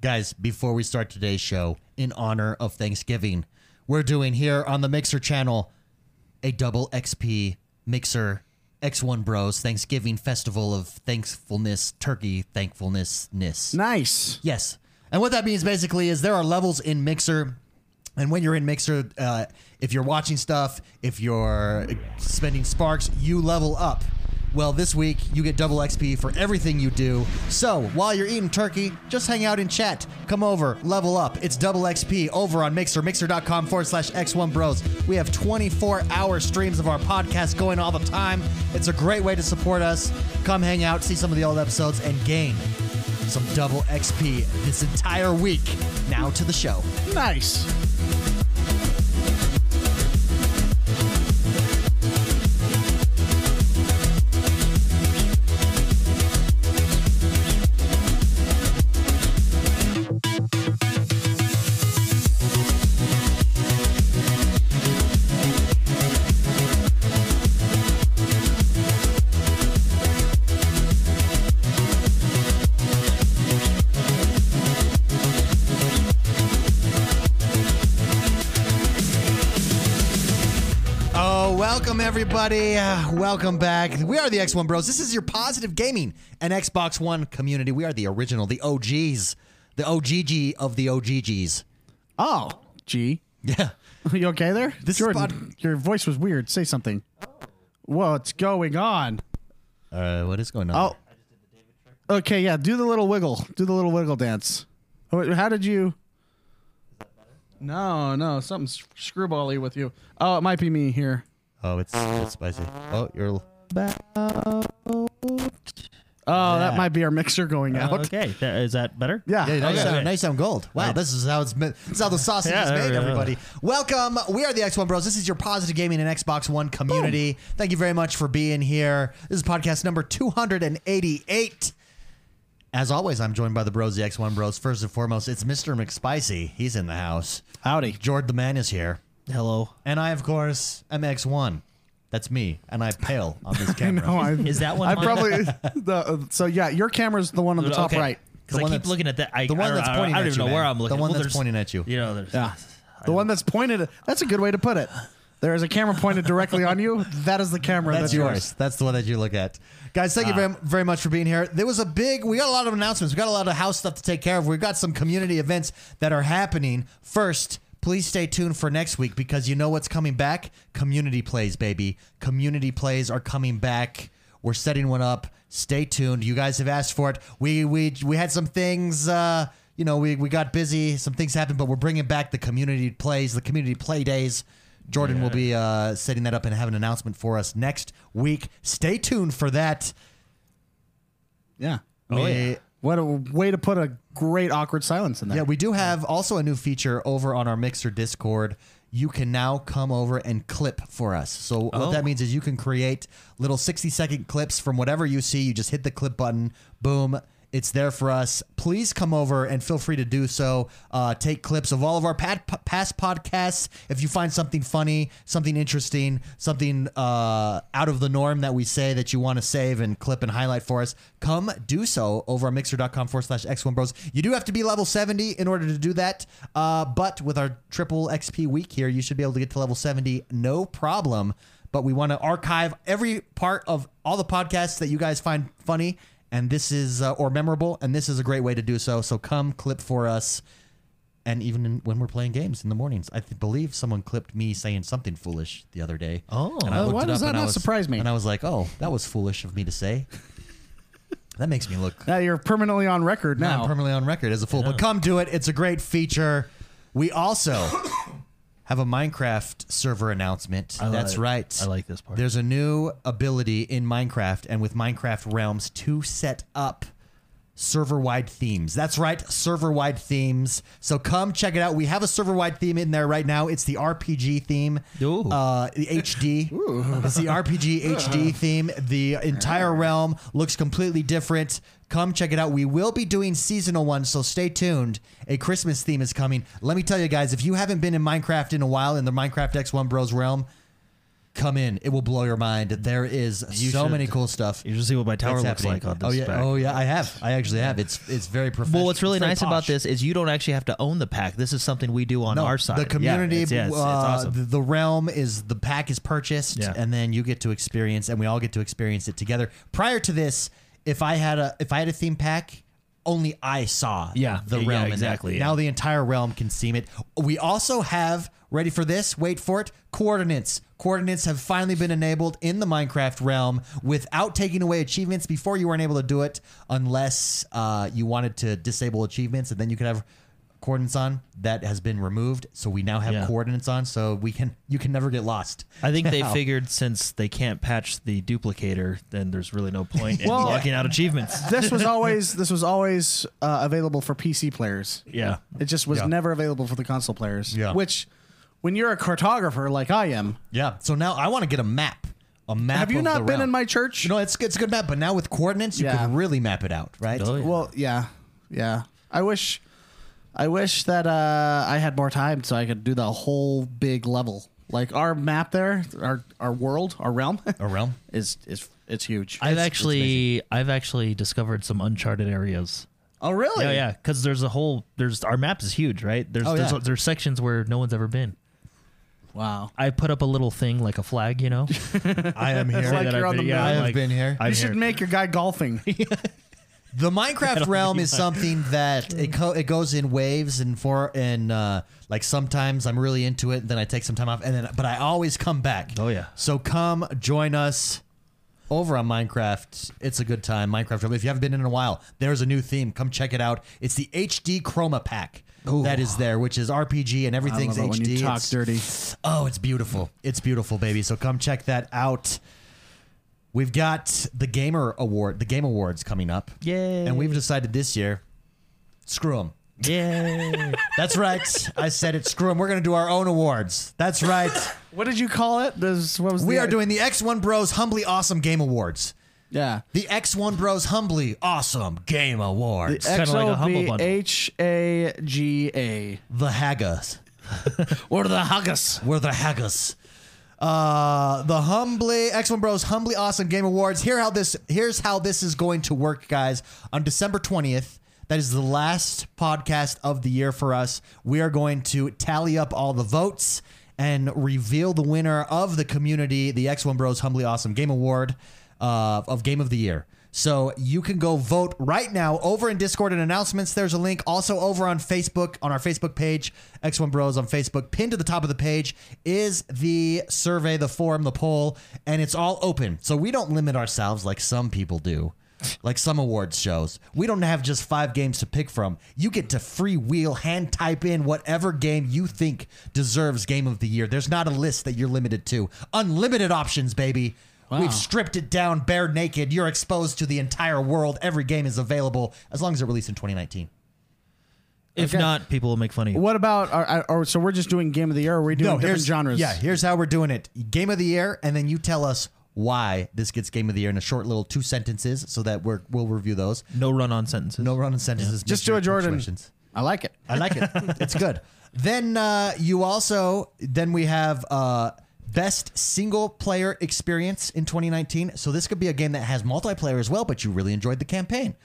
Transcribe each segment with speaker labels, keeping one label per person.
Speaker 1: Guys, before we start today's show, in honor of Thanksgiving, we're doing here on the Mixer channel a double XP Mixer X1 Bros Thanksgiving Festival of Thankfulness, Turkey Thankfulness-ness.
Speaker 2: Nice.
Speaker 1: Yes. And what that means basically is there are levels in Mixer. And when you're in Mixer, uh, if you're watching stuff, if you're spending sparks, you level up. Well, this week you get double XP for everything you do. So while you're eating turkey, just hang out in chat. Come over, level up. It's double XP over on Mixer, mixer.com forward slash X1 Bros. We have 24 hour streams of our podcast going all the time. It's a great way to support us. Come hang out, see some of the old episodes, and gain some double XP this entire week. Now to the show.
Speaker 2: Nice.
Speaker 1: Oh, welcome everybody. Uh, Welcome back. We are the X1 Bros. This is your positive gaming and Xbox One community. We are the original, the OGs, the OGG of the OGGs.
Speaker 2: Oh, G.
Speaker 1: Yeah.
Speaker 2: You okay there?
Speaker 1: This is
Speaker 2: Jordan,
Speaker 1: pod-
Speaker 2: your voice was weird. Say something. What's going on?
Speaker 1: Uh, what is going on?
Speaker 2: Oh. Okay, yeah, do the little wiggle. Do the little wiggle dance. Oh, wait, How did you No, no, something's screwbally with you. Oh, it might be me here.
Speaker 1: Oh, it's, it's spicy. Oh, you're
Speaker 2: Oh, that might be our mixer going out.
Speaker 3: Oh, Okay, th- is that better?
Speaker 2: Yeah.
Speaker 1: Hey, now, you
Speaker 2: okay.
Speaker 1: sound, now you sound gold. Wow, this is how it's mi- this is how the sausage
Speaker 3: Oh, Yeah,
Speaker 1: is
Speaker 3: there
Speaker 1: made,
Speaker 3: we go.
Speaker 1: everybody. Welcome. We are the X1 Bros. This is your positive gaming and Xbox One community. Thank you very much for being here. This is podcast number 288. As always, I'm joined by the Bros, the X1 Bros. First and foremost, it's Mr. McSpicy. He's in the house.
Speaker 2: Howdy.
Speaker 1: Jord the man is here.
Speaker 3: Hello.
Speaker 1: And I, of course, am X1. That's me. And I pale on this camera.
Speaker 2: No, I,
Speaker 3: Is that one?
Speaker 2: I
Speaker 3: on?
Speaker 2: probably the uh, so yeah, your camera's the one on the top
Speaker 3: Okay.
Speaker 2: right.
Speaker 1: The
Speaker 3: Because I
Speaker 1: one
Speaker 3: keep
Speaker 1: that's-
Speaker 3: looking at that. I,
Speaker 1: the one
Speaker 3: I don't-
Speaker 1: that's
Speaker 3: I don't-
Speaker 1: pointing
Speaker 3: I
Speaker 1: at
Speaker 3: don't even
Speaker 1: you,
Speaker 3: know where
Speaker 1: man.
Speaker 3: I'm
Speaker 1: The
Speaker 3: looking.
Speaker 1: one
Speaker 3: Well,
Speaker 1: that's
Speaker 3: there's-
Speaker 1: pointing at you.
Speaker 3: You know, there's.
Speaker 2: Yeah. The one that's pointed. That's a good way to put it. There is a camera pointed directly on you. That is the camera.
Speaker 1: That's yours. Ah. That's the one that you look at. Guys, thank you very, very much for being here. There was a big, we got a lot of announcements. We got a lot of house stuff to take care of. We've got some community events that are happening. First, please stay tuned for next week because you know what's coming back? Community plays, baby. Community plays are coming back. We're setting one up. Stay tuned. You guys have asked for it. We we we had some things. Uh, you know, we we got busy. Some things happened, but we're bringing back the community plays, the community play days. Jordan will be uh, setting that up and have an announcement for us next week. Stay tuned for that.
Speaker 2: Yeah.
Speaker 3: Oh,
Speaker 1: we,
Speaker 3: yeah.
Speaker 2: What a way to put a great awkward silence in there.
Speaker 1: Yeah, we do have also a new feature over on our Mixer Discord. You can now come over and clip for us. So what that means is you can create little 60 second clips from whatever you see. You just hit the clip button, boom. It's there for us. Please come over and feel free to do so. Uh, take clips of all of our pat- p- past podcasts. If you find something funny, something interesting, something uh, out of the norm that we say that you want to save and clip and highlight for us, come do so over at mixer.com forward slash X1 Bros. You do have to be level 70 in order to do that. Uh, but with our triple XP week here, you should be able to get to level 70 no problem. But we want to archive every part of all the podcasts that you guys find funny and this is uh, or memorable and this is a great way to do so so come clip for us and even in, when we're playing games in the mornings i th- believe someone clipped me saying something foolish the other day
Speaker 3: Oh.
Speaker 1: and I
Speaker 2: Oh,
Speaker 1: looked
Speaker 2: why
Speaker 1: it
Speaker 2: does
Speaker 1: up
Speaker 2: that
Speaker 1: and I
Speaker 2: not
Speaker 1: was-
Speaker 2: surprise me?
Speaker 1: and i was like oh that was foolish of me to say that makes me look
Speaker 2: Now you're permanently on record
Speaker 1: now I'm
Speaker 2: now.
Speaker 1: permanently on record as a fool but come do it it's a great feature we also have a minecraft server announcement
Speaker 3: I
Speaker 1: that's
Speaker 3: like-
Speaker 1: right
Speaker 3: I like this part.
Speaker 1: there's a new ability in Minecraft and with Minecraft Realms to set up server wide themes. That's right, server wide themes. So come check it out. We have a server wide theme in there right now. It's the RPG theme,
Speaker 3: Ooh.
Speaker 1: Uh, the HD. It's the RPG HD theme. The entire realm looks completely different. Come check it out. We will be doing seasonal ones, so stay tuned. A Christmas theme is coming. Let me tell you guys, if you haven't been in Minecraft in a while in the Minecraft X1 Bros realm, Come in. It will blow your mind. There is so
Speaker 3: should-
Speaker 1: many cool stuff.
Speaker 3: You should see what my tower
Speaker 1: that's
Speaker 3: looks
Speaker 1: happening.
Speaker 3: like on this.
Speaker 1: oh yeah,
Speaker 3: back.
Speaker 1: oh yeah. I have. I actually have. It's it's very professional.
Speaker 3: Well, what's really
Speaker 1: It's very
Speaker 3: nice about
Speaker 1: posh.
Speaker 3: this is you don't actually have to own the pack. This is something we do on
Speaker 1: No,
Speaker 3: our side.
Speaker 1: The community,
Speaker 3: yeah, it's, yeah, it's- it's
Speaker 1: uh,
Speaker 3: awesome.
Speaker 1: the, the realm is the pack is purchased,
Speaker 3: Yeah.
Speaker 1: and then you get to experience, and we all get to experience it together. Prior to this, if I had a if I had a theme pack. Only I saw
Speaker 3: Yeah,
Speaker 1: the
Speaker 3: yeah,
Speaker 1: realm in that.
Speaker 3: exactly, yeah.
Speaker 1: Now the entire realm can see it. We also have ready for this. Wait for it. Coordinates. Coordinates have finally been enabled in the Minecraft realm without taking away achievements. Before you weren't able to do it unless uh, you wanted to disable achievements, and then you could have coordinates on that has been removed so we now have
Speaker 3: Yeah.
Speaker 1: coordinates on so we can you can never get lost
Speaker 3: I think they
Speaker 1: Now,
Speaker 3: figured since they can't patch the duplicator, then there's really no point in
Speaker 2: Well-
Speaker 3: locking out achievements.
Speaker 2: This was always this was always uh, available for PC players.
Speaker 3: Yeah.
Speaker 2: It just was
Speaker 1: Yeah.
Speaker 2: never available for the console players.
Speaker 1: Yeah.
Speaker 2: Which, when you're a cartographer like I am,
Speaker 1: yeah so now i want to get a map a map
Speaker 2: have you
Speaker 1: of
Speaker 2: not
Speaker 1: the
Speaker 2: been
Speaker 1: realm.
Speaker 2: in my church?
Speaker 1: you know it's, it's a good map but now with coordinates you
Speaker 2: Yeah.
Speaker 1: can really map it out right
Speaker 3: Oh, yeah.
Speaker 2: Well, yeah, yeah. I wish, I wish that uh, I had more time so I could do the whole big level. Like our map there, our our world, our realm
Speaker 1: a realm
Speaker 2: is is it's huge.
Speaker 3: I've actually I've actually discovered some uncharted areas.
Speaker 2: oh really?
Speaker 3: Yeah, yeah, because there's a whole there's our map is huge, right? There's
Speaker 1: Oh,
Speaker 3: there's,
Speaker 1: yeah.
Speaker 3: there's sections where no one's ever been.
Speaker 2: Wow.
Speaker 3: I put up a little thing like a flag, you know.
Speaker 1: i am here
Speaker 2: like
Speaker 3: That
Speaker 2: you're
Speaker 3: I've
Speaker 2: on
Speaker 3: been-
Speaker 2: the moon.
Speaker 3: yeah,
Speaker 1: i
Speaker 3: I'm
Speaker 1: have
Speaker 3: like-
Speaker 1: been here
Speaker 3: I'm
Speaker 2: you should
Speaker 3: here.
Speaker 2: make your guy golfing.
Speaker 1: The Minecraft realm is something that it co- it goes in waves and for and uh, like sometimes I'm really into it, then I take some time off, and then but I always come back.
Speaker 3: Oh, yeah.
Speaker 1: So come join us over on Minecraft. It's a good time. Minecraft realm. If you haven't been in a while, there's a new theme. Come check it out. It's the HD Chroma Pack that is there, which is RPG and
Speaker 2: I
Speaker 1: everything's
Speaker 2: love it
Speaker 1: HD.
Speaker 2: when you talk
Speaker 1: It's-
Speaker 2: dirty.
Speaker 1: Oh, it's beautiful. It's beautiful, baby. So come check that out. We've got the Gamer Award, the Game Awards coming up.
Speaker 3: Yay.
Speaker 1: And we've decided this year, screw them.
Speaker 3: yeah.
Speaker 1: That's right. I said it, screw them. We're going to do our own awards. That's right.
Speaker 2: What did you call it? This, what was
Speaker 1: We
Speaker 2: the-
Speaker 1: are doing the X1 Bros Humbly Awesome Game Awards.
Speaker 2: yeah.
Speaker 1: The X1 Bros Humbly Awesome Game Awards.
Speaker 3: kinda like a humble bundle.
Speaker 2: H A G A.
Speaker 1: The Haggas.
Speaker 2: Or the Huggus.
Speaker 1: We're the Haggas. Uh, the humbly X1 Bros humbly awesome game awards. Here how this here's how this is going to work, guys. On December twentieth, that is the last podcast of the year for us. We are going to tally up all the votes and reveal the winner of the community, the X1 Bros humbly awesome game award uh, of Game of the Year. So you can go vote right now over in Discord and announcements. There's a link also over on Facebook on our Facebook page, X1 Bros on Facebook. Pinned to the top of the page is the survey, the form, the poll, and it's all open. So we don't limit ourselves like some people do. Like some awards shows, we don't have just five games to pick from. You get to freewheel, hand type in whatever game you think deserves Game of the Year. There's not a list that you're limited to. Unlimited options, baby. We've stripped it down bare naked. You're exposed to the entire world. Every game is available as long as it released in 2019.
Speaker 3: If not, people will make fun of you.
Speaker 2: What about our, our? So we're just doing Game of the Year. Or are we doing different
Speaker 1: here's,
Speaker 2: genres?
Speaker 1: Yeah, here's how we're doing it Game of the Year, and then you tell us why this gets Game of the Year in a short little two sentences so that we're, we'll review those.
Speaker 3: No run on sentences.
Speaker 1: No running sentences.
Speaker 2: Just do
Speaker 1: mystery
Speaker 2: a Jordan.
Speaker 1: punctuations.
Speaker 2: I like it.
Speaker 1: I like it. it's good. Then uh, you also then we have uh, best single player experience in 2019. So this could be a game that has multiplayer as well, but you really enjoyed the campaign.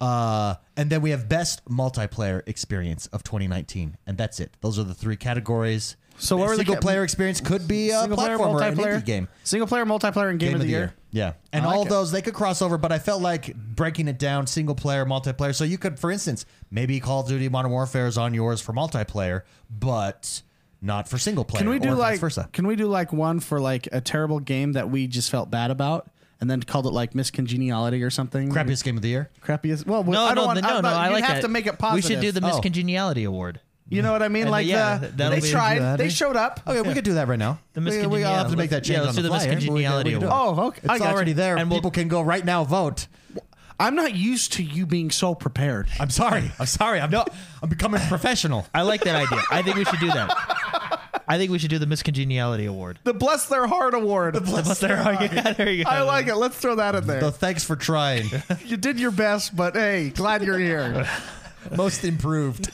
Speaker 1: Uh, and then we have best multiplayer experience of 2019, and that's it. Those are the three categories.
Speaker 2: So what were the
Speaker 1: single
Speaker 2: ca-
Speaker 1: player experience? Could be a
Speaker 2: Single player,
Speaker 1: uh, platformer, or an
Speaker 2: multiplayer
Speaker 1: indie game.
Speaker 2: Single player, multiplayer, and Game, of, the year.
Speaker 1: Yeah. And
Speaker 2: I like
Speaker 1: all
Speaker 2: it.
Speaker 1: those, they could cross over, but I felt like breaking it down single player, multiplayer. So you could, for instance, maybe Call of Duty Modern Warfare is on yours for multiplayer, but not for single player.
Speaker 2: Can we do
Speaker 1: or
Speaker 2: like?
Speaker 1: vice versa?
Speaker 2: Can we do like one for like a terrible game that we just felt bad about, and then called it like Miss Congeniality or something?
Speaker 1: Crappiest game of the year?
Speaker 2: Crappiest. Well,
Speaker 3: no,
Speaker 2: I don't
Speaker 3: no,
Speaker 2: want,
Speaker 3: no, no,
Speaker 2: I'm not-
Speaker 3: I
Speaker 2: you'd
Speaker 3: like
Speaker 2: have
Speaker 3: that.
Speaker 2: to make it positive.
Speaker 3: We should do the
Speaker 1: Oh.
Speaker 3: Miss Congeniality Award.
Speaker 2: You know what I mean?
Speaker 3: And
Speaker 2: Like
Speaker 3: yeah,
Speaker 2: the,
Speaker 3: th- that'll
Speaker 2: they
Speaker 3: be-
Speaker 2: tried.
Speaker 3: that'll
Speaker 2: They
Speaker 3: be-
Speaker 2: showed up.
Speaker 1: Oh, yeah, we could do that right now.
Speaker 3: The Miss
Speaker 1: we, we
Speaker 3: Congeniality.
Speaker 1: have to make that change
Speaker 3: Yeah, let's
Speaker 1: on
Speaker 3: do the Miss
Speaker 1: fly here, but we can- we
Speaker 3: Congeniality
Speaker 1: can do it.
Speaker 3: Award.
Speaker 2: Oh, okay.
Speaker 1: It's
Speaker 2: I got you.
Speaker 1: already there.
Speaker 3: And
Speaker 1: And
Speaker 3: we'll-
Speaker 1: people can go right now vote.
Speaker 2: I'm not used to you being so prepared.
Speaker 1: I'm sorry. I'm sorry. I'm not. I'm becoming professional.
Speaker 3: I like that idea. I think we should do that. I think we should do the Miss Congeniality Award.
Speaker 2: The Bless Their Heart Award.
Speaker 3: Yeah, there you go.
Speaker 2: I like it. Let's throw that in there.
Speaker 1: So thanks for trying.
Speaker 2: You did your best, but hey, glad you're here.
Speaker 1: Most improved.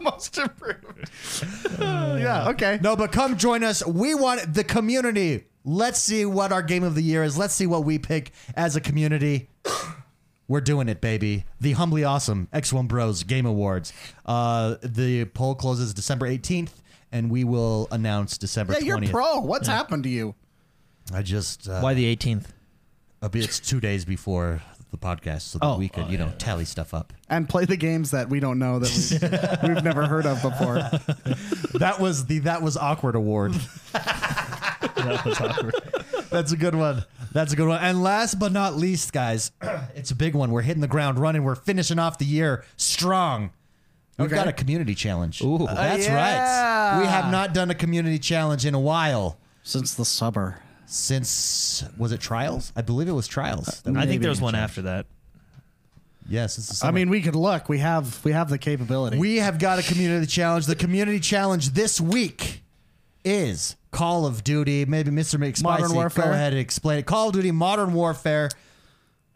Speaker 2: Most improved. Oh, yeah, okay.
Speaker 1: No, but come join us. We want the community Let's see what our game of the year is. Let's see what we pick as a community. We're doing it, baby. The Humbly Awesome X1 Bros Game Awards. Uh, the poll closes December 18th, and we will announce December
Speaker 2: Yeah, you're
Speaker 1: 20th.
Speaker 2: pro. What's happened to you?
Speaker 1: I just. Uh,
Speaker 3: Why the 18th?
Speaker 1: I'll be- It's two days before the podcast, so that
Speaker 3: Oh,
Speaker 1: we could,
Speaker 3: oh,
Speaker 1: you know, tally stuff up.
Speaker 2: And play the games that we don't know that we, we've never heard of before.
Speaker 1: that was the That Was Awkward Award.
Speaker 4: That was awkward.
Speaker 1: That's a good one. That's a good one. And last but not least, guys, it's a big one. We're hitting the ground running. We're finishing off the year strong. We've
Speaker 2: Okay.
Speaker 1: got a community challenge.
Speaker 3: Ooh. Uh,
Speaker 1: that's
Speaker 2: yeah.
Speaker 1: right. We have not done a community challenge in a while
Speaker 2: Since the summer.
Speaker 1: since was it trials? I believe it was trials.
Speaker 3: I think there was one
Speaker 1: Challenge.
Speaker 3: after that.
Speaker 1: Yes, it's the
Speaker 2: I
Speaker 1: summer.
Speaker 2: mean, we could look. We have we have the capability.
Speaker 1: We have got a community challenge. The community challenge this week is Call of Duty. Maybe Mr. McSpicy,
Speaker 2: Modern Warfare?
Speaker 1: go ahead and explain it. Call of Duty Modern Warfare,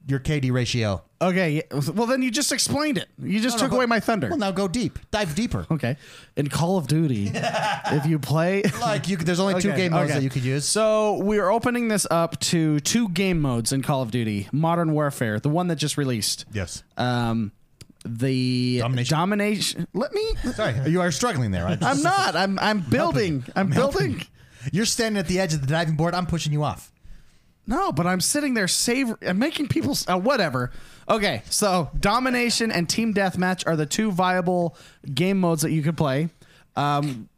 Speaker 1: your KD ratio.
Speaker 2: okay. yeah, Well, then you just explained it. You just took
Speaker 1: but-
Speaker 2: away my thunder.
Speaker 1: Well, now go deep. Dive deeper.
Speaker 2: okay. In Call of Duty, if you play
Speaker 1: Like you, could- there's only two
Speaker 2: Okay,
Speaker 1: game modes
Speaker 2: okay.
Speaker 1: that you could use.
Speaker 2: So we are opening this up to two game modes in Call of Duty: Modern Warfare, the one that just released.
Speaker 1: yes.
Speaker 2: Um, the
Speaker 1: Domination.
Speaker 2: domination- Let me.
Speaker 1: Sorry, you are struggling there. Right?
Speaker 2: I'm not. I'm. I'm building. I'm, building.
Speaker 1: You're standing at the edge of the diving board. I'm pushing you off.
Speaker 2: No, but I'm sitting there savor. I'm making people. s- Uh, whatever. Okay, so domination and team deathmatch are the two viable game modes that you could play. Um,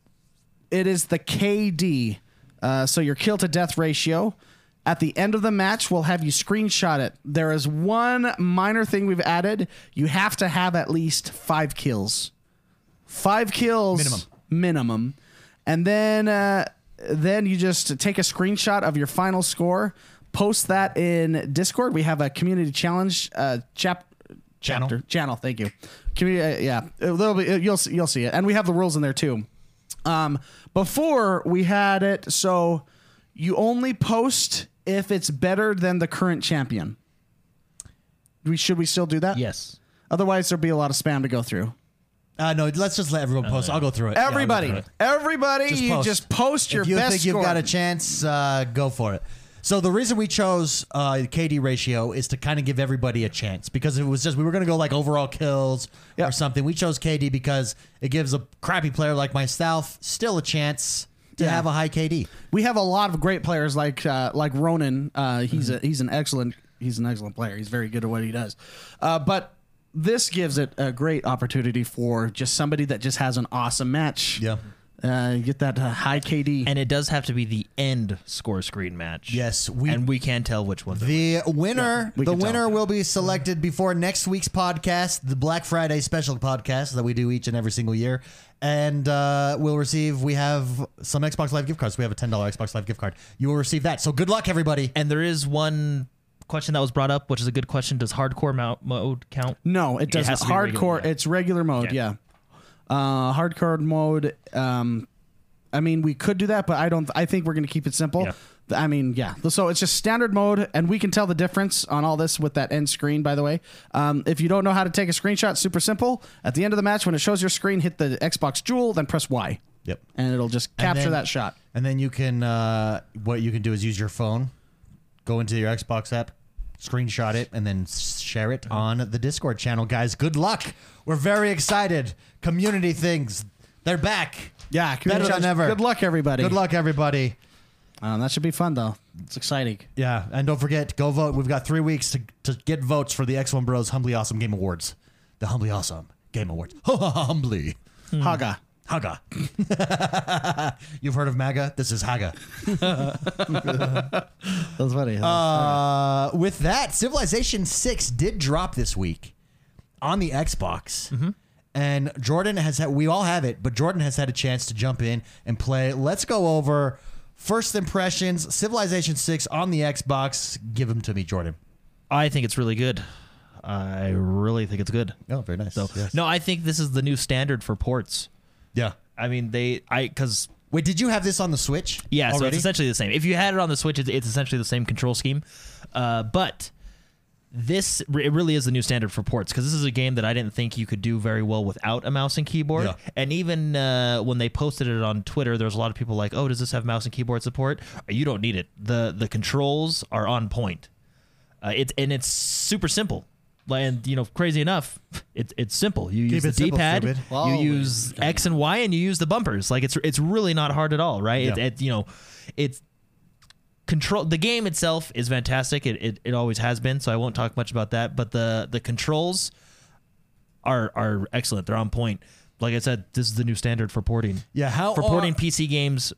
Speaker 2: it is the KD, uh, so your kill to death ratio. At the end of the match, we'll have you screenshot it. There is one minor thing we've added. You have to have at least five kills. Five kills
Speaker 1: Minimum.
Speaker 2: Minimum. And then uh, then you just take a screenshot of your final score, post that in Discord. We have a community challenge uh, chap
Speaker 1: Channel.
Speaker 2: chapter channel. Thank you. Community, uh, yeah, It'll be- you'll see- you'll see it, and we have the rules in there too. Um, before we had it, so you only post if it's better than the current champion. We should we still do that?
Speaker 3: Yes.
Speaker 2: Otherwise, there'll be a lot of spam to go through.
Speaker 1: Uh, no, let's just let everyone post. I'll go through it. Yeah, I'll go
Speaker 2: Everybody,
Speaker 1: through it.
Speaker 2: everybody,
Speaker 1: Just
Speaker 2: you
Speaker 1: post.
Speaker 2: just post your
Speaker 1: if you
Speaker 2: best
Speaker 1: think
Speaker 2: score.
Speaker 1: you've got a chance, uh, go for it. So the reason we chose uh, KD ratio is to kind of give everybody a chance because if it was just we were going to go like overall kills
Speaker 2: Yeah.
Speaker 1: or something. We chose KD because it gives a crappy player like myself still a chance to
Speaker 2: Yeah.
Speaker 1: have a high KD.
Speaker 2: we have a lot of great players like uh, like Ronan. Uh, he's
Speaker 1: Mm-hmm.
Speaker 2: a, he's an excellent he's an excellent player. He's very good at what he does. Uh, but this gives it a great opportunity for just somebody that just has an awesome match.
Speaker 1: Yeah.
Speaker 2: uh, get that uh, high KD.
Speaker 3: And it does have to be the end score screen match.
Speaker 1: Yes, we-
Speaker 3: and we can tell which one.
Speaker 1: The winner,
Speaker 2: we
Speaker 1: the
Speaker 2: can tell.
Speaker 1: winner will be selected before next week's podcast, the Black Friday special podcast that we do each and every single year, and uh, we'll receive. We have some Xbox Live gift cards. We have a ten dollar Xbox Live gift card. You will receive that. So good luck, everybody.
Speaker 3: and there is one question that was brought up, which is a good question. Does hardcore mou- mode count?
Speaker 2: No, it
Speaker 3: It
Speaker 2: doesn't.
Speaker 3: has to be
Speaker 2: hardcore.
Speaker 3: regular, yeah.
Speaker 2: It's regular mode.
Speaker 3: Okay.
Speaker 2: Yeah, uh, hardcore mode. Um, I mean, we could do that, but I don't. I think we're going to keep it simple.
Speaker 3: Yeah.
Speaker 2: I mean, yeah. So it's just standard mode, and we can tell the difference on all this with that end screen. By the way, um, if you don't know how to take a screenshot, super simple. At the end of the match, when it shows your screen, hit the Xbox Jewel, then press Y,
Speaker 1: Yep.
Speaker 2: and it'll just capture
Speaker 1: then-
Speaker 2: that shot.
Speaker 1: And then you can uh, what you can do is use your phone, go into your Xbox app, screenshot it, and then s- share it on the Discord channel, guys. Good luck. We're very excited. Community things, they're back.
Speaker 2: Yeah,
Speaker 1: Better than ever.
Speaker 2: Good luck, everybody.
Speaker 1: Good luck, everybody.
Speaker 2: Um, that should be fun, though. It's exciting.
Speaker 1: Yeah, and don't forget, go vote. We've got three weeks to, to get votes for the X1 Bros Humbly Awesome Game Awards. The Humbly Awesome Game Awards. Humbly.
Speaker 3: Hmm.
Speaker 2: Haga.
Speaker 1: Haga. You've heard of MAGA? This is Haga.
Speaker 2: That was funny.
Speaker 1: Uh, with that, Civilization 6 did drop this week on the Xbox. And Jordan has had, we all have it, but Jordan has had a chance to jump in and play. Let's go over first impressions, Civilization 6 on the Xbox. Give them to me, Jordan.
Speaker 3: I think it's really good. I really think it's good.
Speaker 1: Oh, very nice.
Speaker 3: So no, I think this is the new standard for ports.
Speaker 1: Yeah.
Speaker 3: I mean, they I because
Speaker 1: Wait, did you have this on the Switch?
Speaker 3: yeah, so
Speaker 1: already?
Speaker 3: it's essentially the same. If you had it on the Switch, it's, it's essentially the same control scheme, uh, but this re- it really is the new standard for ports because this is a game that I didn't think you could do very well without a mouse and keyboard.
Speaker 1: Yeah.
Speaker 3: And even uh, when they posted it on Twitter, there's a lot of people like, "Oh, does this have mouse and keyboard support? You don't need it. the The controls are on point. Uh, it's and it's super simple." Like, And you know, crazy enough, it's it's simple. You use
Speaker 1: it
Speaker 3: the D
Speaker 1: simple,
Speaker 3: pad,
Speaker 1: stupid.
Speaker 3: you use X and Y, and you use the bumpers. Like it's it's really not hard at all, right? It,
Speaker 1: Yeah.
Speaker 3: it, you know, it's control the game itself is fantastic it, it it always has been so i won't talk much about that but the the controls are are excellent they're on point like i said this is the new standard for porting
Speaker 1: Yeah, how uh,
Speaker 3: for porting pc games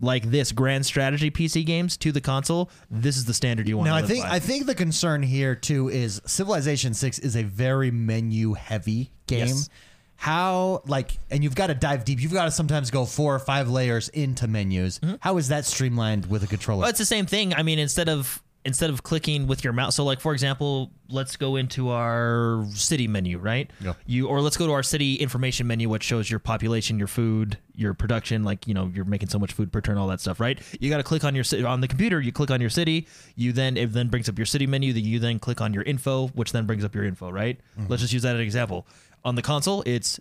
Speaker 3: like this grand strategy pc games to the console this is the standard you want
Speaker 1: Now
Speaker 3: to
Speaker 1: I
Speaker 3: live
Speaker 1: think
Speaker 3: by.
Speaker 1: I think the concern here too is Civilization Six is a very menu heavy game.
Speaker 3: Yes.
Speaker 1: How like and you've got to dive deep. You've got to sometimes go four or five layers into menus.
Speaker 3: Mm-hmm.
Speaker 1: How is that streamlined with a controller?
Speaker 3: Well, it's the same thing. I mean, instead of instead of clicking with your mouse. So, like for example, let's go into our city menu, right?
Speaker 1: Yeah.
Speaker 3: You or let's go to our city information menu, which shows your population, your food, your production. Like you know, you're making so much food per turn, all that stuff, right? You got to click on your ci- on the computer. You click on your city. You then it then brings up your city menu. That you then click on your info, which then brings up your info, right?
Speaker 1: Mm-hmm.
Speaker 3: Let's just use that as an example. On the console, it's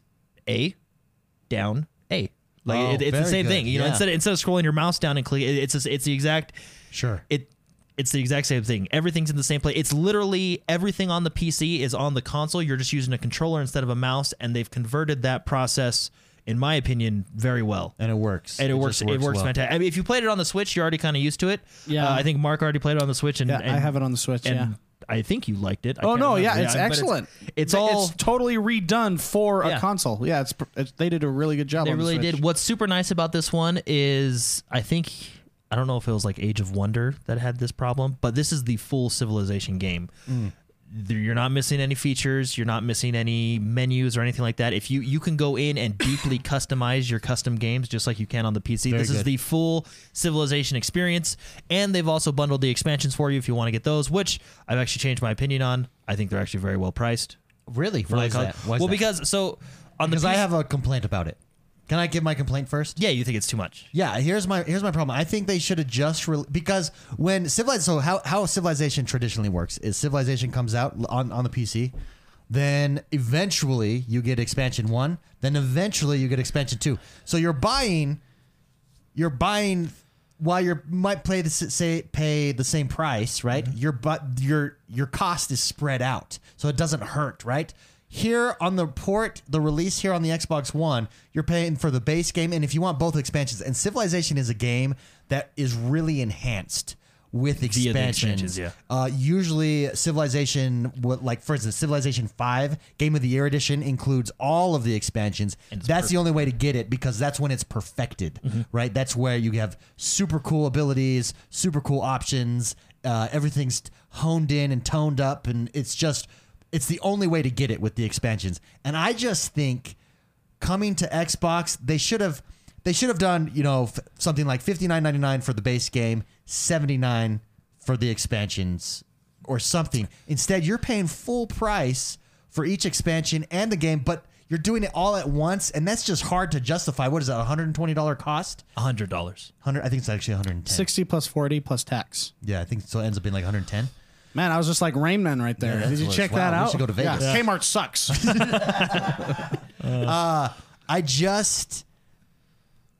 Speaker 3: A down A. Like
Speaker 1: Oh,
Speaker 3: it, it's the
Speaker 1: very
Speaker 3: same
Speaker 1: good.
Speaker 3: thing. You know,
Speaker 1: Yeah.
Speaker 3: instead of, instead of scrolling your mouse down and click, it, it's just, it's the exact
Speaker 1: sure.
Speaker 3: it. It's the exact same thing. Everything's in the same place. It's literally everything on the PC is on the console. You're just using a controller instead of a mouse, and they've converted that process, in my opinion, very well.
Speaker 1: and it works.
Speaker 3: And it, works.
Speaker 1: just
Speaker 3: It works
Speaker 1: well.
Speaker 3: fantastic. I mean, if you played it on the Switch, you're already kind of used to it.
Speaker 2: Yeah.
Speaker 3: Uh, I think Mark already played it on the Switch, and,
Speaker 2: Yeah,
Speaker 3: and
Speaker 2: I have it on the Switch.
Speaker 3: And
Speaker 2: yeah.
Speaker 3: I think you liked it. I
Speaker 2: Oh
Speaker 3: can't
Speaker 2: no, yeah,
Speaker 3: remember.
Speaker 2: it's
Speaker 3: but
Speaker 2: excellent.
Speaker 3: It's, all
Speaker 2: it's totally redone for
Speaker 3: Yeah.
Speaker 2: a console. Yeah, it's, pr- it's they did a really good job.
Speaker 3: They
Speaker 2: on the
Speaker 3: really
Speaker 2: Switch.
Speaker 3: did. What's super nice about this one is I think I don't know if it was like Age of Wonder that had this problem, but this is the full Civilization game.
Speaker 1: Mm.
Speaker 3: There- You're not missing any features. You're not missing any menus or anything like that. If you you can go in and deeply customize your custom games just like you can on the PC.
Speaker 1: Very
Speaker 3: this is
Speaker 1: good.
Speaker 3: the full Civilization experience, and they've also bundled the expansions for you if you want to get those. Which I've actually changed my opinion on. I think they're actually very well priced.
Speaker 1: Really?
Speaker 3: for
Speaker 1: Why
Speaker 3: the
Speaker 1: is
Speaker 3: con-
Speaker 1: that? Why is
Speaker 3: well,
Speaker 1: that?
Speaker 3: because so on the
Speaker 1: because I
Speaker 3: PC
Speaker 1: have a complaint about it. Can I give my complaint first?
Speaker 3: yeah, you think it's too much.
Speaker 1: Yeah, here's my here's my problem. I think they should adjust re- because when civilized so how how civilization traditionally works is civilization comes out l- on on the PC, then eventually you get expansion 1, then eventually you get expansion 2. So you're buying you're buying while you might play the s- say pay the same price, right?
Speaker 3: Mm-hmm.
Speaker 1: Your but your your cost is spread out, so it doesn't hurt, right? Here on the port, the release here on the Xbox One, you're paying for the base game, and if you want both expansions, and Civilization is a game that is really enhanced with
Speaker 3: the
Speaker 1: expansions.
Speaker 3: expansions, yeah.
Speaker 1: Uh, usually, Civilization, what like for instance, Civilization Five Game of the Year edition includes all of the expansions. That's the only way to get it because that's when it's perfected, right? That's where you have super cool abilities, super cool options. Uh, everything's honed in and toned up, and it's just it's the only way to get it with the expansions. And I just think coming to Xbox, they should have they should have done you know f- something like fifty nine ninety nine for the base game, seventy nine for the expansions, or something. Instead, you're paying full price for each expansion and the game, but you're doing it all at once, and that's just hard to justify. What is that? One hundred and twenty dollar cost?
Speaker 3: hundred dollars.
Speaker 1: Hundred? I think it's actually one hundred and ten.
Speaker 2: Sixty plus forty plus tax.
Speaker 1: Yeah, I think so. It ends up being like one hundred and ten.
Speaker 2: Man, I was just like Rain Man right there.
Speaker 1: Yeah,
Speaker 2: Did
Speaker 1: that's
Speaker 2: you
Speaker 1: what-
Speaker 2: check
Speaker 1: wow,
Speaker 2: that
Speaker 1: we
Speaker 2: out?
Speaker 1: should go to Vegas.
Speaker 2: Yeah. Kmart sucks.
Speaker 1: I just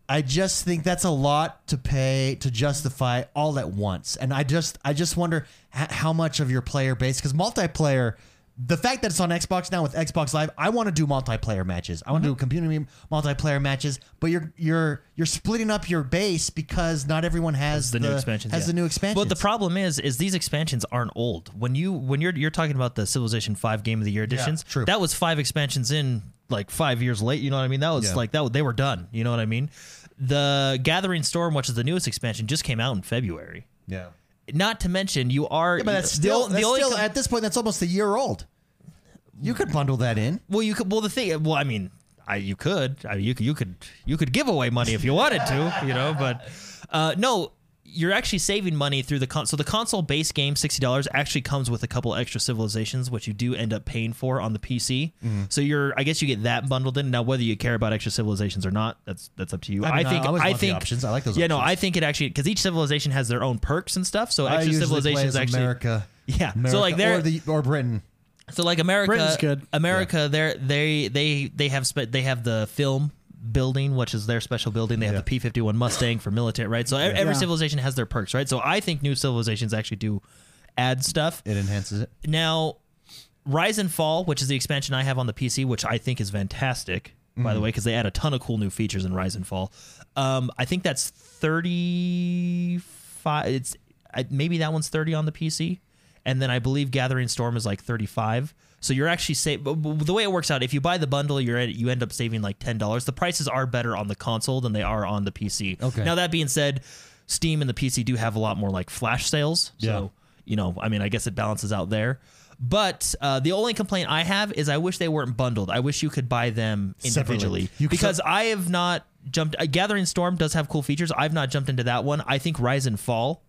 Speaker 1: I just think that's a lot to pay to justify all at once. And I just I just wonder h- how much of your player base cuz multiplayer the fact that it's on Xbox now with Xbox Live, I want to do multiplayer matches. I want to
Speaker 3: Mm-hmm.
Speaker 1: do community multiplayer matches, but you're you're you're splitting up your base because not everyone has
Speaker 3: The, new expansions
Speaker 1: has
Speaker 3: yeah.
Speaker 1: the new expansions.
Speaker 3: But the problem is, is these expansions aren't old. When you when you're you're talking about the Civilization Five Game of the Year editions,
Speaker 1: true.
Speaker 3: that was five expansions in like five years late. You know what I mean? That was
Speaker 1: Yeah.
Speaker 3: like that. was- They were done. You know what I mean? The Gathering Storm, which is the newest expansion, just came out in February.
Speaker 1: yeah.
Speaker 3: Not to mention, you are
Speaker 1: But that's still,
Speaker 3: the,
Speaker 1: that's
Speaker 3: only
Speaker 1: still
Speaker 3: com-
Speaker 1: at this point that's almost a year old. You could bundle that in.
Speaker 3: Well, you could. Well, the thing. Well, I mean, I you could. I mean, you could. You could. You could give away money if you wanted to. You know, but uh, no. You're actually saving money through the con- so the console base game sixty dollars actually comes with a couple extra civilizations, which you do end up paying for on the PC.
Speaker 1: Mm-hmm.
Speaker 3: So you're, I guess you get that bundled in. Now whether you care about extra civilizations or not, that's that's up to you. I,
Speaker 1: I mean, I
Speaker 3: think
Speaker 1: always
Speaker 3: I
Speaker 1: want the
Speaker 3: think
Speaker 1: options. I like those
Speaker 3: Yeah, no,
Speaker 1: options.
Speaker 3: I think it actually because each civilization has their own perks and stuff. So
Speaker 1: I
Speaker 3: extra
Speaker 1: usually play as
Speaker 3: civilizations actually
Speaker 1: America
Speaker 3: Yeah.
Speaker 1: America,
Speaker 3: so like they're
Speaker 1: or the or Britain.
Speaker 3: so like America
Speaker 2: Britain's good.
Speaker 3: America they're they they they have spe- they have the film building which is their special building they have the P51 Mustang for military right so e- every
Speaker 2: Yeah.
Speaker 3: civilization has their perks right so I think new civilizations actually do add stuff
Speaker 1: It enhances it.
Speaker 3: now Rise and Fall which is the expansion I have on the PC which I think is fantastic by the way cuz they add a ton of cool new features in Rise and Fall um I think that's 35 it's I, maybe that one's 30 on the PC and then I believe Gathering Storm is like 35. So you're actually saving. The way it works out, if you buy the bundle, you're at, you end up saving like ten dollars. The prices are better on the console than they are on the PC.
Speaker 1: Okay.
Speaker 3: Now that being said, Steam and the PC do have a lot more like flash sales. So you know, I mean, I guess it balances out there. But uh, the only complaint I have is I wish they weren't bundled. I wish you could buy them
Speaker 1: Separately.
Speaker 3: individually
Speaker 1: You could-
Speaker 3: because I have not jumped. Uh, Gathering Storm does have cool features. I've not jumped into that one. I think Rise and Fall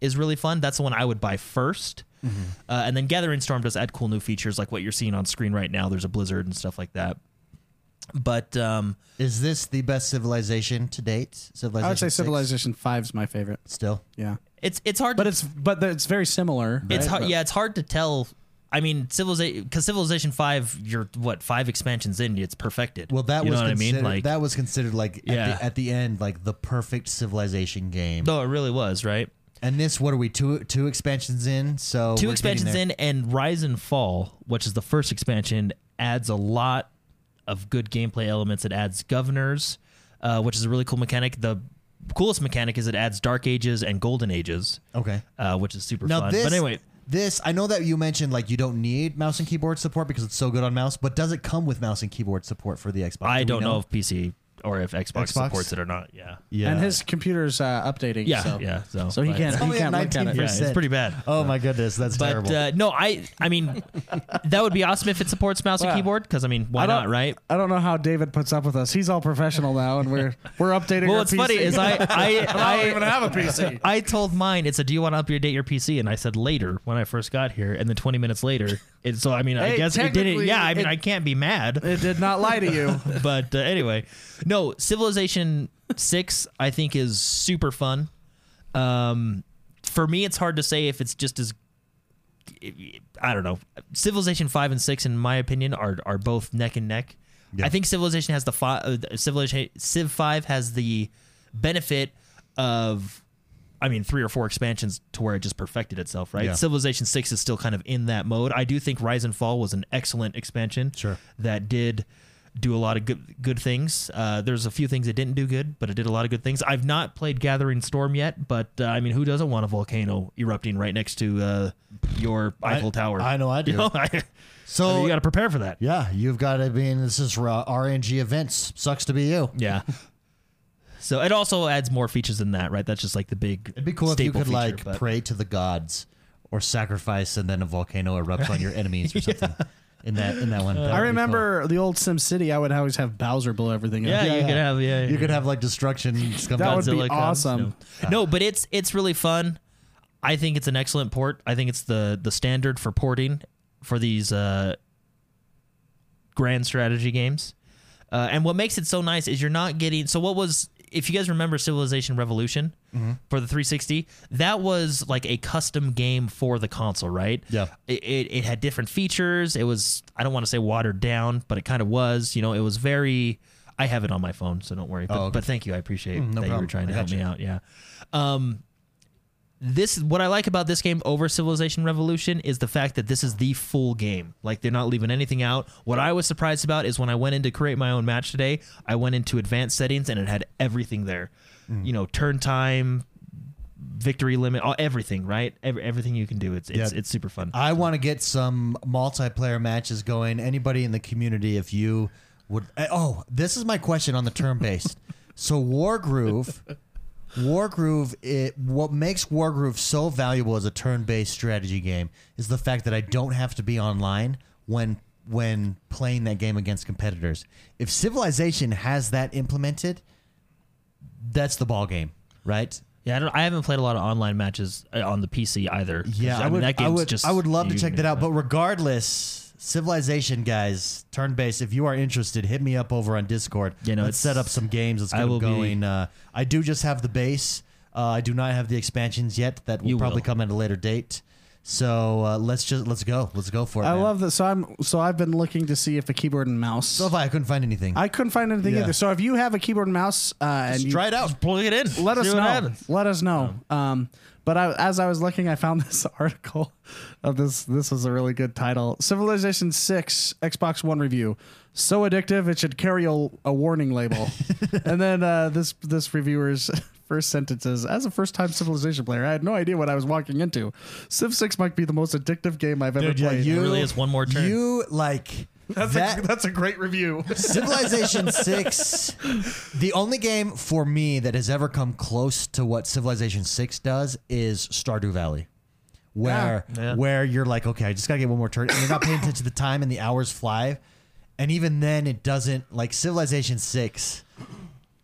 Speaker 3: is really fun. That's the one I would buy 1st
Speaker 1: Mm-hmm.
Speaker 3: Uh, and then Gathering Storm does add cool new features like what you're seeing on screen right now. There's a blizzard and stuff like that. But um,
Speaker 1: Is this the best civilization to date? Civilization.
Speaker 2: I would say
Speaker 1: six?
Speaker 2: Civilization Five is my favorite.
Speaker 1: Still,
Speaker 2: Yeah,
Speaker 3: it's it's hard.
Speaker 2: but
Speaker 3: to,
Speaker 2: it's but the- it's very similar.
Speaker 3: it's
Speaker 2: right?
Speaker 3: hard,
Speaker 2: But-
Speaker 3: yeah, it's hard to tell. I mean, civilization because Civilization Five, you're what five expansions in, it's perfected.
Speaker 1: well, that
Speaker 3: you
Speaker 1: was
Speaker 3: know what I
Speaker 1: considered.
Speaker 3: mean. Like
Speaker 1: that was considered like
Speaker 3: Yeah.
Speaker 1: at, the, at the end, like the perfect civilization game.
Speaker 3: no, it really was right.
Speaker 1: And this, what are we two two expansions in? So
Speaker 3: two
Speaker 1: we're getting
Speaker 3: expansions
Speaker 1: there.
Speaker 3: in and rise and fall which is the first expansion adds a lot of good gameplay elements it adds governors uh, which is a really cool mechanic the coolest mechanic is it adds dark ages and golden ages
Speaker 1: Okay.
Speaker 3: uh, which is super
Speaker 1: Now
Speaker 3: fun
Speaker 1: this,
Speaker 3: but anyway
Speaker 1: this I know that you mentioned like you don't need mouse and keyboard support because it's so good on mouse. But does it come with mouse and keyboard support for the Xbox?
Speaker 3: i
Speaker 1: Do we
Speaker 3: don't know? if pc or if xbox,
Speaker 1: Xbox?
Speaker 3: supports it or not yeah
Speaker 1: Yeah.
Speaker 2: And his computer's uh, updating.
Speaker 3: yeah
Speaker 2: so.
Speaker 3: yeah so,
Speaker 2: So he
Speaker 3: but-
Speaker 2: can't.
Speaker 1: It's only
Speaker 2: He can't
Speaker 1: at
Speaker 2: look at it.
Speaker 3: yeah, it's
Speaker 1: 19%.
Speaker 3: pretty bad
Speaker 1: Oh my goodness, that's
Speaker 3: but
Speaker 1: terrible.
Speaker 3: uh, no i i mean that would be awesome if it supports mouse
Speaker 2: Wow.
Speaker 3: and keyboard because i mean why
Speaker 2: I don't-
Speaker 3: not right
Speaker 2: I don't know how David puts up with us. He's all professional now, and we're we're updating.
Speaker 3: well
Speaker 2: our
Speaker 3: what's funny
Speaker 2: PC.
Speaker 3: is i i,
Speaker 2: I
Speaker 3: I
Speaker 2: don't even have a PC.
Speaker 3: I told mine, it said, Do you want to update your PC? And I said, Later, when I first got here. And then 20 minutes later. And so, I mean, I
Speaker 2: Hey,
Speaker 3: guess it didn't.
Speaker 2: technically,
Speaker 3: Yeah, I mean,
Speaker 2: it-
Speaker 3: I can't be mad.
Speaker 2: It did not lie to you.
Speaker 3: But uh, anyway, no, Civilization 6, I think, is super fun. Um, for me, it's hard to say if it's just as. I don't know. Civilization 5 and 6, in my opinion, are, are both neck and neck. I think Civilization has the. Fi- uh, Civilization Civ 5 has the benefit of I mean, three or four expansions to where it just perfected itself, right?
Speaker 1: Yeah.
Speaker 3: Civilization Six is still kind of in that mode. I do think Rise and Fall was an excellent expansion,
Speaker 1: Sure.
Speaker 3: that did do a lot of good good things. Uh, there's a few things it didn't do good, but it did a lot of good things. I've not played Gathering Storm yet, but uh, I mean, who doesn't want a volcano erupting right next to uh, your Eiffel Tower?
Speaker 1: I know I do.
Speaker 3: You, know, I-
Speaker 1: so
Speaker 3: you got to prepare for that.
Speaker 1: yeah, you've got to be in this is raw RNG events. Sucks to be you.
Speaker 3: Yeah. So it also adds more features than that, right? That's just like the big.
Speaker 1: It'd be cool if you
Speaker 3: staple
Speaker 1: could
Speaker 3: feature,
Speaker 1: like
Speaker 3: but-
Speaker 1: pray to the gods or sacrifice, and then a volcano erupts on your enemies or something. In that in that
Speaker 3: Uh,
Speaker 1: one, That
Speaker 2: I
Speaker 1: would be
Speaker 2: remember the old Sim City. I would always have Bowser blow everything
Speaker 3: Yeah,
Speaker 2: up.
Speaker 3: you could have yeah.
Speaker 1: cool.
Speaker 3: yeah.
Speaker 1: you could have like destruction. Come
Speaker 2: That
Speaker 1: back.
Speaker 2: would be
Speaker 3: Godzilla comes.
Speaker 2: awesome.
Speaker 3: No. No, but it's it's really fun. I think it's an excellent port. I think it's the the standard for porting for these uh, grand strategy games. Uh, and what makes it so nice is you're not getting. So what was if you guys remember Civilization Revolution
Speaker 2: Mm-hmm.
Speaker 3: for the 360, that was like a custom game for the console, right?
Speaker 1: Yeah.
Speaker 3: It, it it had different features. It was I don't want to say watered down, but it kind of was. You know, it was very. I have it on my phone, so don't worry. But,
Speaker 1: Oh, okay.
Speaker 3: but thank you, I appreciate
Speaker 1: no
Speaker 3: that you
Speaker 1: problem.
Speaker 3: were trying to
Speaker 1: I
Speaker 3: help
Speaker 1: gotcha.
Speaker 3: me out. Yeah. Um, this what I like about this game over Civilization Revolution is the fact that this is the full game. Like they're not leaving anything out. What I was surprised about is when I went in to create my own match today, I went into advanced settings and it had everything there.
Speaker 1: Hmm.
Speaker 3: You know, turn time, victory limit, all, everything, right? Every, everything you can do. It's it's,
Speaker 1: Yeah.
Speaker 3: it's super fun.
Speaker 1: I want to get some multiplayer matches going. Anybody in the community, if you would. eh, Oh, this is my question on the term based. so Wargroove, Wargroove, it, what makes Wargroove so valuable as a turn based strategy game is the fact that I don't have to be online when when playing that game against competitors. If Civilization has that implemented, that's the ball game, right?
Speaker 3: yeah, I don't. I haven't played a lot of online matches uh, on the PC either. 'Cause,
Speaker 1: Yeah, I,
Speaker 3: mean,
Speaker 1: would.
Speaker 3: That
Speaker 1: I
Speaker 3: game's
Speaker 1: would.
Speaker 3: just,
Speaker 1: I would love to
Speaker 3: you
Speaker 1: check
Speaker 3: can-
Speaker 1: that out. But regardless, Civilization guys, turn based. If you are interested, hit me up over on Discord.
Speaker 3: You know,
Speaker 1: let's
Speaker 3: it's-
Speaker 1: set up some games. Let's get
Speaker 3: I
Speaker 1: 'em
Speaker 3: will be-
Speaker 1: going. uh, I do just have the base. Uh, I do not have the expansions yet. That will
Speaker 3: You
Speaker 1: probably
Speaker 3: will.
Speaker 1: come at a later date. So uh, let's just let's go. Let's go for it.
Speaker 2: I
Speaker 1: man.
Speaker 2: love that. So I'm so I've been looking to see if a keyboard and mouse.
Speaker 1: So if I, I couldn't find anything.
Speaker 2: I couldn't find anything
Speaker 1: Yeah.
Speaker 2: either. So if you have a keyboard and mouse, uh, and you,
Speaker 1: Try it out.
Speaker 3: Plug it in.
Speaker 2: let us
Speaker 3: See what
Speaker 2: know.
Speaker 3: happens.
Speaker 2: Let us know. Um, but I, as I was looking, I found this article. Of this this was a really good title. Civilization Six Xbox One review. So addictive it should carry a, a warning label. and then uh, this this reviewer's first sentence is: As a first time Civilization player, I had no idea what I was walking into. Civ Six might be the most addictive game I've ever
Speaker 1: Dude, yeah,
Speaker 2: played.
Speaker 1: you
Speaker 3: really is one more turn.
Speaker 1: You like that
Speaker 2: that's a great review.
Speaker 1: Civilization Six, the only game for me that has ever come close to what Civilization Six does is Stardew Valley, where
Speaker 3: Yeah.
Speaker 1: where you're like, okay, I just gotta get one more turn, and you're not paying attention to the time, and the hours fly, and even then, it doesn't like Civilization Six.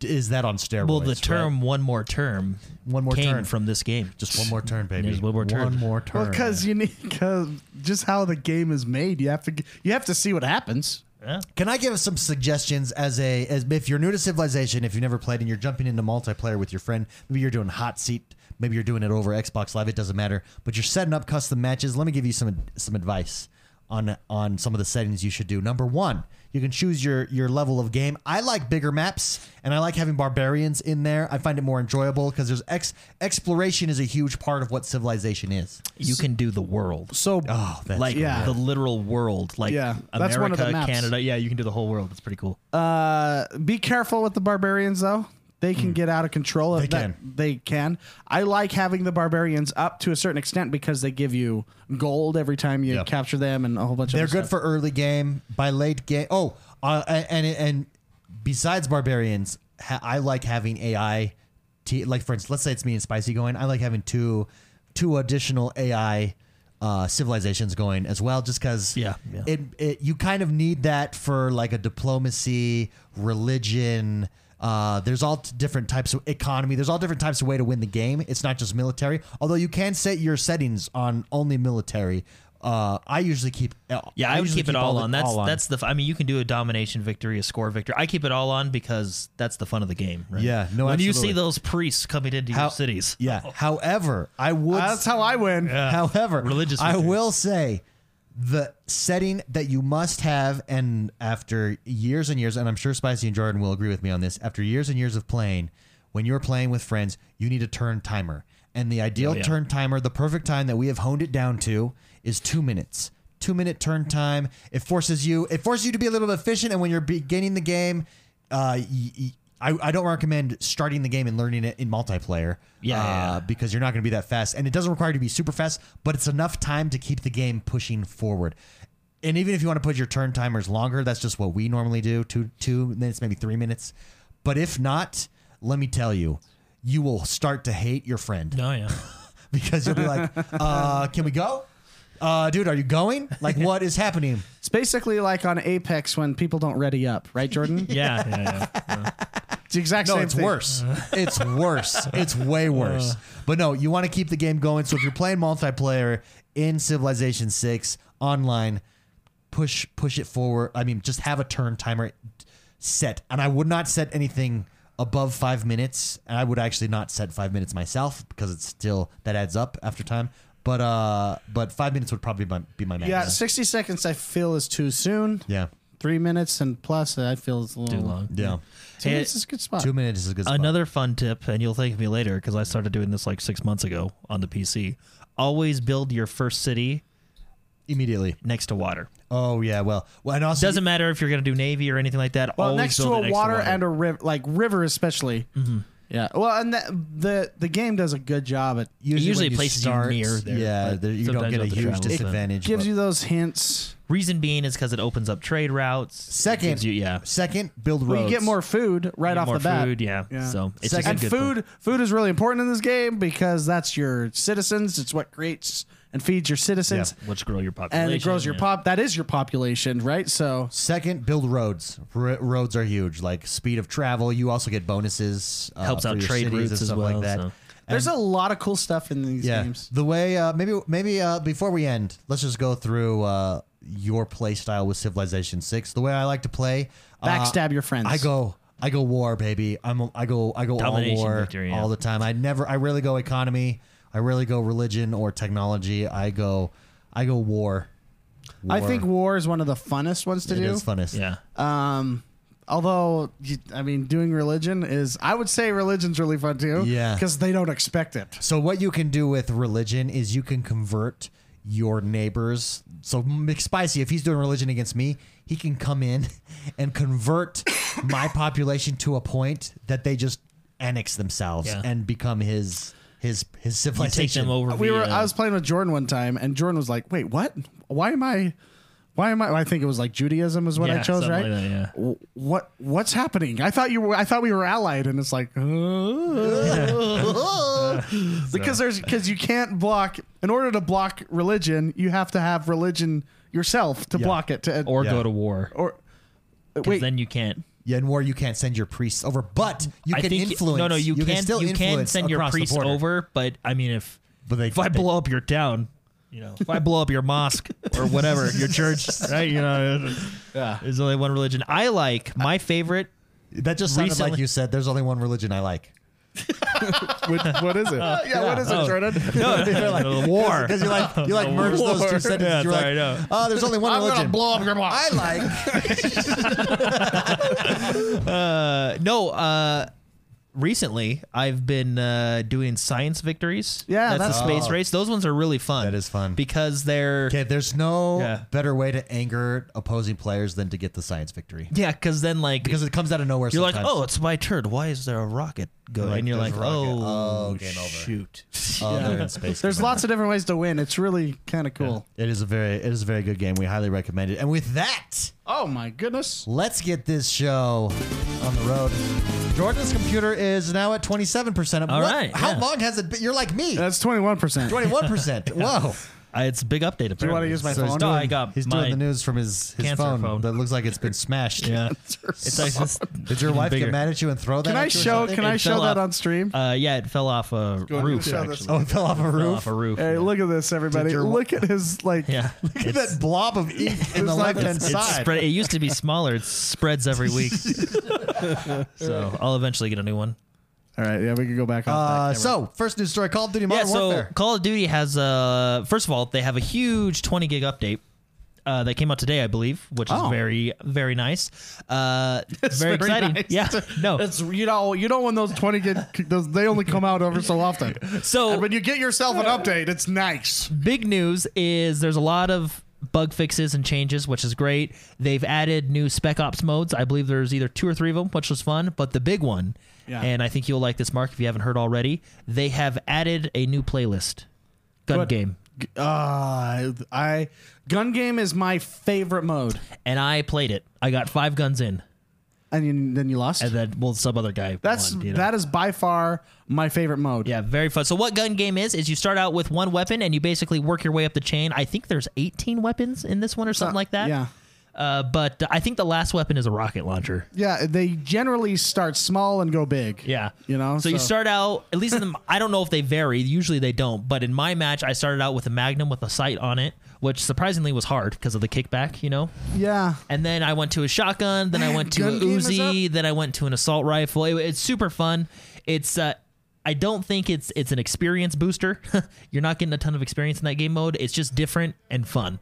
Speaker 1: Is that on steroids?
Speaker 3: Well, the
Speaker 1: right?
Speaker 3: term "one more term"
Speaker 1: One more
Speaker 3: came
Speaker 1: turn.
Speaker 3: from this game.
Speaker 1: just one more turn, baby.
Speaker 3: Just one more turn.
Speaker 1: One more turn.
Speaker 2: Well, because you need cause just how the game is made. You have to g- you have to see what happens.
Speaker 3: Yeah.
Speaker 1: Can I give some suggestions as a as if you're new to Civilization, if you've never played and you're jumping into multiplayer with your friend, maybe you're doing hot seat, maybe you're doing it over Xbox Live, it doesn't matter, but you're setting up custom matches. Let me give you some some advice on on some of the settings you should do. Number 1, you can choose your your level of game. I like bigger maps and I like having barbarians in there. I find it more enjoyable because there's ex, exploration is a huge part of what Civilization is.
Speaker 3: You can do the world.
Speaker 2: So
Speaker 1: Oh, that's
Speaker 3: like
Speaker 2: yeah.
Speaker 3: the literal world, like
Speaker 2: Yeah,
Speaker 3: America,
Speaker 2: that's one of the maps.
Speaker 3: Canada. Yeah, you can do the whole world. It's pretty cool.
Speaker 2: uh, be careful with the barbarians though. They can get out of control. If
Speaker 1: Hmm. They
Speaker 2: that-
Speaker 1: can.
Speaker 2: They can. I like having the barbarians up to a certain extent because they give you gold every time you
Speaker 1: Yep.
Speaker 2: capture them and a whole bunch
Speaker 1: They're
Speaker 2: of.
Speaker 1: good for early game. By late game, oh, uh, and and besides barbarians, ha- I like having AI. T- like for instance, let's say it's me and Spicy going. I like having two two additional AI uh, civilizations going as well, just because
Speaker 3: Yeah, yeah.
Speaker 1: it it eh, you kind of need that for like a diplomacy, religion. Uh, there's all t- different types of economy. There's all different types of way to win the game. It's not just military. Although you can set your settings on only military. Uh, I usually keep
Speaker 3: Yeah, I, would
Speaker 1: usually
Speaker 3: keep it all,
Speaker 1: the-
Speaker 3: on. That's that's the. f- I mean, you can do a domination victory, a score victory. I keep it all on because that's the fun of the game. Right?
Speaker 1: Yeah, no,
Speaker 3: When you
Speaker 1: absolutely.
Speaker 3: see those priests coming into
Speaker 1: How-
Speaker 3: your cities,
Speaker 1: yeah. However, I would.
Speaker 2: Uh, That's how I win.
Speaker 1: However,
Speaker 3: Religious
Speaker 1: I
Speaker 3: victories.
Speaker 1: will say the setting that you must have, and after years and years, and I'm sure Spicy and Jordan will agree with me on this, after years and years of playing, when you're playing with friends, you need a turn timer. And the ideal
Speaker 3: Oh, yeah.
Speaker 1: turn timer, the perfect time that we have honed it down to, is two minutes. Two minute turn time. It forces you. It forces you to be a little bit efficient. And when you're beginning the game, uh, y- y- I, I don't recommend starting the game and learning it in multiplayer.
Speaker 3: Yeah,
Speaker 1: uh,
Speaker 3: yeah, yeah.
Speaker 1: because you're not going to be that fast. And it doesn't require you to be super fast, but it's enough time to keep the game pushing forward. And even if you want to put your turn timers longer, that's just what we normally do two, two minutes, maybe three minutes. But if not, let me tell you, you will start to hate your friend
Speaker 3: no, Oh, yeah,
Speaker 1: because you'll be like, uh, can we go? Uh, dude, are you going? Like, what is happening?
Speaker 2: It's basically like on Apex when people don't ready up, right, Jordan?
Speaker 3: yeah, yeah, yeah.
Speaker 2: It's the exact
Speaker 1: No,
Speaker 2: same
Speaker 1: it's
Speaker 2: thing.
Speaker 1: worse. Uh. It's worse. It's way worse. But no, you want to keep the game going. So if you're playing multiplayer in Civilization Six online, push push it forward. I mean, just have a turn timer set. And I would not set anything above five minutes. And I would actually not set five minutes myself because it's still that adds up after time. But uh, but five minutes would probably be my, be my max.
Speaker 2: Yeah, sixty seconds I feel is too soon.
Speaker 1: yeah,
Speaker 2: Three minutes and plus I feel is a little
Speaker 3: too long.
Speaker 1: yeah.
Speaker 2: Two
Speaker 3: Hey,
Speaker 2: minutes is a good spot.
Speaker 1: Two minutes is a good. Spot.
Speaker 3: Another fun tip, and you'll thank me later because I started doing this like six months ago on the PC. Always build your first city
Speaker 1: immediately.
Speaker 3: next to water.
Speaker 1: Oh yeah, well, well, and also
Speaker 3: Doesn't matter if you're going to do navy or anything like that.
Speaker 2: Well,
Speaker 3: always
Speaker 2: next to
Speaker 3: build it
Speaker 2: a water, and a river, like river especially.
Speaker 3: Mm-hmm.
Speaker 2: Yeah. Well, and that, the the game does a good job. It
Speaker 3: It
Speaker 1: usually
Speaker 3: usually
Speaker 1: when you
Speaker 3: places you
Speaker 1: start,
Speaker 3: near there,
Speaker 1: Yeah,
Speaker 3: but
Speaker 1: there, you don't
Speaker 3: sometimes
Speaker 1: get a
Speaker 3: you'll have to
Speaker 1: huge
Speaker 3: travel to that.
Speaker 1: disadvantage.
Speaker 2: gives
Speaker 1: but-
Speaker 2: you those hints.
Speaker 3: Reason being is because it opens up trade routes.
Speaker 1: second,
Speaker 3: Gives you, yeah,
Speaker 1: second build roads.
Speaker 2: Well, you get more food right
Speaker 3: Get
Speaker 2: off
Speaker 3: more
Speaker 2: the bat.
Speaker 3: food, yeah.
Speaker 2: Yeah.
Speaker 3: So it's
Speaker 1: Second-
Speaker 3: just a
Speaker 2: And food
Speaker 3: good
Speaker 2: food is really important in this game because that's your citizens. It's what creates and feeds your citizens,
Speaker 3: thing, which grow your population
Speaker 2: and it grows your
Speaker 3: yeah.
Speaker 2: pop. That is your population, right? So
Speaker 1: Second, build roads. R- roads are huge, like speed of travel. You also get bonuses. Uh,
Speaker 3: Helps
Speaker 1: for
Speaker 3: out
Speaker 1: your
Speaker 3: trade
Speaker 1: cities
Speaker 3: routes
Speaker 1: and
Speaker 3: as
Speaker 1: stuff
Speaker 3: well,
Speaker 1: like that.
Speaker 3: so.
Speaker 2: there's a lot of cool stuff in these
Speaker 1: Yeah,
Speaker 2: games.
Speaker 1: the way uh, maybe maybe uh, before we end, let's just go through uh, your play style with Civilization Six. The way I like to play, uh,
Speaker 2: Backstab your friends.
Speaker 1: I go. I go war, baby. I'm. I go. I go all
Speaker 3: Domination
Speaker 1: war
Speaker 3: victory, yeah.
Speaker 1: all the time. I never. I rarely go economy. I rarely go religion or technology. I go, I go war.
Speaker 2: I think war is one of the funnest ones to
Speaker 1: it
Speaker 2: do.
Speaker 1: is funnest.
Speaker 3: Yeah.
Speaker 2: Um, although, you, I mean, doing religion is, I would say religion's really fun too.
Speaker 1: Yeah.
Speaker 2: Because they don't expect it.
Speaker 1: So what you can do with religion is you can convert your neighbors. So McSpicy, if he's doing religion against me, he can come in and convert my population to a point that they just annex themselves
Speaker 3: Yeah.
Speaker 1: and become his his his
Speaker 3: You
Speaker 1: civilization.
Speaker 3: take them over.
Speaker 2: we were
Speaker 3: via-
Speaker 2: I was playing with Jordan one time and Jordan was like, "Wait, what? Why am I why am I I think it was like Judaism is what I
Speaker 3: Yeah,
Speaker 2: chose,
Speaker 3: something
Speaker 2: right?
Speaker 3: like that, yeah.
Speaker 2: "W- What what's happening? I thought you were I thought we were allied and it's like because there's because you can't block in order to block religion, you have to have religion yourself to block it to
Speaker 3: or
Speaker 1: Yeah.
Speaker 3: go to war.
Speaker 2: or
Speaker 3: Because
Speaker 2: wait,
Speaker 3: then you can't.
Speaker 1: Yeah, in war you can't send your priests over, but you
Speaker 3: I
Speaker 1: can
Speaker 3: think
Speaker 1: influence.
Speaker 3: No, no, you,
Speaker 1: can,
Speaker 3: can.
Speaker 1: still
Speaker 3: you can
Speaker 1: influence
Speaker 3: send your
Speaker 1: across the
Speaker 3: priest
Speaker 1: border.
Speaker 3: over, but I mean, if
Speaker 1: But they-
Speaker 3: if I
Speaker 1: they-
Speaker 3: blow up your town, you know, if I blow up your mosque or whatever, your church, right? You know, there's only one religion I like. My favorite.
Speaker 1: That just sounded like
Speaker 3: Recently-
Speaker 1: you said. There's only one religion I like.
Speaker 2: which- what is it? yeah, what is it, Jordan?
Speaker 3: Oh. No, the war.
Speaker 1: Because you like you like merge those two sentences.
Speaker 3: Yeah,
Speaker 1: You're
Speaker 3: sorry, no.
Speaker 1: like, oh, there's only one
Speaker 2: I'm
Speaker 1: religion.
Speaker 2: gonna blow up your block.
Speaker 1: I like.
Speaker 3: Uh, no, uh, recently I've been uh, doing science victories.
Speaker 2: Yeah,
Speaker 3: that's,
Speaker 2: that's-
Speaker 3: the space race. Those ones are really fun.
Speaker 1: That is fun.
Speaker 3: because they're
Speaker 1: Okay, there's no
Speaker 3: Yeah.
Speaker 1: better way to anger opposing players than to get the science victory
Speaker 3: yeah, because then like
Speaker 1: because it comes out of nowhere.
Speaker 3: you're like,
Speaker 1: sometimes.
Speaker 3: oh, it's my turn. Why is there a rocket going?
Speaker 1: like,
Speaker 3: and you're
Speaker 1: "There's
Speaker 3: like,
Speaker 1: a rocket.
Speaker 3: oh,
Speaker 1: Oh, game over."
Speaker 3: shoot.
Speaker 1: oh, they're in space.
Speaker 2: There's
Speaker 1: Come on.
Speaker 2: lots of different ways to win. It's really kind of cool.
Speaker 1: It is a very it is a very good game. We highly recommend it. And with that,
Speaker 2: Oh my goodness.
Speaker 1: let's get this show on the road. Jordan's computer is now at 27%.
Speaker 3: All
Speaker 1: All right.
Speaker 3: right,
Speaker 1: How
Speaker 3: yeah. Uh,
Speaker 1: long has it been? You're like me.
Speaker 2: That's 21%.
Speaker 1: 21%. Whoa.
Speaker 3: I, it's a big update. Apparently.
Speaker 2: Do you want to use my
Speaker 1: So he's
Speaker 2: phone?
Speaker 3: No, I got
Speaker 1: He's
Speaker 3: Uh, my,
Speaker 1: doing the news from his, his
Speaker 3: cancer
Speaker 1: phone,
Speaker 3: phone.
Speaker 1: that looks like it's been smashed.
Speaker 3: Yeah,
Speaker 2: It's
Speaker 3: it's like this,
Speaker 1: Did your wife get mad at you and throw that
Speaker 2: Can
Speaker 1: at
Speaker 2: I
Speaker 1: you or
Speaker 2: show?
Speaker 1: something?
Speaker 2: Can I
Speaker 3: It
Speaker 2: show
Speaker 3: fell
Speaker 2: that
Speaker 3: off.
Speaker 2: on stream?
Speaker 3: Uh, yeah, it fell off a
Speaker 2: on,
Speaker 3: roof.
Speaker 2: show this.
Speaker 3: Actually,
Speaker 1: Oh, it fell off a
Speaker 3: Fell
Speaker 1: roof?
Speaker 3: off a roof.
Speaker 2: hey,
Speaker 3: yeah.
Speaker 2: look at this, everybody!
Speaker 1: your-
Speaker 2: Look at his like.
Speaker 3: Yeah.
Speaker 1: Look at that blob of ink in the
Speaker 2: It's like
Speaker 1: left hand
Speaker 3: It's
Speaker 1: side.
Speaker 3: spread- it used to be smaller. It spreads every week. so I'll eventually get a new one.
Speaker 2: All right, yeah, we can go back on.
Speaker 1: Uh,
Speaker 2: that camera.
Speaker 1: so, first news story Call of Duty
Speaker 3: Yeah,
Speaker 1: Modern
Speaker 3: so
Speaker 1: Warfare.
Speaker 3: Call of Duty has uh first of all, they have a huge 20 gig update. Uh, that came out today, I believe, which is
Speaker 2: Oh.
Speaker 3: very, very nice. Uh, very,
Speaker 2: very
Speaker 3: exciting.
Speaker 2: nice.
Speaker 3: Yeah, no.
Speaker 2: it's you know you don't want those twenty get those they only come out over so often.
Speaker 3: So
Speaker 2: And when you get yourself an update, it's nice.
Speaker 3: big news is there's a lot of bug fixes and changes, which is great. They've added new Spec Ops modes. I believe there's either two or three of them, which was fun. But the big one,
Speaker 2: Yeah.
Speaker 3: and I think you'll like this, Mark, if you haven't heard already, they have added a new playlist, Gun
Speaker 2: Good.
Speaker 3: Game.
Speaker 2: Uh, I gun game is my favorite mode,
Speaker 3: And I played it. I got five guns in,
Speaker 2: and you, then you lost.
Speaker 3: and then well, some other guy.
Speaker 2: That's
Speaker 3: won, you know.
Speaker 2: that is by far my favorite mode.
Speaker 3: Yeah, very fun. So what gun game is is you start out with one weapon and you basically work your way up the chain. I think there's 18 weapons in this one or something like that.
Speaker 2: Yeah.
Speaker 3: Uh, but I think the last weapon is a rocket launcher.
Speaker 2: Yeah, they generally start small and go big.
Speaker 3: Yeah.
Speaker 2: You know,
Speaker 3: So, you
Speaker 2: so-
Speaker 3: start out at least in the I don't know if they vary. Usually they don't, but in my match I started out with a magnum with a sight on it, which surprisingly was hard because of the kickback, you know.
Speaker 2: Yeah.
Speaker 3: And then I went to a shotgun, then I
Speaker 2: Man,
Speaker 3: went to
Speaker 2: gun
Speaker 3: a
Speaker 2: game is
Speaker 3: Uzi, then I went to an assault rifle. It- it's super fun. It's uh I don't think it's it's an experience booster. You're not getting a ton of experience in that game mode. It's just different and fun.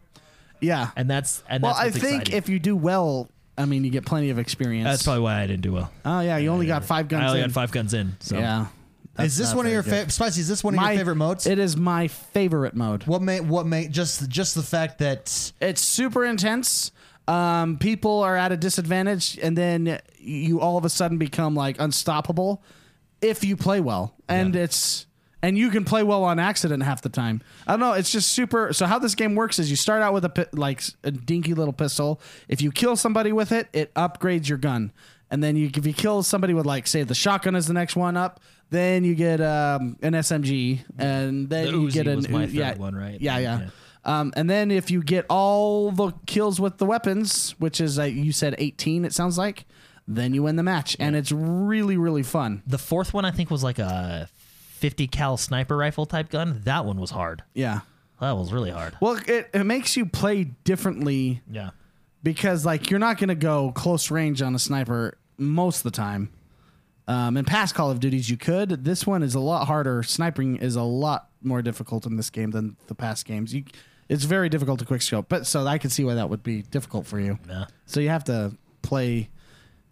Speaker 2: Yeah.
Speaker 3: And that's and
Speaker 2: well,
Speaker 3: that's
Speaker 2: I
Speaker 3: what's
Speaker 2: think
Speaker 3: exciting.
Speaker 2: if you do well, I mean, you get plenty of experience.
Speaker 3: that's probably why I didn't do well.
Speaker 2: Oh yeah, you only got five guns.
Speaker 3: I only
Speaker 2: in.
Speaker 3: got five guns in. So
Speaker 2: Yeah.
Speaker 1: is this one of your favorite? Spicy, is this one of
Speaker 2: My-
Speaker 1: your favorite modes?
Speaker 2: It is my favorite mode.
Speaker 1: what may, what may, just, just the fact that
Speaker 2: It's super intense. Um, people are at a disadvantage, and then you all of a sudden become like unstoppable if you play well. And it's and you can play well on accident half the time. I don't know. It's just super. So how this game works is you start out with a pi- like a dinky little pistol. If you kill somebody with it, it upgrades your gun. And then you, if you kill somebody with like say the shotgun is the next one up, then you get um, an SMG, and then
Speaker 3: The
Speaker 2: you
Speaker 3: Uzi
Speaker 2: get an
Speaker 3: was my third
Speaker 2: yeah,
Speaker 3: one, right?
Speaker 2: Yeah, yeah.
Speaker 3: Yeah.
Speaker 2: Um, and then if you get all the kills with the weapons, which is like you said, eighteen, it sounds like, then you win the match, and it's really really fun.
Speaker 3: The fourth one I think was like a 50 cal sniper rifle type gun. That one was hard.
Speaker 2: Yeah.
Speaker 3: That was really hard.
Speaker 2: Well, it, it makes you play differently
Speaker 3: Yeah.
Speaker 2: because like you're not gonna go close range on a sniper most of the time. Um, in past Call of Duties, you could. This one is a lot harder. Sniping is a lot more difficult in this game than the past games. You, it's very difficult to quick scope, but so I can see why that would be difficult for you.
Speaker 3: Yeah.
Speaker 2: So you have to play,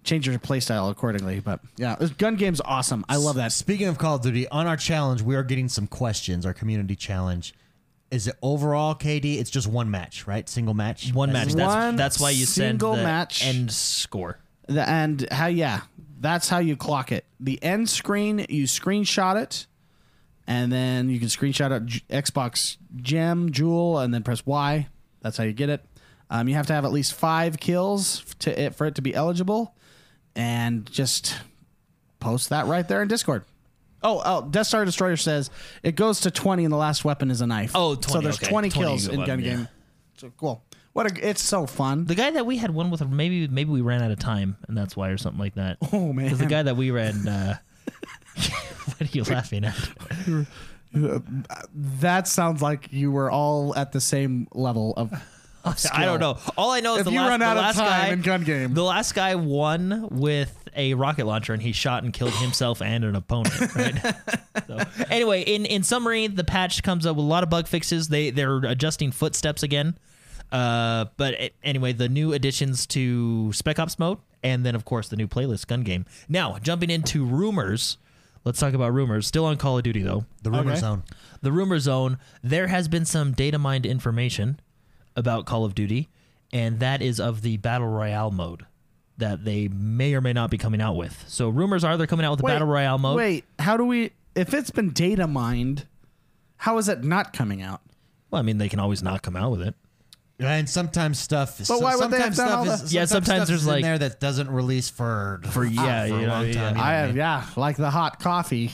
Speaker 2: change your play style accordingly. But yeah, this gun game's awesome. I love that.
Speaker 1: Speaking of Call of Duty, on our challenge, we are getting some questions. Our community challenge. Is it overall KD? It's just one match, right? Single match.
Speaker 3: One match. That's
Speaker 2: One
Speaker 3: that's why you send
Speaker 2: single
Speaker 3: the
Speaker 2: match.
Speaker 3: end score.
Speaker 2: The, and how yeah, that's how you clock it. The end screen, you screenshot it, and then you can screenshot out J- Xbox Gem Jewel, and then press Y. That's how you get it. Um, you have to have at least five kills f- to it for it to be eligible, and just post that right there in Discord. Oh, oh, Death Star Destroyer says it goes to twenty, and the last weapon is a knife.
Speaker 3: Oh,
Speaker 2: so
Speaker 3: 20,
Speaker 2: there's
Speaker 3: okay.
Speaker 2: twenty
Speaker 3: 20
Speaker 2: kills
Speaker 3: is a
Speaker 2: in gun
Speaker 3: weapon, yeah.
Speaker 2: game. So cool. What a, it's so fun.
Speaker 3: The guy that we had one with, maybe maybe we ran out of time, and that's why, or something like that.
Speaker 2: oh man,
Speaker 3: The guy that we ran. Uh, what are you laughing at?
Speaker 2: That sounds like you were all at the same level of. of
Speaker 3: I don't know. All I know is
Speaker 2: If
Speaker 3: the
Speaker 2: you
Speaker 3: last,
Speaker 2: run
Speaker 3: the
Speaker 2: out of
Speaker 3: last
Speaker 2: time
Speaker 3: guy
Speaker 2: in gun game.
Speaker 3: The last guy won with a rocket launcher, and he shot and killed himself and an opponent. Right. so, anyway, in in summary, the patch comes up with a lot of bug fixes. They they're adjusting footsteps again. Uh, but a- anyway, the new additions to Spec Ops mode, and then of course the new playlist gun game. Now jumping into rumors. Let's talk about rumors. Still on Call of Duty though
Speaker 1: The rumor
Speaker 2: Okay.
Speaker 1: zone.
Speaker 3: the rumor zone, there has been some data mined information about Call of Duty, and that is of the Battle Royale mode that they may or may not be coming out with. So rumors are they're coming out with the Battle Royale mode.
Speaker 2: Wait, how do we? If it's been data mined, how is it not coming out?
Speaker 3: Well, I mean, they can always not come out with it.
Speaker 1: And sometimes stuff. But
Speaker 2: why would they have done all
Speaker 1: stuff
Speaker 2: that?
Speaker 1: is,
Speaker 3: Yeah, sometimes
Speaker 1: stuff
Speaker 3: there's
Speaker 1: is in
Speaker 3: like-
Speaker 1: there that doesn't release for for
Speaker 3: yeah,
Speaker 1: for
Speaker 3: you
Speaker 1: a
Speaker 3: know,
Speaker 1: long
Speaker 3: yeah.
Speaker 1: time. you know
Speaker 2: I
Speaker 1: what
Speaker 2: have,
Speaker 1: mean?
Speaker 2: yeah, like the hot coffee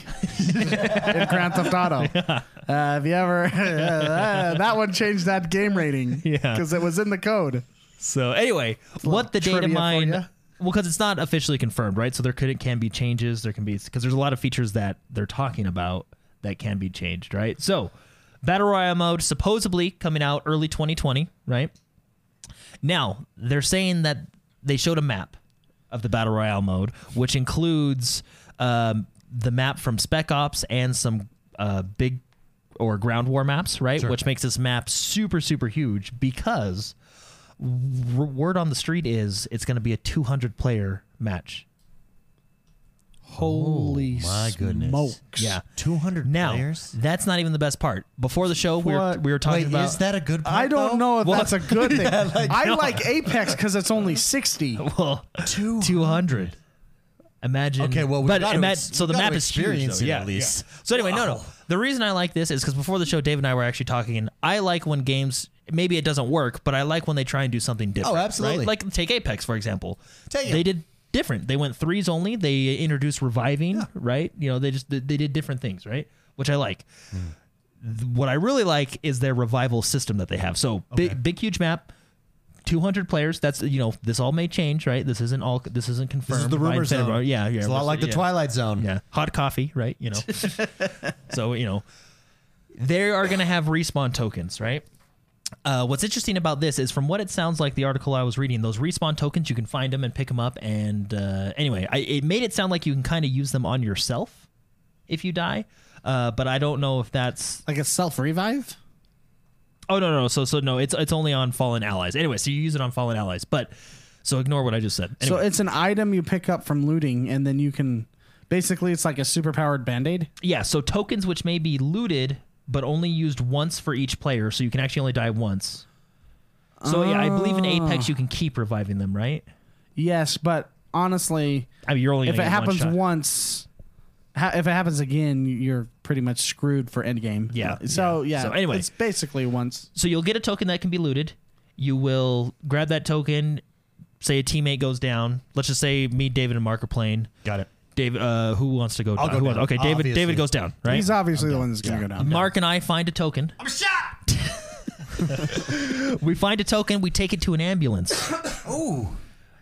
Speaker 2: in Grand Theft Auto. Uh, have you ever? uh, that one changed that game rating.
Speaker 3: Yeah.
Speaker 2: because it was in the code.
Speaker 3: So anyway, what the data
Speaker 2: trivia for
Speaker 3: mine?
Speaker 2: ya.
Speaker 3: Well, because it's not officially confirmed, right? So there could can be changes. There can be because there's a lot of features that they're talking about that can be changed, right? So battle royale mode supposedly coming out early 2020, right? Now they're saying that they showed a map of the battle royale mode, which includes um, the map from Spec Ops and some uh, big or ground war maps, right? Which makes this map super super huge because r- word on the street is it's going to be a 200 player match.
Speaker 2: Holy
Speaker 1: my goodness.
Speaker 2: smokes!
Speaker 3: Yeah.
Speaker 1: 200
Speaker 3: Now,
Speaker 1: players.
Speaker 3: that's not even the best part. Before the show, we were,
Speaker 2: What?
Speaker 3: we were talking
Speaker 1: Wait,
Speaker 3: about
Speaker 1: is that a good? Part,
Speaker 2: I don't know if
Speaker 3: Well,
Speaker 2: that's a good thing. I like Apex because it's only sixty.
Speaker 3: well, 200. Imagine.
Speaker 1: Okay, well, we've
Speaker 3: but
Speaker 1: got to
Speaker 3: ima-
Speaker 1: ex-
Speaker 3: so the
Speaker 1: we've got
Speaker 3: map
Speaker 1: to
Speaker 3: is huge,
Speaker 1: experience
Speaker 3: though.
Speaker 1: it
Speaker 3: yeah,
Speaker 1: at least.
Speaker 3: yeah. So anyway, no, no. The reason I like this is because before the show, Dave and I were actually talking, and I like when games. Maybe it doesn't work, but I like when they try and do something different.
Speaker 1: Oh, absolutely.
Speaker 3: right? Like take Apex for example.
Speaker 1: Take it.
Speaker 3: they did different. They went threes only. They introduced reviving, right? You know, they just they did different things, right? Which I like what I really like is their revival system that they have. So big, big, huge map, 200 players. That's you know, this all may change, right? This isn't all. This isn't confirmed.
Speaker 1: This is the
Speaker 3: by
Speaker 1: rumor
Speaker 3: Infinity War.
Speaker 1: zone.
Speaker 3: Yeah, yeah.
Speaker 1: It's a lot like the
Speaker 3: yeah.
Speaker 1: Twilight Zone.
Speaker 3: Yeah, hot coffee, right? You know. so you know, they are going to have respawn tokens, right? Uh, what's interesting about this is, from what it sounds like, the article I was reading, those respawn tokens you can find them and pick them up. And uh, anyway, I, it made it sound like you can kind of use them on yourself if you die. Uh, but I don't know if that's
Speaker 2: Like a self revive.
Speaker 3: Oh no, no, no. So so no, it's it's only on fallen allies. Anyway, so you use it on fallen allies, but so ignore what I just said.
Speaker 2: So
Speaker 3: Anyway,
Speaker 2: it's an item you pick up from looting, and then you can basically it's like a superpowered band aid.
Speaker 3: yeah, so tokens which may be looted but only used once for each player, so you can actually only die once. So yeah, I believe in
Speaker 2: Oh.
Speaker 3: Apex you can keep reviving them, right?
Speaker 2: Yes, but honestly,
Speaker 3: I mean, you're only
Speaker 2: if
Speaker 3: gonna
Speaker 2: it
Speaker 3: get
Speaker 2: happens
Speaker 3: one shot.
Speaker 2: once, ha- if it happens again, you're pretty much screwed for endgame. Uh,
Speaker 3: Yeah,
Speaker 2: So
Speaker 3: yeah.
Speaker 2: yeah.
Speaker 3: So anyway.
Speaker 2: it's basically once.
Speaker 3: So you'll get a token that can be looted. You will grab that token. Say a teammate goes down. Let's just say me, David, and Mark are playing.
Speaker 1: Got it.
Speaker 3: Dave, uh, who wants to go?
Speaker 1: I'll
Speaker 3: down?
Speaker 1: go
Speaker 3: Who wants-
Speaker 1: down,
Speaker 3: Okay, David.
Speaker 1: obviously.
Speaker 3: David goes down. Right.
Speaker 2: He's obviously the one that's gonna go down.
Speaker 3: Mark and I find a token. I'm shot. we find a token. We take it to an ambulance. Ooh.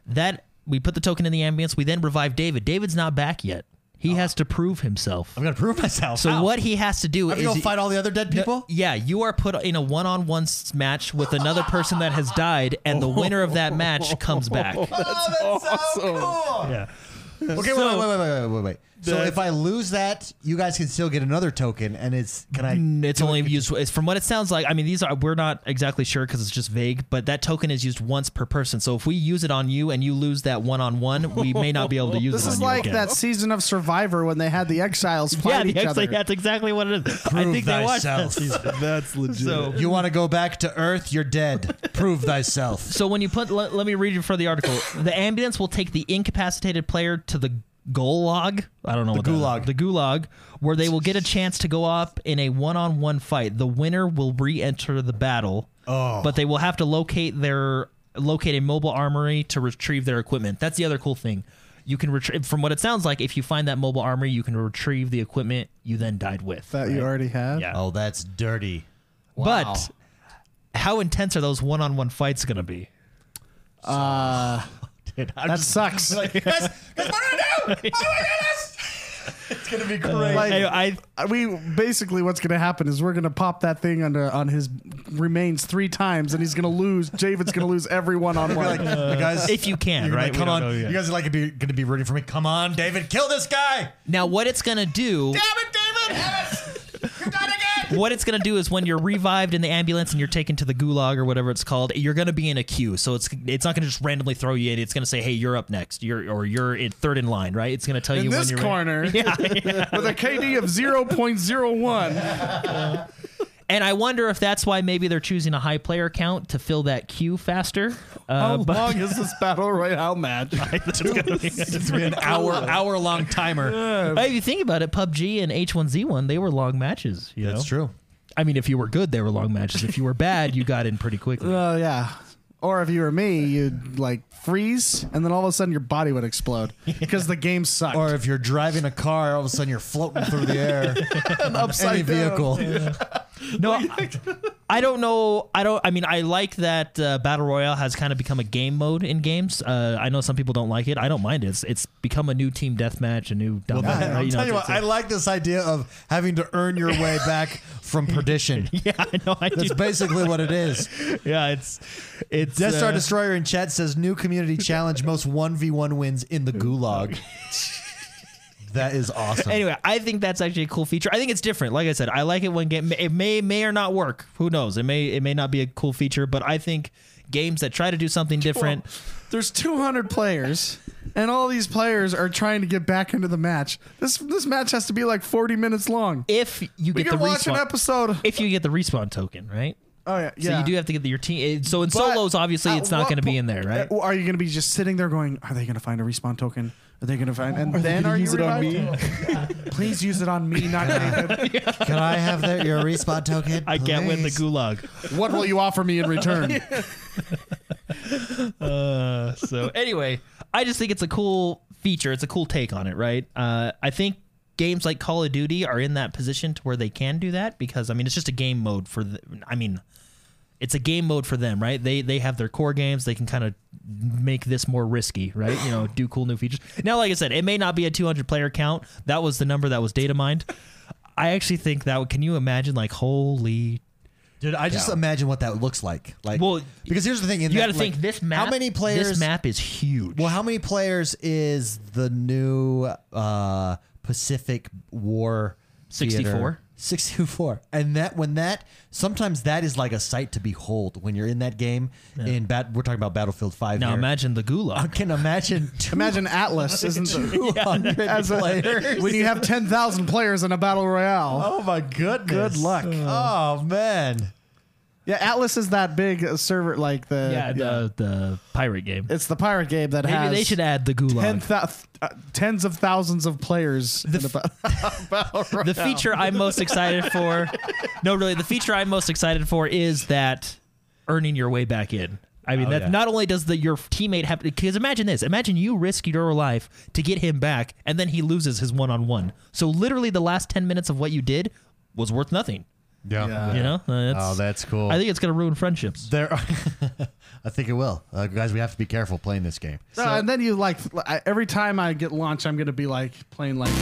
Speaker 3: That we put the token in the ambulance. We then revive David. David's not back yet. He
Speaker 2: Oh.
Speaker 3: has to prove himself.
Speaker 1: I'm gonna prove myself.
Speaker 3: So what he has to do
Speaker 1: I'm
Speaker 3: is
Speaker 1: gonna fight all the other dead people.
Speaker 3: yeah, you are put in a one-on-one s- match with another person that has died, and the winner of that match comes back.
Speaker 1: oh, that's so cool.
Speaker 4: Yeah.
Speaker 1: Okay, wait, wait, wait, wait, wait, wait, wait. So
Speaker 3: The-
Speaker 1: if I lose that, you guys can still get another token, and it's can I?
Speaker 3: It's only used it's from what it sounds like. I mean, these are we're not exactly sure because it's just vague. But that token is used once per person. So if we use it on you and you lose that one on one, we may not be able to use
Speaker 2: This
Speaker 3: it on
Speaker 2: is
Speaker 3: you
Speaker 2: like
Speaker 3: again.
Speaker 2: that season of Survivor when they had the exiles
Speaker 3: Yeah,
Speaker 2: fight
Speaker 3: the
Speaker 2: each
Speaker 3: ex-
Speaker 2: other.
Speaker 3: that's exactly what it is. I think they watched that season.
Speaker 4: That's legit.
Speaker 3: So
Speaker 1: You want to go back to Earth? You're dead. Prove thyself.
Speaker 3: So when you put, let, let me read you for the article. The ambulance will take the incapacitated player to the gulag. I don't know the what
Speaker 1: gulag.
Speaker 3: That is. The gulag, where they will get a chance to go up in a one-on-one fight. The winner will re-enter the battle. Oh. But they will have to locate their locate a mobile armory to retrieve their equipment. That's the other cool thing. You can retrieve from what it sounds like. If you find that mobile armory, you can retrieve the equipment you then died with.
Speaker 2: that you already had.
Speaker 3: Yeah.
Speaker 1: Oh, that's dirty. Wow.
Speaker 3: But how intense are those one-on-one fights going to be?
Speaker 2: That sucks.
Speaker 1: Oh
Speaker 2: Like,
Speaker 3: I
Speaker 2: we basically what's going to happen is we're going to pop that thing under on his remains three times, and he's going to lose. Javid's going to lose every one on
Speaker 1: Like,
Speaker 2: one.
Speaker 1: the guys,
Speaker 3: if you can,
Speaker 1: you're gonna
Speaker 3: right? We
Speaker 1: Come
Speaker 3: don't
Speaker 1: on,
Speaker 3: know yet.
Speaker 1: you guys are like gonna be, gonna be rooting for me. Come on, David, kill this guy.
Speaker 3: Now, what it's gonna do, what it's gonna do is when you're revived in the ambulance and you're taken to the gulag or whatever it's called, you're gonna be in a queue. So it's it's not gonna just randomly throw you in. It's gonna say, hey, you're up next, you're or you're in third in line, right? It's gonna tell you
Speaker 2: In
Speaker 3: when
Speaker 2: this
Speaker 3: you're.
Speaker 2: corner, with a KD of zero point zero one.
Speaker 3: And I wonder if that's why maybe they're choosing a high player count to fill that queue faster.
Speaker 2: How
Speaker 3: Uh,
Speaker 1: Oh,
Speaker 3: but
Speaker 2: long is this battle royale match?
Speaker 3: that's gonna be-
Speaker 1: It's been an hour hour long timer.
Speaker 3: Hey, if you think about it, PUBG and H1Z1, they were long matches. You know?
Speaker 1: That's true.
Speaker 3: I mean, if you were good, they were long matches. If you were bad, you got in pretty quickly.
Speaker 2: Oh yeah. Or if you were me, you'd like freeze, and then all of a sudden your body would explode because the game sucked.
Speaker 1: Or if you're driving a car, all of a sudden you're floating through the air. Any
Speaker 2: upside down.
Speaker 1: vehicle.
Speaker 3: No, I, I don't know. I don't. I mean, I like that uh, battle royale has kind of become a game mode in games. Uh, I know some people don't like it. I don't mind it. It's, it's become a new team deathmatch, a new. Well,
Speaker 1: i am telling you what, I like this idea of having to earn your way back from perdition.
Speaker 3: yeah, I know. I do.
Speaker 1: That's basically what it is.
Speaker 3: Yeah, it's it's.
Speaker 1: Death Star
Speaker 3: uh,
Speaker 1: Destroyer in chat says new community challenge most 1v1 wins in the gulag. that is awesome.
Speaker 3: Anyway, I think that's actually a cool feature. I think it's different. Like I said, I like it when game. It may may or not work. Who knows? It may it may not be a cool feature, but I think games that try to do something different.
Speaker 2: There's 200 players, and all these players are trying to get back into the match. This this match has to be like 40 minutes long.
Speaker 3: if you
Speaker 2: We
Speaker 3: get the
Speaker 2: can watch an
Speaker 3: respawn,
Speaker 2: episode.
Speaker 3: if you get the respawn token, right?
Speaker 2: Oh yeah,
Speaker 3: So
Speaker 2: yeah.
Speaker 3: you do have to get your team. it- So in
Speaker 2: But
Speaker 3: solos, obviously,
Speaker 2: at
Speaker 3: it's not
Speaker 2: what
Speaker 3: going to be
Speaker 2: po-
Speaker 3: in there, right?
Speaker 2: uh, Are you going to be just sitting there going, "Are they going to find a respawn token? Are they going to find?" And then
Speaker 4: gonna
Speaker 2: are
Speaker 4: use
Speaker 2: you
Speaker 4: it on
Speaker 2: revived? Please use it on me, not David.
Speaker 1: Can I have that your respawn token?
Speaker 3: I can't win the
Speaker 1: please?
Speaker 3: gulag.
Speaker 2: What will you offer me in return?
Speaker 3: Uh, so anyway, I just think it's a cool feature. It's a cool take on it, right? Uh, I think games like Call of Duty are in that position to where they can do that because I mean it's just a game mode for. The, I mean, it's a game mode for them, right? They they have their core games. They can kind of make this more risky, right? You know, do cool new features. Now, like I said, it may not be a 200 player count. That was the number that was data mined. I actually think that. would- Can you imagine? Like, holy
Speaker 1: Dude, I just imagine what that looks like. Like,
Speaker 3: Well,
Speaker 1: because here's the thing. In
Speaker 3: You
Speaker 1: that,
Speaker 3: got to
Speaker 1: like,
Speaker 3: think this map.
Speaker 1: How many players?
Speaker 3: This map is huge.
Speaker 1: Well, how many players is the new uh, Pacific War?
Speaker 3: 64?
Speaker 1: Theater? 64. And that when that sometimes that is like a sight to behold when you're in that game. In bat, we're talking about Battlefield 5.
Speaker 3: now
Speaker 1: here.
Speaker 3: imagine the
Speaker 1: I
Speaker 3: gulag.
Speaker 1: can imagine. Two,
Speaker 2: Imagine Atlas isn't the,
Speaker 1: 200
Speaker 2: as a,
Speaker 1: players.
Speaker 2: when you have 10,000 players in a battle royale.
Speaker 1: oh my goodness.
Speaker 2: Good luck.
Speaker 1: Oh man.
Speaker 2: Yeah, Atlas is that big uh, server, like the
Speaker 3: Yeah, the the pirate game.
Speaker 2: it's the pirate game that
Speaker 3: Maybe
Speaker 2: has
Speaker 3: they should add the gulag.
Speaker 2: ten thou- uh, tens of thousands of players. in the ba- battle royale.
Speaker 3: the feature I'm most excited for. No, really, the feature I'm most excited for is that earning your way back in. I mean, that
Speaker 1: yeah.
Speaker 3: not only does the your teammate have because imagine this: imagine you risk your life to get him back, and then he loses his one on one. So literally, the last ten minutes of what you did was worth nothing.
Speaker 1: Yeah.
Speaker 3: You know, Uh, that's,
Speaker 1: Oh, that's cool.
Speaker 3: I think it's gonna ruin friendships.
Speaker 1: There, are, I think it will, uh, guys. We have to be careful playing this game.
Speaker 2: No, and then you like I- every time I get launched, I'm gonna be like playing like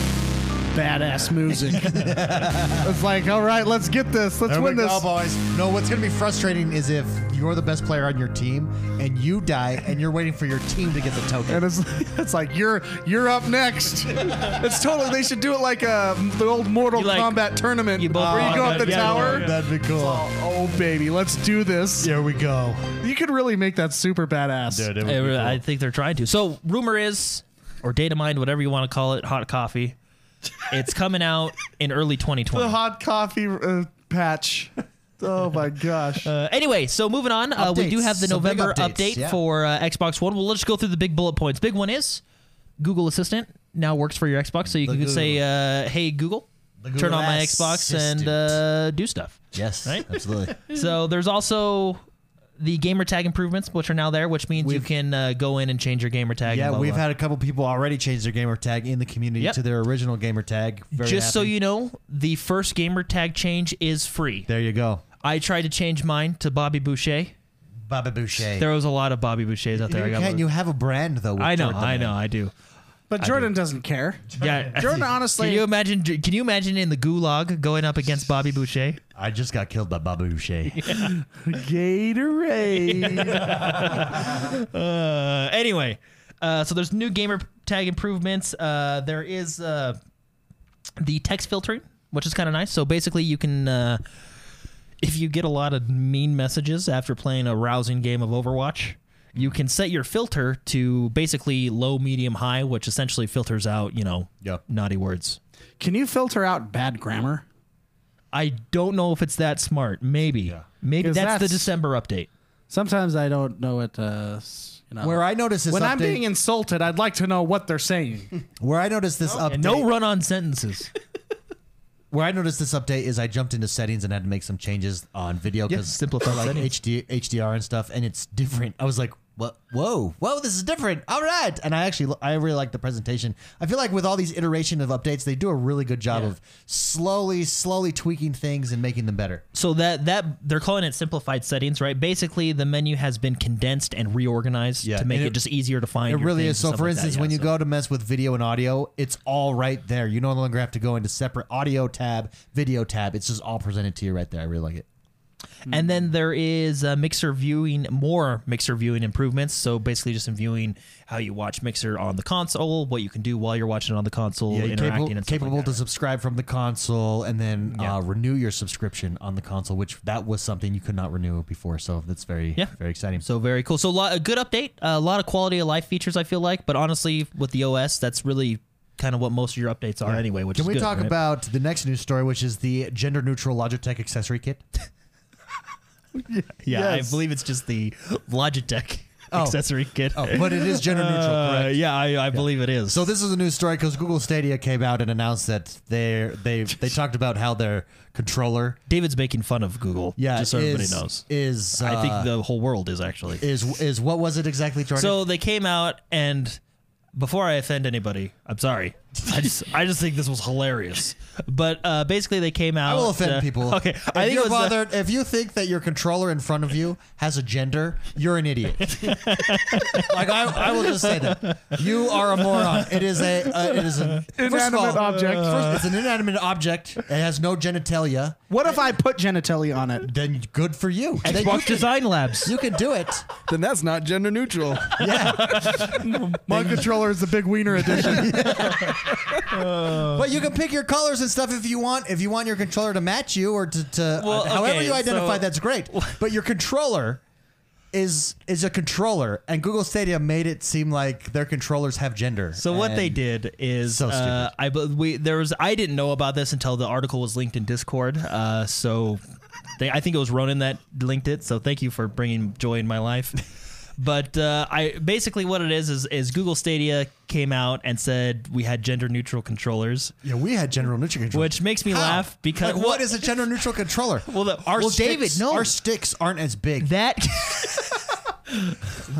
Speaker 2: badass music. it's like, all right, let's get this. Let's
Speaker 1: There we
Speaker 2: win this.
Speaker 1: go, boys. No, what's going to be frustrating is if you're the best player on your team and you die and you're waiting for your team to get the
Speaker 2: And
Speaker 1: token.
Speaker 2: it's, it's like you're you're up next. it's totally. They should do it like uh, the old Mortal
Speaker 3: You like-
Speaker 2: Kombat tournament
Speaker 3: you both
Speaker 2: where you
Speaker 3: rock
Speaker 2: go up
Speaker 3: it
Speaker 2: the
Speaker 3: together.
Speaker 2: tower.
Speaker 1: That'd be cool.
Speaker 2: Oh, oh, baby, let's do this.
Speaker 1: There we go.
Speaker 2: You could really make that super badass.
Speaker 1: Dude, it would be
Speaker 3: I- I
Speaker 1: cool.
Speaker 3: think they're trying to. So rumor is, or data mind, whatever you want to call it, hot coffee. It's coming out in early 2020.
Speaker 2: The hot coffee uh, patch. Oh my gosh.
Speaker 3: Uh, anyway, so moving on, uh, we do
Speaker 1: Updates.
Speaker 3: have the
Speaker 1: Some big
Speaker 3: November
Speaker 1: updates,
Speaker 3: update
Speaker 1: yeah.
Speaker 3: for uh, Xbox One. We'll just go through the big bullet points. Big one is Google Assistant now works for your Xbox, so you
Speaker 1: The
Speaker 3: can say, uh, "Hey Google,
Speaker 1: The Google
Speaker 3: turn on my Xbox and
Speaker 1: Assistant.
Speaker 3: uh, do stuff."
Speaker 1: Yes,
Speaker 3: Right?
Speaker 1: absolutely.
Speaker 3: So there's also the gamer tag improvements, which are now there, which means you
Speaker 1: We've-
Speaker 3: can uh, go in and change your gamer tag.
Speaker 1: Yeah,
Speaker 3: and blah,
Speaker 1: we've
Speaker 3: blah.
Speaker 1: had a couple people already change their gamer tag in the community
Speaker 3: uh, Yep.
Speaker 1: to their original gamer tag. Very
Speaker 3: Just so
Speaker 1: happy.
Speaker 3: you know, the first gamer tag change is free.
Speaker 1: There you go.
Speaker 3: I tried to change mine to Bobby Boucher.
Speaker 1: Baba Boucher.
Speaker 3: There was a lot of Bobby Bouchers out there.
Speaker 1: you
Speaker 3: I, got
Speaker 1: can you have a brand though. With
Speaker 3: I know,
Speaker 1: Jordan.
Speaker 3: I know, I do.
Speaker 2: But Jordan doesn't care.
Speaker 3: Yeah,
Speaker 2: Jordan, honestly-
Speaker 3: can you imagine? Can you imagine in the gulag going up against Bobby Boucher?
Speaker 1: I just got killed by Baba Boucher.
Speaker 2: Gatorade.
Speaker 3: Uh, anyway, uh, so there's new gamer tag improvements. Uh, there is uh, the text filtering, which is kind of nice. So basically, you can. Uh, if you get a lot of mean messages after playing a rousing game of Overwatch, you can set your filter to basically low, medium, high, which essentially filters out, you know,
Speaker 1: Yeah.
Speaker 3: naughty words.
Speaker 2: Can you filter out bad grammar?
Speaker 3: I don't know if it's that smart. Maybe. Maybe
Speaker 2: 'Cause
Speaker 3: that's, the
Speaker 2: that's-
Speaker 3: December update.
Speaker 2: Sometimes I don't know what. Uh, s- you know.
Speaker 1: Where I notice this
Speaker 2: when
Speaker 1: update,
Speaker 2: I'm being insulted, I'd like to know what they're saying.
Speaker 1: where I notice this update,
Speaker 3: No run on sentences.
Speaker 1: where I noticed this update is I jumped into settings and had to make some changes on video
Speaker 3: Yeah,
Speaker 1: because
Speaker 3: simplify
Speaker 1: like
Speaker 3: settings.
Speaker 1: HD, HDR and stuff, and it's different. I was like, what? Whoa, whoa, this is different. All right, and I actually I really like the presentation. I feel like with all these iteration of updates, they do a really good job of slowly, slowly tweaking things and making them better.
Speaker 3: so that that they're calling it simplified settings, right? Basically, the menu has been condensed and reorganized
Speaker 1: Yeah,
Speaker 3: to make
Speaker 1: and
Speaker 3: it,
Speaker 1: it-
Speaker 3: just easier to find.
Speaker 1: It
Speaker 3: your
Speaker 1: really
Speaker 3: things
Speaker 1: is. So,
Speaker 3: and stuff
Speaker 1: for
Speaker 3: like
Speaker 1: instance,
Speaker 3: that,
Speaker 1: when
Speaker 3: yeah,
Speaker 1: you
Speaker 3: so-
Speaker 1: go to mess with video and audio, it's all right there. You no longer have to go into separate audio tab, video tab. It's just all presented to you right there. I really like it.
Speaker 3: and then there is uh, mixer viewing, more mixer viewing improvements. So basically, just in viewing how you watch mixer on the console, what you can do while you're watching it on the console,
Speaker 1: Yeah, you're
Speaker 3: interacting
Speaker 1: capable,
Speaker 3: and stuff
Speaker 1: capable
Speaker 3: like
Speaker 1: to
Speaker 3: that.
Speaker 1: subscribe from the console and then
Speaker 3: Yeah.
Speaker 1: uh, renew your subscription on the console, which that was something you could not renew before. So that's very,
Speaker 3: Yeah.
Speaker 1: very exciting.
Speaker 3: So very cool. So a, lot, a good update, a lot of quality of life features. I feel like, but honestly, with the OS, that's really kind of what most of your updates are anyway. Which
Speaker 1: can
Speaker 3: is
Speaker 1: we
Speaker 3: good,
Speaker 1: talk
Speaker 3: right?
Speaker 1: about the next news story, which is the gender neutral Logitech accessory kit?
Speaker 3: Yeah,
Speaker 2: Yes.
Speaker 3: I believe it's just the Logitech
Speaker 1: Oh.
Speaker 3: accessory kit.
Speaker 1: Oh, but it is gender neutral,
Speaker 3: Uh,
Speaker 1: correct?
Speaker 3: yeah, I, I believe it is.
Speaker 1: So this is a news story because Google Stadia came out and announced that they they they talked about how their controller
Speaker 3: David's making fun of Google.
Speaker 1: yeah
Speaker 3: just so
Speaker 1: is,
Speaker 3: everybody knows.
Speaker 1: is uh,
Speaker 3: I think the whole world is actually.
Speaker 1: is is what was it exactly Jordan?
Speaker 3: so they came out and before I offend anybody, I'm sorry. I just I just think this was hilarious. But uh, basically they came out.
Speaker 1: I will offend
Speaker 3: uh,
Speaker 1: people.
Speaker 3: Okay,
Speaker 1: if
Speaker 3: I think it
Speaker 1: you're
Speaker 3: was, uh,
Speaker 1: bothered, if you think that your controller in front of you has a gender, you're an idiot. like I, I will just say that you are a moron. It is a uh, it is an first of all,
Speaker 2: Inanimate object.
Speaker 1: First, it's an inanimate object. It has no genitalia.
Speaker 2: What if I put genitalia on it?
Speaker 1: Then good for you. Then you
Speaker 3: Xbox
Speaker 1: can,
Speaker 3: Design Labs.
Speaker 1: you can do it.
Speaker 2: Then that's not gender neutral.
Speaker 1: Yeah.
Speaker 2: My controller is the big wiener edition.
Speaker 1: But you can pick your colors and stuff if you want. If you want your controller to match you or to, to
Speaker 3: Well,
Speaker 1: however
Speaker 3: okay,
Speaker 1: you identify,
Speaker 3: so-
Speaker 1: that's great. But your controller is is a controller, and Google Stadia made it seem like their controllers have gender.
Speaker 3: So what they
Speaker 1: And
Speaker 3: did is,
Speaker 1: So stupid.
Speaker 3: uh, I bu- we there was I didn't know about this until the article was linked in Discord. Uh, so they, I think it was Ronan that linked it. So thank you for bringing joy in my life. But uh, I basically what it is is is Google Stadia came out and said we had gender neutral controllers,
Speaker 1: yeah, we had gender neutral controllers.
Speaker 3: which makes me
Speaker 1: How?
Speaker 3: laugh because
Speaker 1: Like, what is a gender neutral controller?
Speaker 3: Well, the- well, David,
Speaker 1: sticks,
Speaker 3: no.
Speaker 1: our sticks aren't as big.
Speaker 3: that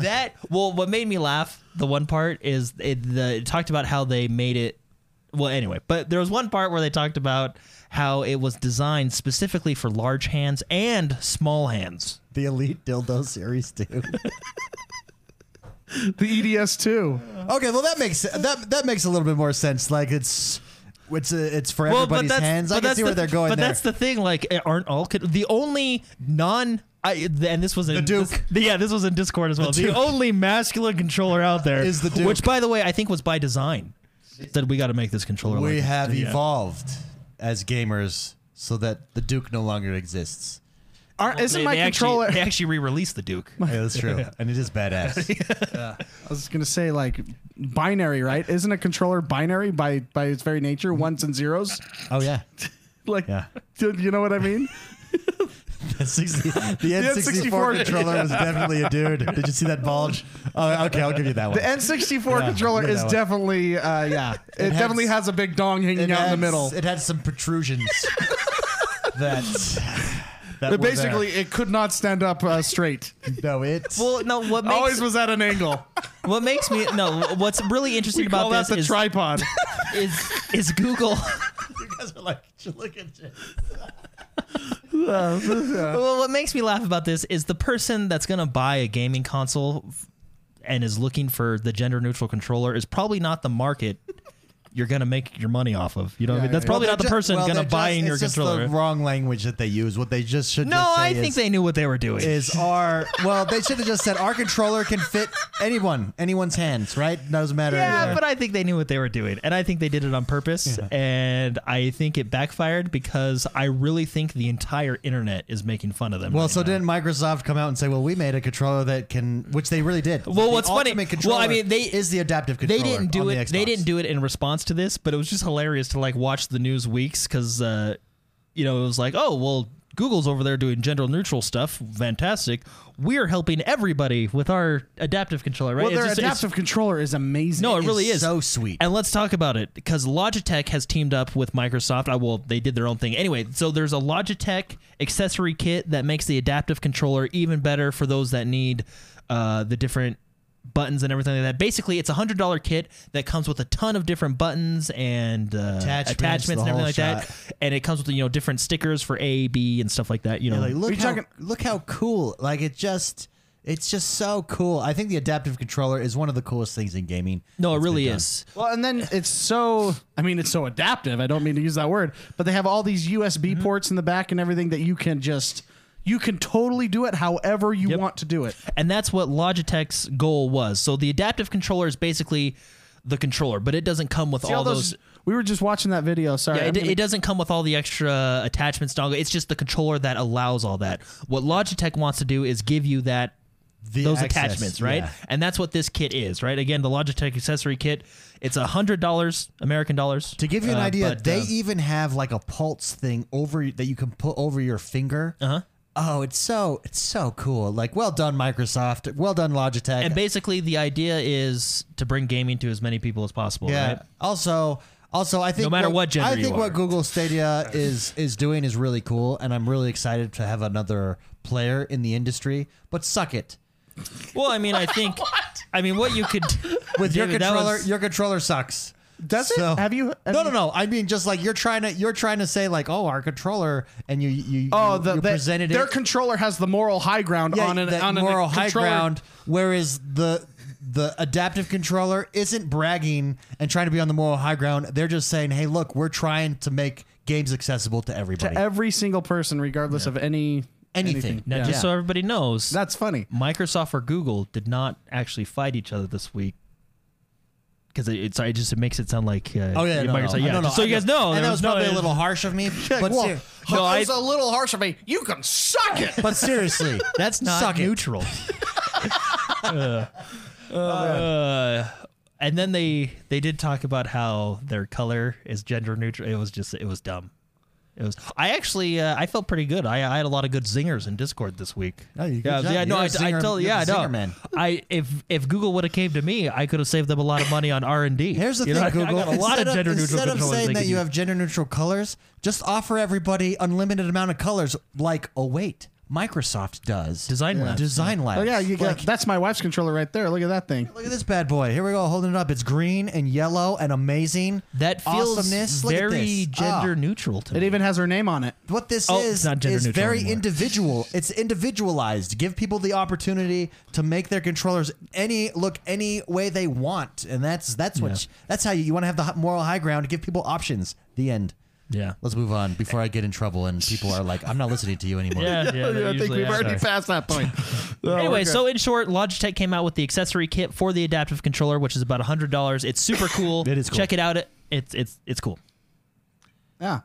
Speaker 3: that well what made me laugh the one part is it, the, it talked about how they made it well anyway but there was one part where they talked about how it was designed specifically for large hands and small hands
Speaker 1: the Elite Dildo Series too.
Speaker 2: the EDS two. E
Speaker 1: Okay, well that makes that that makes a little bit more sense. Like it's it's a, it's for everybody's hands. I
Speaker 3: but
Speaker 1: can
Speaker 3: that's
Speaker 1: see where
Speaker 3: the-
Speaker 1: they're going
Speaker 3: But
Speaker 1: there.
Speaker 3: that's the thing. Like, eh, aren't all kid- the only non? I, and this was in
Speaker 1: The Duke.
Speaker 3: this- the- yeah, this was in Discord as well. The,
Speaker 1: Duke.
Speaker 3: only masculine controller out there
Speaker 1: Is the Duke.
Speaker 3: which, by the way, I think was by design. That we got to make this controller.
Speaker 1: we
Speaker 3: like-
Speaker 1: have
Speaker 3: yeah.
Speaker 1: evolved as gamers so that the Duke no longer exists.
Speaker 2: Aren't, isn't
Speaker 3: They-
Speaker 2: my
Speaker 3: they actually-
Speaker 2: controller?
Speaker 3: they actually re-released the Duke.
Speaker 1: Yeah, that's true, and it is badass.
Speaker 2: I was gonna say like binary, right? Isn't a controller binary by by its very nature, ones and zeros?
Speaker 1: oh yeah,
Speaker 2: Like,
Speaker 1: Yeah.
Speaker 2: do you know what I mean?
Speaker 1: the, 60 the N64 controller was definitely a dude. Did you see that bulge? Oh, okay, I'll give you that one.
Speaker 2: The N64 controller
Speaker 1: yeah,
Speaker 2: is
Speaker 1: that one.
Speaker 2: definitely, uh, yeah, it,
Speaker 1: has-
Speaker 2: definitely has a big dong hanging out in the
Speaker 1: had
Speaker 2: middle.
Speaker 1: s- It had some protrusions. that. that were
Speaker 2: But basically, it could not stand up uh, straight.
Speaker 1: there. no, it.
Speaker 3: Well, no. What makes
Speaker 2: Always was at an angle.
Speaker 3: what makes me no? What's really interesting
Speaker 2: We
Speaker 3: about
Speaker 2: call that
Speaker 3: this
Speaker 2: the
Speaker 3: is,
Speaker 2: tripod.
Speaker 3: is is Google.
Speaker 1: you guys are like, look at you.
Speaker 3: Well, what makes me laugh about this is the person that's going to buy a gaming console f- and is looking for the gender neutral controller is probably not the market you're going to make your money off of. You know what I mean? That's probably
Speaker 1: Well,
Speaker 3: not the
Speaker 1: they're ju-
Speaker 3: person
Speaker 1: well,
Speaker 3: going to
Speaker 1: they're
Speaker 3: buy
Speaker 1: just-
Speaker 3: in your
Speaker 1: it's just
Speaker 3: controller.
Speaker 1: the wrong language that they use. What they just should.
Speaker 3: no,
Speaker 1: just say
Speaker 3: I
Speaker 1: is,
Speaker 3: think they knew what they were doing.
Speaker 1: is our well. They should have just said our controller can fit anyone, anyone's hands, right? Doesn't matter.
Speaker 3: yeah, but I think they knew what they were doing, and I think they did it on purpose. And I think it backfired because I really think the entire internet is making fun of them.
Speaker 1: well,
Speaker 3: right
Speaker 1: so
Speaker 3: now.
Speaker 1: didn't Microsoft come out and say, "Well, we made a controller that can," which they really did.
Speaker 3: Well,
Speaker 1: The
Speaker 3: what's funny-
Speaker 1: ultimate
Speaker 3: well, I
Speaker 1: controller
Speaker 3: mean, they-
Speaker 1: is the adaptive
Speaker 3: they
Speaker 1: controller.
Speaker 3: didn't do
Speaker 1: on the
Speaker 3: it. They
Speaker 1: Xbox.
Speaker 3: didn't do it in response to this, but it was just hilarious to like watch the news weeks because uh, you know it was like, oh well, Google's over there doing gender neutral stuff, fantastic. We're helping everybody with our adaptive controller, right?
Speaker 2: well, their
Speaker 3: It's just- it's-
Speaker 2: adaptive controller is amazing.
Speaker 3: no, it really
Speaker 1: is
Speaker 3: is
Speaker 1: so sweet.
Speaker 3: And let's talk about it because Logitech has teamed up with Microsoft. I will. They did their own thing anyway. So there's a Logitech accessory kit that makes the adaptive controller even better for those that need uh, the different buttons and everything like that. Basically, it's a hundred dollar kit that comes with a ton of different buttons and uh,
Speaker 1: Attachments,
Speaker 3: attachments,
Speaker 1: the
Speaker 3: and
Speaker 1: whole
Speaker 3: everything like that. And it comes with you know different stickers for A, B, and stuff like that. You know,
Speaker 1: Like, look
Speaker 2: you
Speaker 1: how
Speaker 2: talking-
Speaker 1: look how cool! Like it just it's just so cool. I think the adaptive controller is one of the coolest things in gaming.
Speaker 3: no, it
Speaker 1: that's been
Speaker 3: really
Speaker 1: done.
Speaker 3: is.
Speaker 2: Well, and then it's so, I mean, it's so adaptive. I don't mean to use that word, but they have all these USB
Speaker 3: Mm-hmm.
Speaker 2: ports in the back and everything that you can just, you can totally do it however you want to do it.
Speaker 3: and that's what Logitech's goal was. So the adaptive controller is basically the controller, but it doesn't come with
Speaker 2: See
Speaker 3: all, those.
Speaker 2: we were just watching that video. Sorry.
Speaker 3: Yeah,
Speaker 2: I'm
Speaker 3: it,
Speaker 2: gonna-
Speaker 3: it doesn't come with all the extra attachments, dongle. It's just the controller that allows all that. What Logitech wants to do is give you that
Speaker 1: The
Speaker 3: those
Speaker 1: access,
Speaker 3: attachments, right?
Speaker 1: yeah.
Speaker 3: And that's what this kit is, right? Again, the Logitech accessory kit. It's a hundred dollars American dollars.
Speaker 1: To give you an
Speaker 3: Uh,
Speaker 1: idea,
Speaker 3: but,
Speaker 1: they
Speaker 3: uh,
Speaker 1: even have like a pulse thing over that you can put over your finger.
Speaker 3: Uh-huh.
Speaker 1: Uh huh. Oh, it's so it's so cool. Like, well done, Microsoft. Well done, Logitech.
Speaker 3: and basically the idea is to bring gaming to as many people as possible.
Speaker 1: yeah.
Speaker 3: Right?
Speaker 1: Also, also, I think
Speaker 3: No matter what gender
Speaker 1: I
Speaker 3: you
Speaker 1: think what
Speaker 3: are.
Speaker 1: Google Stadia is is doing is really cool, and I'm really excited to have another player in the industry. But suck it
Speaker 3: Well, I mean, I think. I mean, what you could
Speaker 1: with your
Speaker 3: David, that
Speaker 1: controller.
Speaker 3: was-
Speaker 1: Your controller sucks.
Speaker 2: Does it? Have you- have
Speaker 1: no,
Speaker 2: you-
Speaker 1: no, no. I mean, just like you're trying to, you're trying to say like, oh, our controller, and you, you,
Speaker 2: Oh,
Speaker 1: you,
Speaker 2: the,
Speaker 1: you
Speaker 2: the-
Speaker 1: presented
Speaker 2: their
Speaker 1: it.
Speaker 2: controller has the moral high ground
Speaker 1: yeah,
Speaker 2: on an
Speaker 1: that
Speaker 2: on an
Speaker 1: moral high
Speaker 2: controller.
Speaker 1: ground. Whereas the the adaptive controller isn't bragging and trying to be on the moral high ground. They're just saying, hey, look, we're trying to make games accessible to everybody.
Speaker 2: Every single person, regardless of any
Speaker 1: Anything.
Speaker 3: Now,
Speaker 2: Yeah.
Speaker 3: just so everybody knows,
Speaker 2: That's funny.
Speaker 3: Microsoft or Google did not actually fight each other this week. Because it, it's, I just it makes it sound like uh,
Speaker 1: oh yeah, no, no,
Speaker 3: Microsoft,
Speaker 1: no,
Speaker 3: yeah.
Speaker 1: no,
Speaker 3: just so
Speaker 1: I
Speaker 3: you guys
Speaker 1: know.
Speaker 3: know,
Speaker 1: and
Speaker 3: there
Speaker 1: that was
Speaker 3: no-
Speaker 1: probably a little harsh of me. But,
Speaker 2: Well,
Speaker 1: ser-
Speaker 3: No, I-
Speaker 2: it's a little harsh of me. You can suck it.
Speaker 1: but seriously,
Speaker 3: That's not
Speaker 1: Suck it.
Speaker 3: neutral. Uh, and then they they did talk about how their color is gender neutral. It was just it was dumb. It was. I actually uh, I felt pretty good. I, I had a lot of good zingers in Discord this week.
Speaker 1: No, you- good
Speaker 3: yeah,
Speaker 1: job.
Speaker 3: yeah, no,
Speaker 1: You're
Speaker 3: I,
Speaker 1: a zinger-
Speaker 3: I tell
Speaker 1: you're
Speaker 3: yeah,
Speaker 1: the
Speaker 3: no.
Speaker 1: zinger man.
Speaker 3: I if if Google would have came to me, I could have saved them a lot of money on R and D.
Speaker 1: Here's the
Speaker 3: you
Speaker 1: thing,
Speaker 3: know, I-
Speaker 1: Google.
Speaker 3: I got a
Speaker 1: instead
Speaker 3: lot of gender neutral
Speaker 1: Instead of
Speaker 3: controllers
Speaker 1: saying
Speaker 3: they
Speaker 1: that
Speaker 3: could
Speaker 1: you
Speaker 3: use.
Speaker 1: have gender neutral colors, just offer everybody unlimited amount of colors, like a weight. Microsoft does.
Speaker 3: Design Labs.
Speaker 1: Design Labs.
Speaker 2: Oh yeah, you got,
Speaker 1: Like,
Speaker 2: that's my wife's controller right there. Look at that thing.
Speaker 1: Look at this bad boy. Here we go, holding it up. It's green and yellow and amazing.
Speaker 3: That feels
Speaker 1: Awesomeness. Look at
Speaker 3: very
Speaker 1: this. Ah,
Speaker 3: gender neutral to
Speaker 2: Ah. It
Speaker 3: me.
Speaker 2: even has her name on it.
Speaker 1: What this
Speaker 3: Oh, it's
Speaker 1: is
Speaker 3: not gender
Speaker 1: is
Speaker 3: neutral
Speaker 1: very
Speaker 3: anymore.
Speaker 1: individual. It's individualized. Give people the opportunity to make their controllers any look any way they want, and that's that's what
Speaker 3: Yeah.
Speaker 1: sh- that's how you, you want to have the hi- moral high ground. Give people options. The end.
Speaker 3: yeah.
Speaker 1: Let's move on before I get in trouble and people are like, "I'm not listening to you anymore."
Speaker 3: Yeah, yeah, they
Speaker 2: I think
Speaker 3: usually
Speaker 2: we've
Speaker 3: are.
Speaker 2: already passed that point. Oh,
Speaker 3: anyway,
Speaker 2: okay.
Speaker 3: so in short, Logitech came out with the accessory kit for the adaptive controller, which is about hundred dollars. It's super cool.
Speaker 1: It is cool.
Speaker 3: Check it out. It, it's it's it's cool.
Speaker 2: yeah.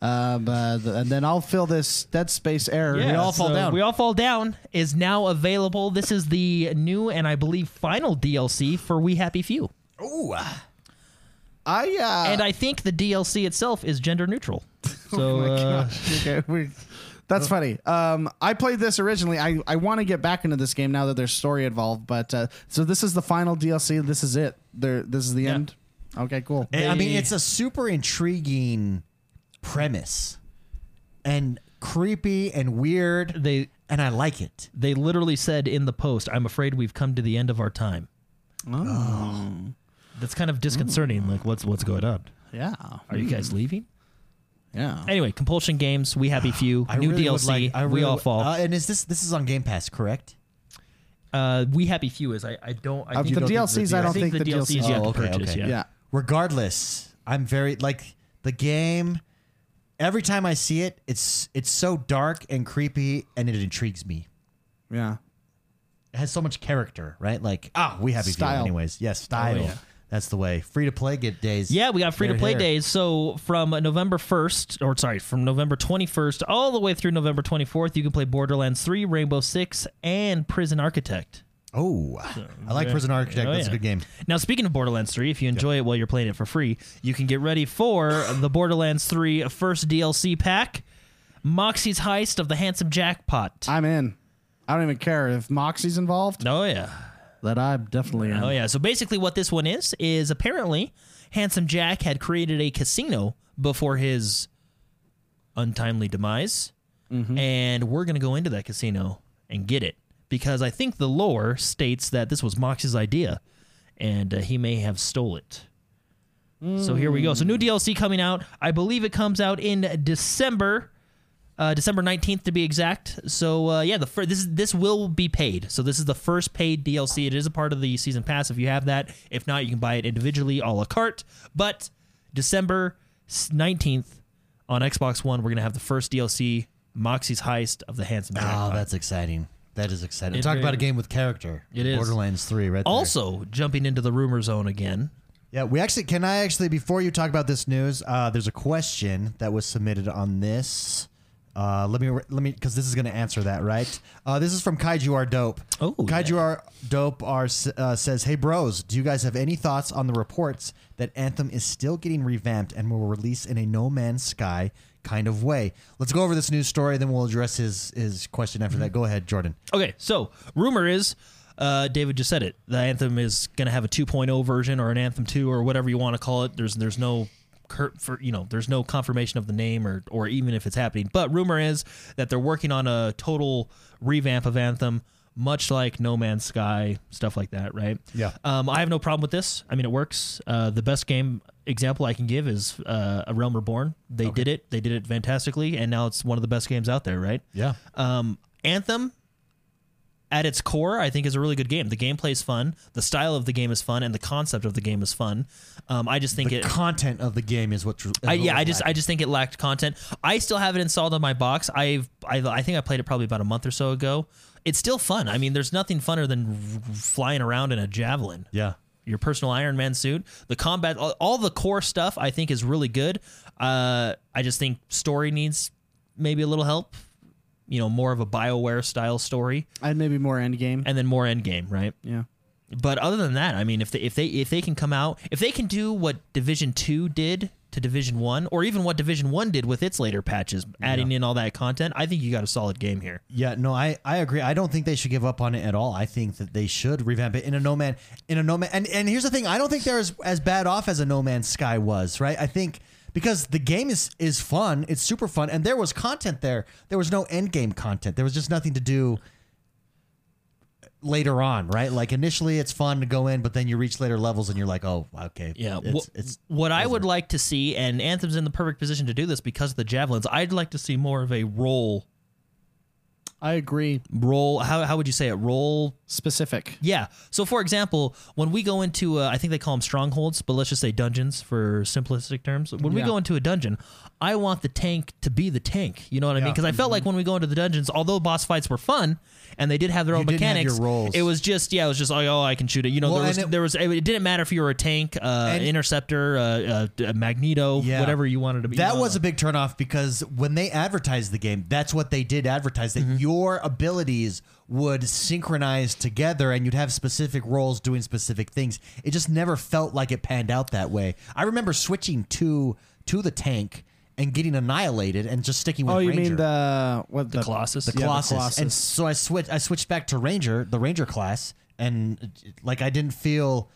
Speaker 2: Um, uh, th- and then I'll fill this dead space air.
Speaker 3: Yeah,
Speaker 2: we all fall
Speaker 3: so
Speaker 2: down.
Speaker 3: We all fall down is now available. This is the new and I believe final DLC for We Happy Few,
Speaker 1: Ooh,
Speaker 2: I uh,
Speaker 3: and I think the DLC itself is gender neutral.
Speaker 2: Oh
Speaker 3: So uh,
Speaker 2: okay, we, that's funny. Um, I played this originally. I, I want to get back into this game now that there's story involved. But uh, so this is the final DLC. This is it. There, this is the end. Okay, cool.
Speaker 1: I mean,
Speaker 3: They-
Speaker 1: it's a super intriguing premise and creepy and weird,
Speaker 3: they
Speaker 1: and I like it.
Speaker 3: they literally said in the post, "I'm afraid we've come to the end of our time." Oh. That's kind of disconcerting. Like, what's what's going on?
Speaker 2: yeah,
Speaker 3: Are you guys leaving?
Speaker 2: yeah.
Speaker 3: Anyway, Compulsion Games, We Happy Few,
Speaker 1: I
Speaker 3: new
Speaker 1: really would
Speaker 3: DLC,
Speaker 1: like- I
Speaker 3: We
Speaker 1: really
Speaker 3: All
Speaker 1: would-
Speaker 3: Fall.
Speaker 1: Uh, and is this this is on Game Pass, correct?
Speaker 3: Uh, we Happy Few is I, I don't I
Speaker 2: Of
Speaker 3: think
Speaker 2: the
Speaker 3: don't think
Speaker 2: DLCs, I don't think the
Speaker 3: DLCs
Speaker 2: DLCs
Speaker 3: you have
Speaker 1: Oh,
Speaker 3: to
Speaker 1: okay,
Speaker 3: purchase.
Speaker 1: okay.
Speaker 3: Yeah.
Speaker 2: yeah.
Speaker 1: regardless i'm very like the game every time i see it it's it's so dark and creepy and it intrigues me
Speaker 2: Yeah.
Speaker 1: it has so much character right like ah we have
Speaker 2: Style.
Speaker 1: style. anyways yes style
Speaker 3: Oh, yeah.
Speaker 1: that's the way free to play get days
Speaker 3: Yeah, we got free to play
Speaker 1: They're here.
Speaker 3: days. So from uh, November 1st, or sorry, from November 21st all the way through November 24th, you can play Borderlands 3, Rainbow Six, and Prison Architect.
Speaker 1: oh i like prison architect
Speaker 3: Oh,
Speaker 1: that's
Speaker 3: yeah.
Speaker 1: a good game
Speaker 3: Now, speaking of Borderlands 3, if you enjoy it while you're playing it for free, you can get ready for the Borderlands 3 first DLC pack, Moxie's Heist of the Handsome Jackpot.
Speaker 2: I'm in. I don't even care if Moxie's involved.
Speaker 3: oh, yeah.
Speaker 2: That I'm definitely in.
Speaker 3: Oh yeah. So basically, what this one is is apparently Handsome Jack had created a casino before his untimely demise, and we're gonna go into that casino and get it because I think the lore states that this was Mox's idea, and uh, he may have stole it. So here we go. So new DLC coming out. I believe it comes out in December. Uh, December nineteenth, to be exact. So uh, yeah, the fir- this is this will be paid. So this is the first paid DLC. It is a part of the season pass if you have that. If not, you can buy it individually, a la carte. But December nineteenth on Xbox One, we're gonna have the first DLC, Moxie's Heist of the Handsome.
Speaker 1: oh
Speaker 3: Jackpot.
Speaker 1: that's exciting that is exciting
Speaker 3: It
Speaker 1: talk
Speaker 3: is.
Speaker 1: about a game with character
Speaker 3: It is.
Speaker 1: borderlands 3 right there.
Speaker 3: also jumping into the rumor zone again.
Speaker 1: Yeah, we actually can I actually before you talk about this news, uh, there's a question that was submitted on this. Uh, let me let me because this is going to answer that right. Uh, this is from Kaiju are dope.
Speaker 3: Oh,
Speaker 1: Kaiju
Speaker 3: yeah.
Speaker 1: are dope are s- uh, says, "Hey bros, do you guys have any thoughts on the reports that Anthem is still getting revamped and will release in a No Man's Sky kind of way?" Let's go over this news story, then we'll address his his question after
Speaker 3: Mm-hmm.
Speaker 1: that. Go ahead, Jordan.
Speaker 3: Okay, so rumor is, uh, David just said it. The Anthem is going to have a 2.0 version or an Anthem 2 or whatever you want to call it. There's there's no cur- for you know there's no confirmation of the name or or even if it's happening. But rumor is that they're working on a total revamp of Anthem. Much like No Man's Sky, stuff like that, right?
Speaker 1: Yeah.
Speaker 3: Um, I have no problem with this. I mean, it works. Uh, the best game example I can give is uh, A Realm Reborn. They did it. They did it fantastically, and now it's one of the best games out there, right?
Speaker 1: Yeah.
Speaker 3: Um, Anthem, at its core, I think is a really good game. The gameplay is fun, the style of the game is fun, and the concept of the game is fun. Um, I just think
Speaker 1: The
Speaker 3: it.
Speaker 1: content of the game is what.
Speaker 3: I, yeah, I just I just think it lacked content. I still have it installed on my box. I've I, I think I played it probably about a month or so ago. It's still fun. I mean, there's nothing funner than r- flying around in a javelin
Speaker 1: yeah.
Speaker 3: your personal Iron Man suit. The combat, all, all the core stuff, I think is really good. Uh, I just think story needs maybe a little help. You know, more of a Bioware style story,
Speaker 2: I'd maybe more endgame.
Speaker 3: and then more endgame, right?
Speaker 2: yeah.
Speaker 3: But other than that, I mean, if they if they if they can come out, if they can do what Division Two did to Division One, or even what Division One did with its later patches, adding in all that content, I think you got a solid game here.
Speaker 1: Yeah, no, I, I agree. I don't think they should give up on it at all. I think that they should revamp it in a no man in a no man. And and here's the thing, I don't think they're as, as bad off as a no man's sky was, right? I think because the game is is fun. It's super fun, and there was content there. There was no end game content. There was just nothing to do later on, right? Like initially, it's fun to go in, but then you reach later levels, and you're like, oh, okay,
Speaker 3: Yeah,
Speaker 1: it's,
Speaker 3: what,
Speaker 1: it's
Speaker 3: what I would like to see, and Anthem's in the perfect position to do this because of the javelins. I'd like to see more of a roll,
Speaker 2: I agree.
Speaker 3: roll. How how would you say it? Roll
Speaker 2: Specific.
Speaker 3: Yeah. So, for example, when we go into, uh, I think they call them strongholds, but let's just say dungeons for simplistic terms. When we
Speaker 2: Yeah.
Speaker 3: go into a dungeon, I want the tank to be the tank. You know what I mean? Because I
Speaker 1: Mm-hmm.
Speaker 3: felt like when we go into the dungeons, although boss fights were fun and they did have their own
Speaker 1: didn't have
Speaker 3: mechanics,
Speaker 1: your roles.
Speaker 3: it was just yeah, it was just like oh, I can shoot it. You know,
Speaker 1: Well,
Speaker 3: there was
Speaker 1: and it-
Speaker 3: it, there was it didn't matter if you were a tank, uh,
Speaker 1: And-
Speaker 3: interceptor, uh, uh, magneto,
Speaker 1: Yeah.
Speaker 3: whatever you wanted to be. Uh.
Speaker 1: That
Speaker 3: you know,
Speaker 1: was a big turnoff because when they advertised the game, that's what they did advertise that
Speaker 3: Mm-hmm.
Speaker 1: your abilities would synchronize together and you'd have specific roles doing specific things. It just never felt like it panned out that way. I remember switching to to the tank and getting annihilated and just sticking with
Speaker 2: Oh, you
Speaker 1: Ranger.
Speaker 2: mean the what the,
Speaker 3: Colossus?
Speaker 2: yeah,
Speaker 3: The
Speaker 1: Colossus.
Speaker 2: Colossus.
Speaker 1: And so I switched I switched back to Ranger, the Ranger class, and uh, like I didn't feel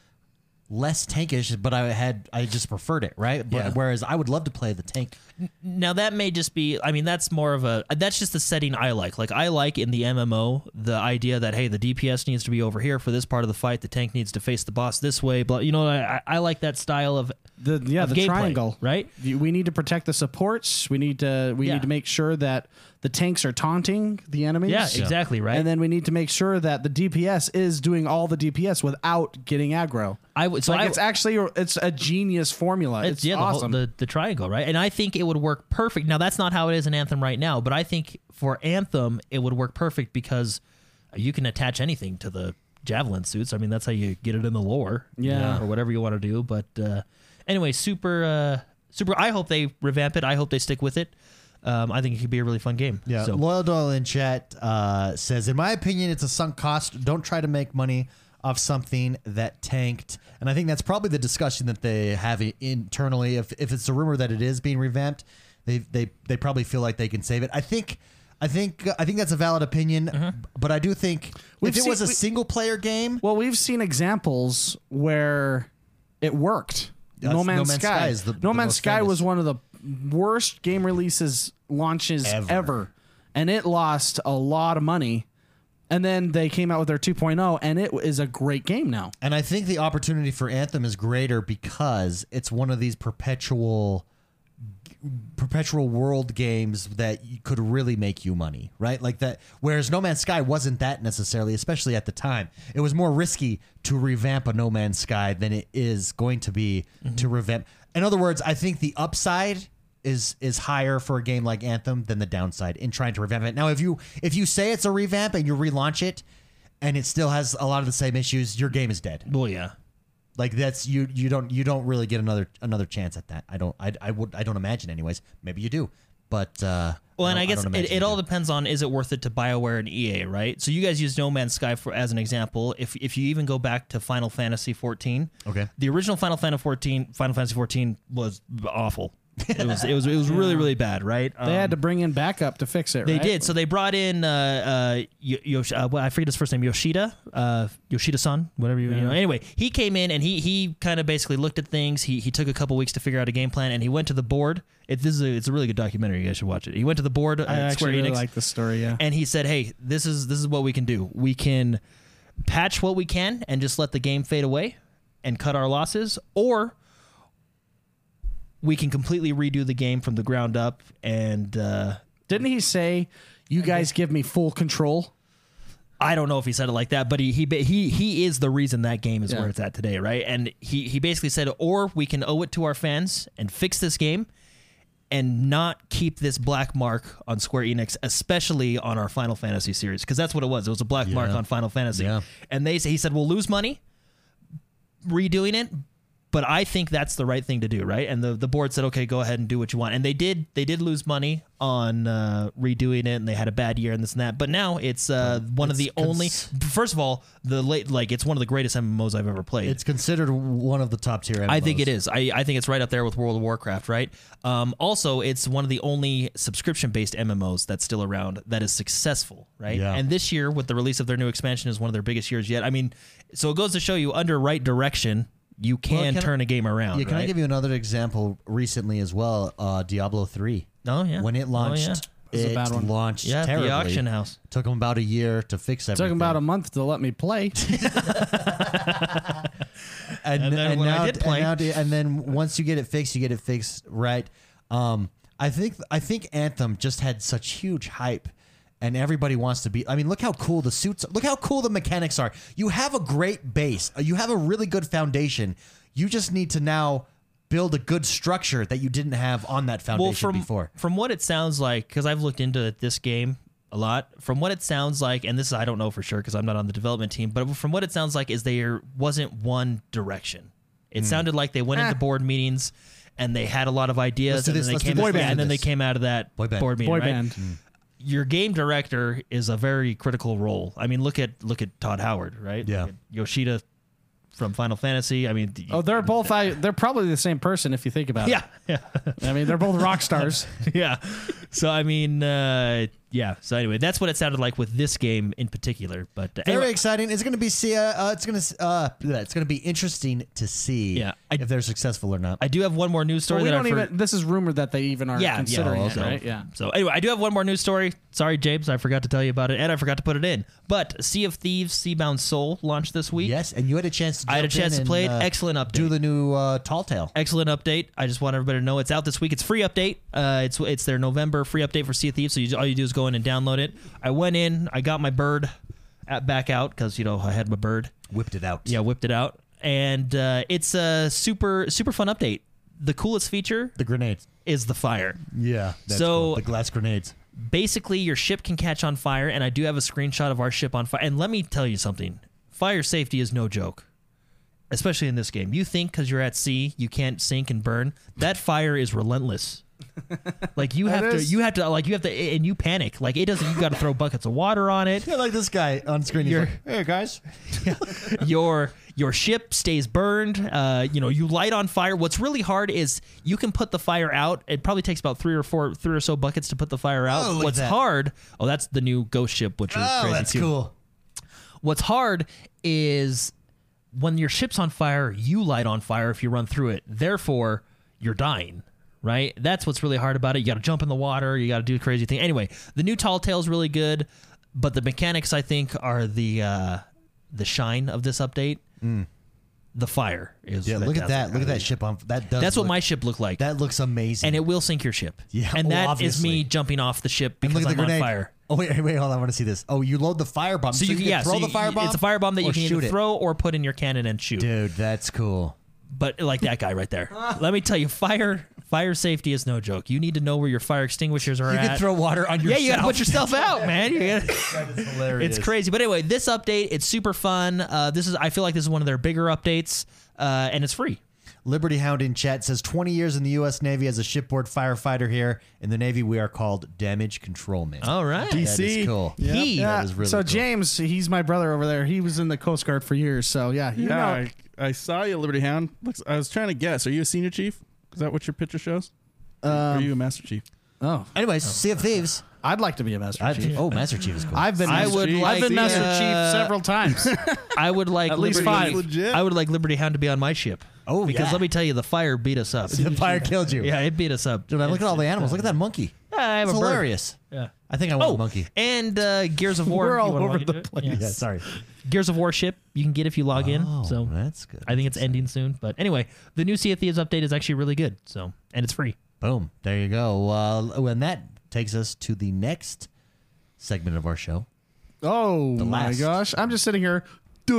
Speaker 1: less tankish, but I had I just preferred it, right? But
Speaker 3: Yeah.
Speaker 1: whereas I would love to play the tank.
Speaker 3: Now that may just be I mean that's more of a that's just the setting I like. Like I like in the MMO the idea that hey the DPS needs to be over here for this part of the fight, the tank needs to face the boss this way, but you know I I like that style of
Speaker 2: the yeah
Speaker 3: of
Speaker 2: the
Speaker 3: gameplay,
Speaker 2: triangle
Speaker 3: right?
Speaker 2: You- we need to protect the supports we need to we
Speaker 3: Yeah.
Speaker 2: need to make sure that the tanks are taunting the enemies
Speaker 3: Yeah, exactly, right?
Speaker 2: and then we need to make sure that the dps is doing all the dps without getting aggro
Speaker 3: I would so
Speaker 2: like
Speaker 3: I,
Speaker 2: it's actually it's a genius formula it's,
Speaker 3: yeah,
Speaker 2: awesome
Speaker 3: the, whole, the the triangle, right? And I think it would work perfect. Now that's not how it is in Anthem right now, but I think for Anthem it would work perfect because you can attach anything to the javelin suits. I mean, that's how you get it in the lore, you
Speaker 2: Yeah.
Speaker 3: know, or whatever you want to do. But uh, anyway, super, uh, super. I hope they revamp it. I hope they stick with it. Um, I think it could be a really fun game.
Speaker 1: Yeah.
Speaker 3: So,
Speaker 1: Loyal Doyle in chat uh, says, in my opinion, it's a sunk cost. Don't try to make money off something that tanked. And I think that's probably the discussion that they have i- internally. If, if it's a rumor that it is being revamped, they, they they probably feel like they can save it. I think I think I think that's a valid opinion. But I do think
Speaker 2: Mm-hmm. We've
Speaker 1: if it was a
Speaker 2: seen- we-
Speaker 1: single player game,
Speaker 2: well we've seen examples where it worked
Speaker 1: That's-
Speaker 2: no, Man's Sky.
Speaker 1: is the-
Speaker 2: no
Speaker 1: the
Speaker 2: Man's
Speaker 1: most
Speaker 2: Sky
Speaker 1: famous.
Speaker 2: was one of the worst game releases launches
Speaker 1: Ever.
Speaker 2: ever. and it lost a lot of money. And then they came out with their 2.0, and it is a great game now.
Speaker 1: And I think the opportunity for Anthem is greater because it's one of these perpetual perpetual world games that you- could really make you money, right? Like that whereas No Man's Sky wasn't that necessarily, especially at the time. It was more risky to revamp a No Man's Sky than it is going to be to revamp. In other words, I think the upside is is higher for a game like Anthem than the downside in trying to revamp it. Now if you if you say it's a revamp and you relaunch it and it still has a lot of the same issues, your game is dead
Speaker 3: well, yeah.
Speaker 1: like that's you you don't you don't really get another another chance at that i don't i, I would i don't imagine anyways maybe you do but uh
Speaker 3: Well, and
Speaker 1: don't-
Speaker 3: I guess
Speaker 1: don't imagine
Speaker 3: it,
Speaker 1: you
Speaker 3: it
Speaker 1: do.
Speaker 3: all depends on is it worth it to BioWare and EA, right? So you guys use No Man's Sky for as an example. If if you even go back to Final Fantasy 14,
Speaker 1: Okay.
Speaker 3: the original Final Fantasy 14, Final Fantasy 14 was awful. It was it was it was really really bad, right? Um,
Speaker 2: They had to bring in backup to fix it.
Speaker 3: They
Speaker 2: right?
Speaker 3: did. So they brought in uh, uh, Yo- Yosh- uh, well, I forget his first name, Yoshida, uh, Yoshida-san, whatever you, you know. Anyway, he came in and he he kind of basically looked at things. He he took a couple weeks to figure out a game plan, and he went to the board. It, this is a, it's a really good documentary. You guys should watch it. He went to the board.
Speaker 2: I
Speaker 3: at Square
Speaker 2: actually really
Speaker 3: Enix,
Speaker 2: like the story. Yeah,
Speaker 3: and he said, "Hey, this is this is what we can do. We can patch what we can and just let the game fade away and cut our losses, or we can completely redo the game from the ground up and." Uh,
Speaker 2: didn't he say, "You guys give me full control"?
Speaker 3: I don't know if he said it like that, but he he ba- he he is the reason that game is
Speaker 2: Yeah.
Speaker 3: where it's at today, right? And he he basically said, or we can owe it to our fans and fix this game, and not keep this black mark on Square Enix, especially on our Final Fantasy series, because that's what it was. It was a black mark on Final Fantasy,
Speaker 1: Yeah.
Speaker 3: and they he said we'll lose money redoing it. But I think that's the right thing to do, right? And the, the board said, okay, go ahead and do what you want. And they did they did lose money on uh, redoing it, and they had a bad year and this and that. But now it's uh, one of the only. First of all, the late like it's one of the greatest MMOs I've ever played.
Speaker 1: it's considered one of the top tier
Speaker 3: I think it is. I, I think it's right up there with World of Warcraft, right? Um, also, it's one of the only subscription based MMOs that's still around that is successful, right?
Speaker 1: Yeah.
Speaker 3: And this year, with the release of their new expansion, is one of their biggest years yet. I mean, so it goes to show you under right direction, you can,
Speaker 1: can I-
Speaker 3: turn a game around.
Speaker 1: Yeah, can I
Speaker 3: right?
Speaker 1: give you another example recently as well? Uh, Diablo three.
Speaker 3: Oh, yeah.
Speaker 1: When it
Speaker 3: Oh,
Speaker 1: launched,
Speaker 3: yeah.
Speaker 2: was a
Speaker 1: it
Speaker 2: bad one.
Speaker 1: launched
Speaker 3: Yeah, the
Speaker 1: terribly.
Speaker 3: auction house.
Speaker 1: took them about a year to fix everything.
Speaker 2: Took about a month to let me play.
Speaker 1: and,
Speaker 3: And then
Speaker 1: and
Speaker 3: when I
Speaker 1: now,
Speaker 3: did play-
Speaker 1: and, now- and then once you get it fixed, you get it fixed right. Um, I think I think Anthem just had such huge hype, and everybody wants to be. I mean, look how cool the suits. Look how cool the mechanics are. You have a great base. You have a really good foundation. You just need to now build a good structure that you didn't have on that foundation
Speaker 3: from,
Speaker 1: before.
Speaker 3: From what it sounds like, because I've looked into this game a lot. From what it sounds like, and this is I don't know for sure because I'm not on the development team, but from what it sounds like is there wasn't one direction.
Speaker 1: Hmm.
Speaker 3: It sounded like they went
Speaker 2: Eh.
Speaker 3: into board meetings and they had a lot of ideas,
Speaker 1: Let's do
Speaker 3: and
Speaker 1: this,
Speaker 3: then they
Speaker 1: let's do
Speaker 3: came
Speaker 1: this,
Speaker 3: out,
Speaker 1: let's
Speaker 3: yeah,
Speaker 1: do
Speaker 3: and then they
Speaker 1: this.
Speaker 3: came out of that
Speaker 1: Boy band.
Speaker 3: board meeting.
Speaker 2: Boy
Speaker 3: right?
Speaker 2: band.
Speaker 3: your game director is a very critical role. I mean, look at look at Todd Howard, right?
Speaker 1: Yeah.
Speaker 3: Look at Yoshida from Final Fantasy. I mean,
Speaker 2: Oh, they're both. I, they're probably the same person if you think about
Speaker 3: yeah, yeah,
Speaker 2: it. I mean, they're both rock stars.
Speaker 3: yeah. So I mean, uh, yeah. So anyway, that's what it sounded like with this game in particular. But uh,
Speaker 1: Very
Speaker 3: anyway,
Speaker 1: exciting. It's going to be see. Uh, uh, it's going to. Uh, it's going to be interesting to see
Speaker 3: Yeah, I-
Speaker 1: if they're successful or not.
Speaker 3: I do have one more news story
Speaker 2: Well, we
Speaker 3: that
Speaker 2: don't
Speaker 3: I've heard-
Speaker 2: even. This is rumored that they even are
Speaker 3: yeah,
Speaker 2: considering
Speaker 3: yeah,
Speaker 2: it,
Speaker 3: so,
Speaker 2: right? Yeah.
Speaker 3: So anyway, I do have one more news story. Sorry, James, I forgot to tell you about it, and I forgot to put it in. But Sea of Thieves: Seabound Soul launched this week.
Speaker 1: Yes, and you had a chance. to
Speaker 3: I had a
Speaker 1: jump in
Speaker 3: chance to
Speaker 1: and,
Speaker 3: play it.
Speaker 1: uh,
Speaker 3: Excellent update.
Speaker 1: Do the new uh, Tall Tale.
Speaker 3: excellent update. I just want everybody to know it's out this week. It's free update. Uh, it's it's their November free update for Sea of Thieves. So you, all you do is go in and download it. I went in. I got my bird at, back out because you know I had my bird.
Speaker 1: Whipped it out.
Speaker 3: Yeah, whipped it out, and uh, it's a super super fun update. The coolest feature
Speaker 1: The grenades.
Speaker 3: is the fire.
Speaker 1: Yeah.
Speaker 3: that's So- cool.
Speaker 1: the
Speaker 3: The
Speaker 1: glass grenades.
Speaker 3: Basically, your ship can catch on fire, and I do have a screenshot of our ship on fire. And let me tell you something: fire safety is no joke. Especially in this game, you think because you're at sea you can't sink and burn. That fire is relentless. Like you have to,
Speaker 2: is-
Speaker 3: you have to, like you have to, and you panic. Like it doesn't. You got to throw buckets of water on it.
Speaker 1: Yeah, like this guy on screen. He's
Speaker 3: You're-
Speaker 1: like, hey guys.
Speaker 3: your your ship stays burned. Uh, you know, you light on fire. What's really hard is you can put the fire out. It probably takes about three or four, three or so buckets to put the fire out.
Speaker 1: Oh, look at
Speaker 3: What's
Speaker 1: that.
Speaker 3: hard? Oh, that's the new ghost ship, which is crazy too.
Speaker 1: "Oh, cool.
Speaker 3: What's hard is when your ship's on fire, you light on fire if you run through it. Therefore, you're dying. Right? That's what's really hard about it. You got to jump in the water. You got to do crazy thing. Anyway, the new Tall Tale's really good, but the mechanics I think are the uh, the shine of this update. The fire is.
Speaker 1: Mm. Yeah, look at that.
Speaker 3: fantastic.
Speaker 1: Look at that ship on. That does.
Speaker 3: That's what
Speaker 1: look-
Speaker 3: my ship looked like,
Speaker 1: That looks amazing.
Speaker 3: and it will sink your ship.
Speaker 1: Yeah,
Speaker 3: and
Speaker 1: well,
Speaker 3: that is
Speaker 1: obviously.
Speaker 3: me jumping off the ship
Speaker 1: And
Speaker 3: because
Speaker 1: look at the
Speaker 3: I'm
Speaker 1: grenade.
Speaker 3: on fire.
Speaker 1: Oh wait, wait, hold on. I want to see this. Oh, you load the firebomb. So, you, can
Speaker 3: yeah,
Speaker 1: throw
Speaker 3: so
Speaker 1: the
Speaker 3: you-
Speaker 1: firebomb.
Speaker 3: It's a firebomb that
Speaker 1: or
Speaker 3: you can
Speaker 1: shoot
Speaker 3: either
Speaker 1: it.
Speaker 3: throw or put in your cannon and shoot.
Speaker 1: Dude, that's cool.
Speaker 3: but like that guy right there. Let me tell you, fire fire safety is no joke. You need to know where your fire extinguishers are
Speaker 1: You
Speaker 3: at.
Speaker 1: can throw water on
Speaker 3: yeah,
Speaker 1: yourself.
Speaker 3: you gotta put yourself out, man. You gotta,
Speaker 1: That is hilarious.
Speaker 3: it's crazy. But anyway, this update it's super fun. Uh, this is I feel like this is one of their bigger updates, uh, and it's free.
Speaker 1: Liberty Hound in chat says 20 years in the U.S. Navy as a shipboard firefighter. Here in the Navy, we are called damage control men.
Speaker 3: All right.
Speaker 1: That is cool.
Speaker 3: He
Speaker 2: Yeah.
Speaker 1: That is really
Speaker 2: so
Speaker 1: cool.
Speaker 2: James, he's my brother over there. He was in the Coast Guard for years. So yeah, you
Speaker 4: Yeah,
Speaker 2: know,
Speaker 4: I, I saw you, Liberty Hound. Looks, I was trying to guess. Are you a senior chief? Is that what your picture shows? Or
Speaker 3: Um,
Speaker 4: are you a master chief?
Speaker 2: oh,
Speaker 1: Anyways, Sea of Thieves.
Speaker 2: I'd like to be a master
Speaker 1: I-
Speaker 2: chief.
Speaker 1: oh, Master Chief is cool.
Speaker 2: I've been.
Speaker 3: I
Speaker 2: Master
Speaker 3: would
Speaker 2: Chief.
Speaker 3: like
Speaker 2: I've been master
Speaker 3: the- uh,
Speaker 2: chief several times.
Speaker 3: I would like
Speaker 2: At least
Speaker 3: Liberty-
Speaker 2: five.
Speaker 4: Legit.
Speaker 3: I would like Liberty Hound to be on my ship.
Speaker 1: Oh,
Speaker 3: because
Speaker 1: yeah.
Speaker 3: let me tell you, the fire beat us up.
Speaker 1: the fire killed you.
Speaker 3: yeah, it beat us up.
Speaker 1: Dude, man, look at all the animals. Look at that monkey.
Speaker 3: I have
Speaker 1: It's
Speaker 3: a bird.
Speaker 1: hilarious.
Speaker 3: Yeah.
Speaker 1: I think I want
Speaker 3: Oh,
Speaker 1: a monkey.
Speaker 3: and uh, Gears of War.
Speaker 2: We're
Speaker 3: You
Speaker 2: all
Speaker 3: wanna
Speaker 2: over
Speaker 3: walk into
Speaker 2: the
Speaker 3: it?
Speaker 2: place.
Speaker 3: Yeah.
Speaker 1: Yeah, sorry.
Speaker 3: Gears of Warship you can get if you log in.
Speaker 1: Oh,
Speaker 3: So
Speaker 1: that's good.
Speaker 3: I think it's ending soon. But anyway, the new Sea of Thieves update is actually really good. So and it's free.
Speaker 1: Boom. There you go. Uh, oh, and that takes us to the next segment of our show.
Speaker 2: oh my
Speaker 1: last.
Speaker 2: gosh, I'm just sitting here. Duh.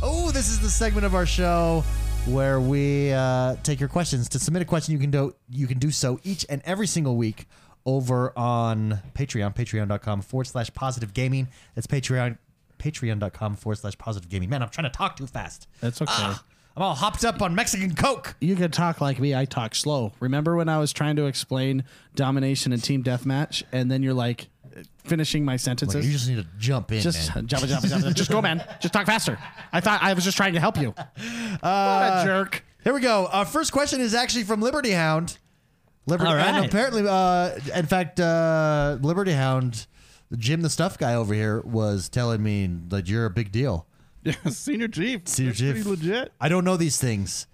Speaker 1: Oh, this is the segment of our show where we uh, take your questions. To submit a question, you can do you can do so each and every single week over on Patreon, patreon.com forward slash positive gaming. That's Patreon patreon.com forward slash positive gaming. Man, I'm trying to talk too fast.
Speaker 2: That's okay.
Speaker 1: Ah, I'm all hopped up on Mexican Coke.
Speaker 2: you can talk like me. I talk slow. Remember when I was trying to explain domination and team deathmatch, and then you're like finishing my
Speaker 1: Like, you
Speaker 2: sentences.
Speaker 1: just need to jump in.
Speaker 2: Just
Speaker 1: man.
Speaker 2: jabba, jabba, jabba. Just go, man. Just talk faster. I thought I was just trying to help you.
Speaker 1: Uh,
Speaker 2: what a jerk.
Speaker 1: Here we go. Our first question is actually from Liberty Hound. Liberty
Speaker 3: All right.
Speaker 1: and apparently, uh, in fact, uh, Liberty Hound, Jim the Stuff guy over here was telling me that you're a big deal.
Speaker 4: Yeah, senior chief.
Speaker 1: Senior
Speaker 4: That's
Speaker 1: Chief.
Speaker 4: Pretty legit.
Speaker 1: I don't know these things,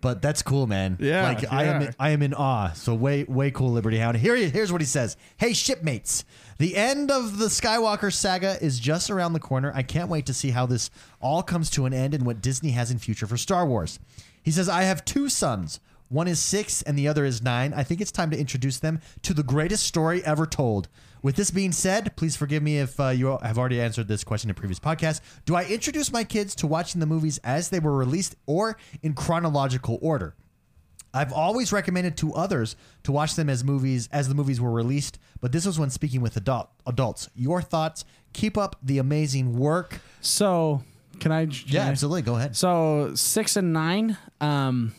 Speaker 1: but that's cool, man.
Speaker 4: Yeah,
Speaker 1: like I
Speaker 4: yeah.
Speaker 1: am, I am in awe. So way, way cool, Liberty Hound. Here, he- here's what he says: Hey, shipmates, the end of the Skywalker saga is just around the corner. I can't wait to see how this all comes to an end and what Disney has in future for Star Wars. He says, I have two sons. One is six and the other is nine. I think it's time to introduce them to the greatest story ever told. With this being said, please forgive me if uh, you have already answered this question in previous podcasts. Do I introduce my kids to watching the movies as they were released or in chronological order? I've always recommended to others to watch them as movies as the movies were released, but this was when speaking with adult adults. Your thoughts? Keep up the amazing work.
Speaker 2: So can I? can I-
Speaker 1: Go ahead.
Speaker 2: So six and nine. Um,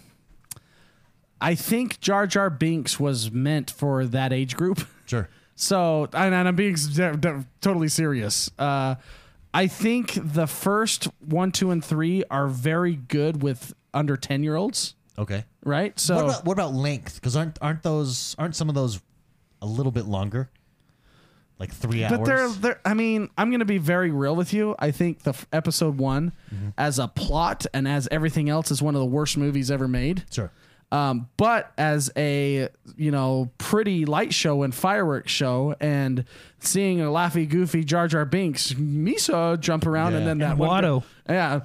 Speaker 2: I think Jar Jar Binks was meant for that age group.
Speaker 1: Sure.
Speaker 2: So, and, and I'm being s- de- de- totally serious. Uh, I think the first one, two, and three are very good with under ten year olds,
Speaker 1: Okay.
Speaker 2: right? So,
Speaker 1: What about what about length? Because aren't aren't those aren't some of those a little bit longer? Like three hours.
Speaker 2: but they're, they're. I mean, I'm gonna be very real with you. I think the f- episode one, as a plot and as everything else, is one of the worst movies ever made.
Speaker 1: sure.
Speaker 2: Um, but as a you know pretty light show and fireworks show, and seeing a laughy goofy Jar Jar Binks Misa jump around, and
Speaker 1: Yeah.
Speaker 2: then that
Speaker 3: And
Speaker 2: one-
Speaker 3: Watto.
Speaker 2: yeah,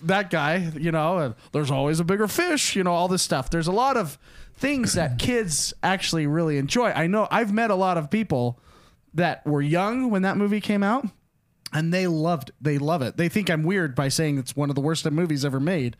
Speaker 2: that guy, you know, and there's always a bigger fish, you know, all this stuff. There's a lot of things that kids actually really enjoy. I know I've met a lot of people that were young when that movie came out and they loved they love it. They think I'm weird by saying it's one of the worst movies ever made.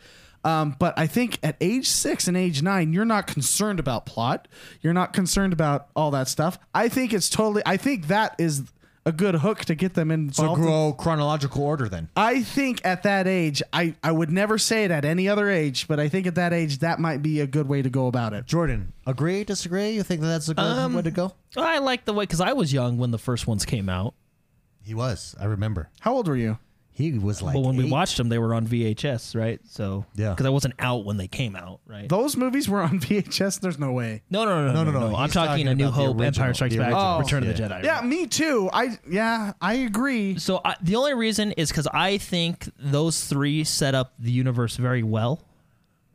Speaker 2: Um, but I think at age six and age nine, you're not concerned about plot. You're not concerned about all that stuff. I think it's totally. I think that is a good hook to get them involved.
Speaker 1: So
Speaker 2: in-
Speaker 1: grow chronological order then.
Speaker 2: I think at that age, I, I would never say it at any other age, but I think at that age, that might be a good way to go about it.
Speaker 1: Jordan, agree? Disagree? You think that that's a good way to go?
Speaker 3: I like the way because I was young when the first ones came out.
Speaker 1: He was. I remember.
Speaker 2: How old were you?
Speaker 1: He was like.
Speaker 3: But when we
Speaker 1: eight.
Speaker 3: watched them, they were on VHS, right? So
Speaker 1: Yeah.
Speaker 3: because I wasn't out when they came out, right?
Speaker 2: Those movies were on VHS. There's no way.
Speaker 3: No, no, no, no, no, no.
Speaker 1: no.
Speaker 3: I'm
Speaker 1: He's
Speaker 3: talking,
Speaker 1: talking
Speaker 3: A New
Speaker 1: about the
Speaker 3: Hope,
Speaker 1: original-
Speaker 3: Empire Strikes
Speaker 1: the
Speaker 3: Back,
Speaker 1: original.
Speaker 3: Return of the
Speaker 1: Yeah.
Speaker 3: Jedi.
Speaker 2: Yeah, me too. I yeah, I agree.
Speaker 3: So I, the only reason is because I think those three set up the universe very well,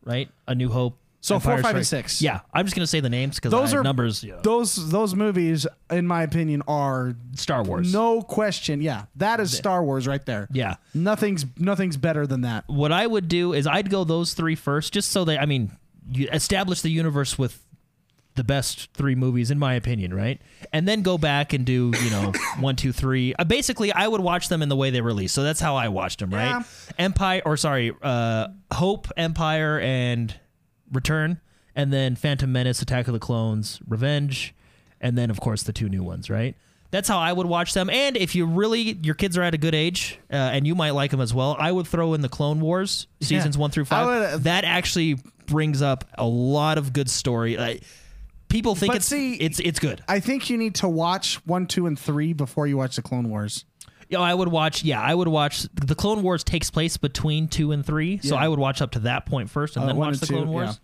Speaker 3: right? A New Hope.
Speaker 2: So four, five, and
Speaker 3: Strikes-
Speaker 2: six.
Speaker 3: Yeah, I'm just gonna say the names because
Speaker 2: Those
Speaker 3: those
Speaker 2: are-
Speaker 3: are numbers. you know.
Speaker 2: Those those movies, in my opinion, are
Speaker 3: Star Wars.
Speaker 2: no question. Yeah, that is Star Wars right there.
Speaker 3: Yeah.
Speaker 2: nothing's nothing's better than that.
Speaker 3: What I would do is I'd go those three first, just so they. I mean, you establish the universe with the best three movies, in my opinion, right? And then go back and do you know one, two, three. Uh, basically, I would watch them in the way they released. So that's how I watched them, right?
Speaker 2: Yeah.
Speaker 3: Empire, or sorry, uh, Hope, Empire, and Return, and then Phantom Menace, Attack of the Clones, Revenge, and then of course the two new ones, right? That's how I would watch them. And if you really your kids are at a good age, uh, and you might like them as well, I would throw in the Clone Wars seasons
Speaker 2: Yeah.
Speaker 3: one
Speaker 2: I
Speaker 3: through five.
Speaker 2: would, uh,
Speaker 3: that actually brings up a lot of good story. Like, people think
Speaker 2: But
Speaker 3: it's
Speaker 2: see-
Speaker 3: it's it's good.
Speaker 2: I think you need to watch one, two, and three before you watch the Clone Wars.
Speaker 3: You know, I would watch. Yeah, I would watch. The Clone Wars takes place between two and three, so
Speaker 2: Yeah.
Speaker 3: I would watch up to that point first, and
Speaker 2: Uh,
Speaker 3: then
Speaker 2: one
Speaker 3: watch
Speaker 2: and
Speaker 3: the
Speaker 2: two,
Speaker 3: Clone Wars.
Speaker 2: yeah.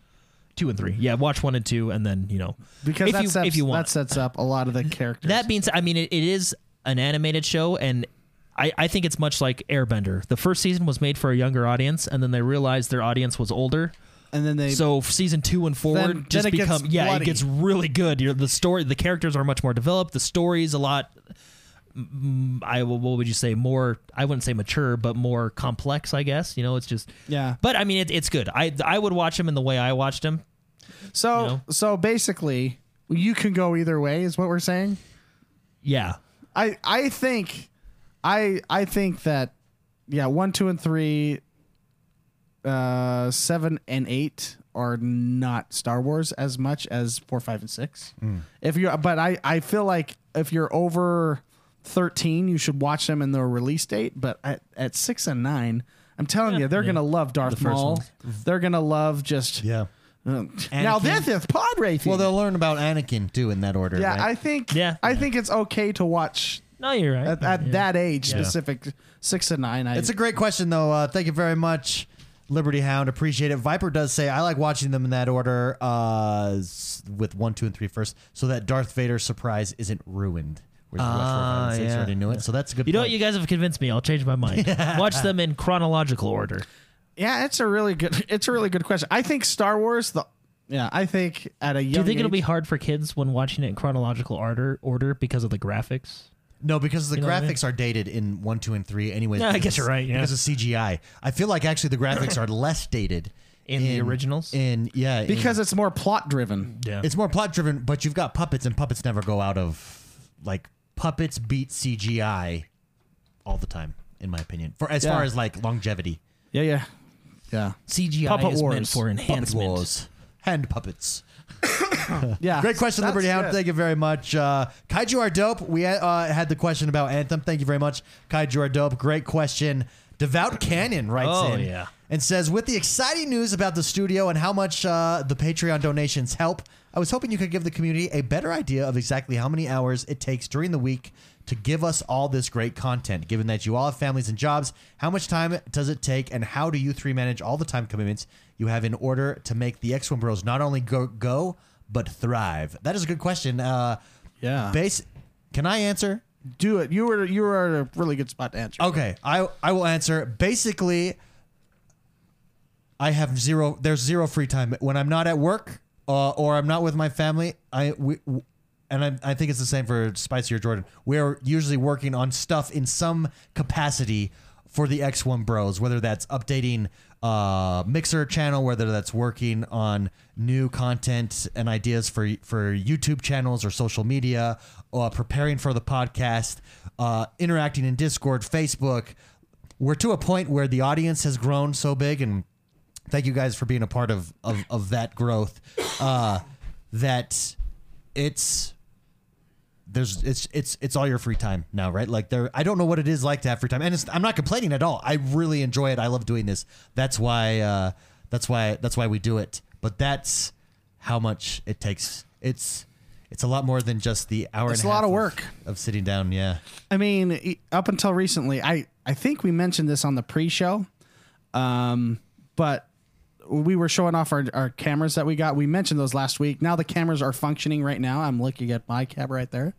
Speaker 3: Two and three, yeah. Watch one and two, and then you know
Speaker 2: Because
Speaker 3: if
Speaker 2: that,
Speaker 3: you
Speaker 2: sets,
Speaker 3: if you want
Speaker 2: that sets up a lot of the characters.
Speaker 3: That being said, I mean, it, it is an animated show, and I, I think it's much like Airbender. The first season was made for a younger audience, and then they realized their audience was older.
Speaker 2: and then they
Speaker 3: So f- season two and forward
Speaker 2: Then-
Speaker 3: just
Speaker 2: then it gets
Speaker 3: become yeah,
Speaker 2: bloody.
Speaker 3: it gets really good. You're, the story, the characters are much more developed. The story's a lot. mm, I will- what would you say more? I wouldn't say mature, but more complex. I guess you know it's just
Speaker 2: Yeah.
Speaker 3: But I mean, it, it's good. I I would watch them in the way I watched them.
Speaker 2: so
Speaker 3: you know?
Speaker 2: so basically, you can go either way. Is what we're saying.
Speaker 3: Yeah,
Speaker 2: I I think I I think that yeah, one, two, and three, uh, seven and eight are not Star Wars as much as four, five, and six.
Speaker 1: Hmm.
Speaker 2: If you, but I I feel like if you're over thirteen, you should watch them in their release date. But at, at six and nine. I'm telling you, they're gonna love Darth
Speaker 3: first
Speaker 2: Maul. They're gonna love just
Speaker 1: Yeah.
Speaker 2: now. This is pod racing.
Speaker 1: Well, they'll learn about Anakin too in that order.
Speaker 2: yeah,
Speaker 1: right?
Speaker 2: I think
Speaker 3: Yeah.
Speaker 2: I think it's okay to watch
Speaker 3: no, you're right.
Speaker 2: at, at
Speaker 3: Yeah.
Speaker 2: that age
Speaker 3: Yeah.
Speaker 2: specific six and nine I,
Speaker 1: It's a great question, though. Uh, thank you very much, Liberty Hound. Appreciate it. Viper does say I like watching them in that order, uh, s- with one, two, and three first, so that Darth Vader's surprise isn't ruined. We watched four, five, and
Speaker 3: Ah,
Speaker 1: six.
Speaker 3: yeah.
Speaker 1: Already knew it. So that's a good.
Speaker 3: You know
Speaker 1: point.
Speaker 3: what? You guys have convinced me. I'll change my mind. Watch them in chronological order.
Speaker 2: Yeah, it's a really good. It's a really good question. I think Star Wars. The yeah, I think at a young.
Speaker 3: Do you think it'll be
Speaker 2: age-
Speaker 3: hard for kids when watching it in chronological order order because of the graphics?
Speaker 1: No, because the
Speaker 3: know what I mean?
Speaker 1: graphics are dated in one, two, and three. Anyways,
Speaker 3: Yeah, I
Speaker 1: because
Speaker 3: guess you're
Speaker 1: it's-
Speaker 3: right, yeah.
Speaker 1: Because of CGI, I feel like actually the graphics are less dated
Speaker 3: In the originals?
Speaker 1: In yeah, in-
Speaker 2: because it's more plot driven?
Speaker 3: Yeah.
Speaker 1: it's more plot driven. But you've got puppets, and puppets never go out of like puppets beat CGI all the time, in my opinion. For as
Speaker 2: Yeah.
Speaker 1: far as like longevity,
Speaker 2: Yeah, yeah, yeah,
Speaker 3: CGI
Speaker 2: Puppet
Speaker 3: is meant
Speaker 2: Wars.
Speaker 3: for
Speaker 1: puppet
Speaker 3: enhancement.
Speaker 1: wars, hand puppets.
Speaker 2: yeah.
Speaker 1: Great question,
Speaker 2: Ah, That's
Speaker 1: Liberty Hound.
Speaker 2: it.
Speaker 1: Thank you very much. Uh, Kaiju are dope. We uh, had the question about Anthem. Thank you very much. Kaiju are dope. Great question. Devout Cannon writes
Speaker 3: Oh,
Speaker 1: in
Speaker 3: yeah.
Speaker 1: and says, with the exciting news about the studio and how much uh, the Patreon donations help, I was hoping you could give the community a better idea of exactly how many hours it takes during the week to give us all this great content. Given that you all have families and jobs, how much time does it take, and how do you three manage all the time commitments you have in order to make the X One Bros not only go, go but thrive? That is a good question. Uh,
Speaker 2: Yeah.
Speaker 1: base. Can I answer?
Speaker 2: Do it. You were you were at a really good spot to answer.
Speaker 1: Okay, I I will answer. Basically, I have zero. There's zero free time when I'm not at work uh, or I'm not with my family. I we. w- And I, I think it's the same for Spicy or Jordan. We're usually working on stuff in some capacity for the X1 Bros, whether that's updating uh, Mixer channel, whether that's working on new content and ideas for for YouTube channels or social media, uh, preparing for the podcast, uh, interacting in Discord, Facebook. We're to a point where the audience has grown so big and thank you guys for being a part of of, of that growth uh that it's there's it's it's it's all your free time now right like there i don't know what it is like to have free time and it's, i'm not complaining at all i really enjoy it i love doing this that's why uh that's why that's why we do it but that's how much it takes it's it's a lot more than just the hour
Speaker 2: It's
Speaker 1: and
Speaker 2: a lot
Speaker 1: half
Speaker 2: of work.
Speaker 1: of sitting down yeah
Speaker 2: I mean, e- up until recently, I I think we mentioned this on the pre-show, um, but we were showing off our, our cameras that we got. We mentioned those last week. Now the cameras are functioning right now. I'm looking at my cab right there,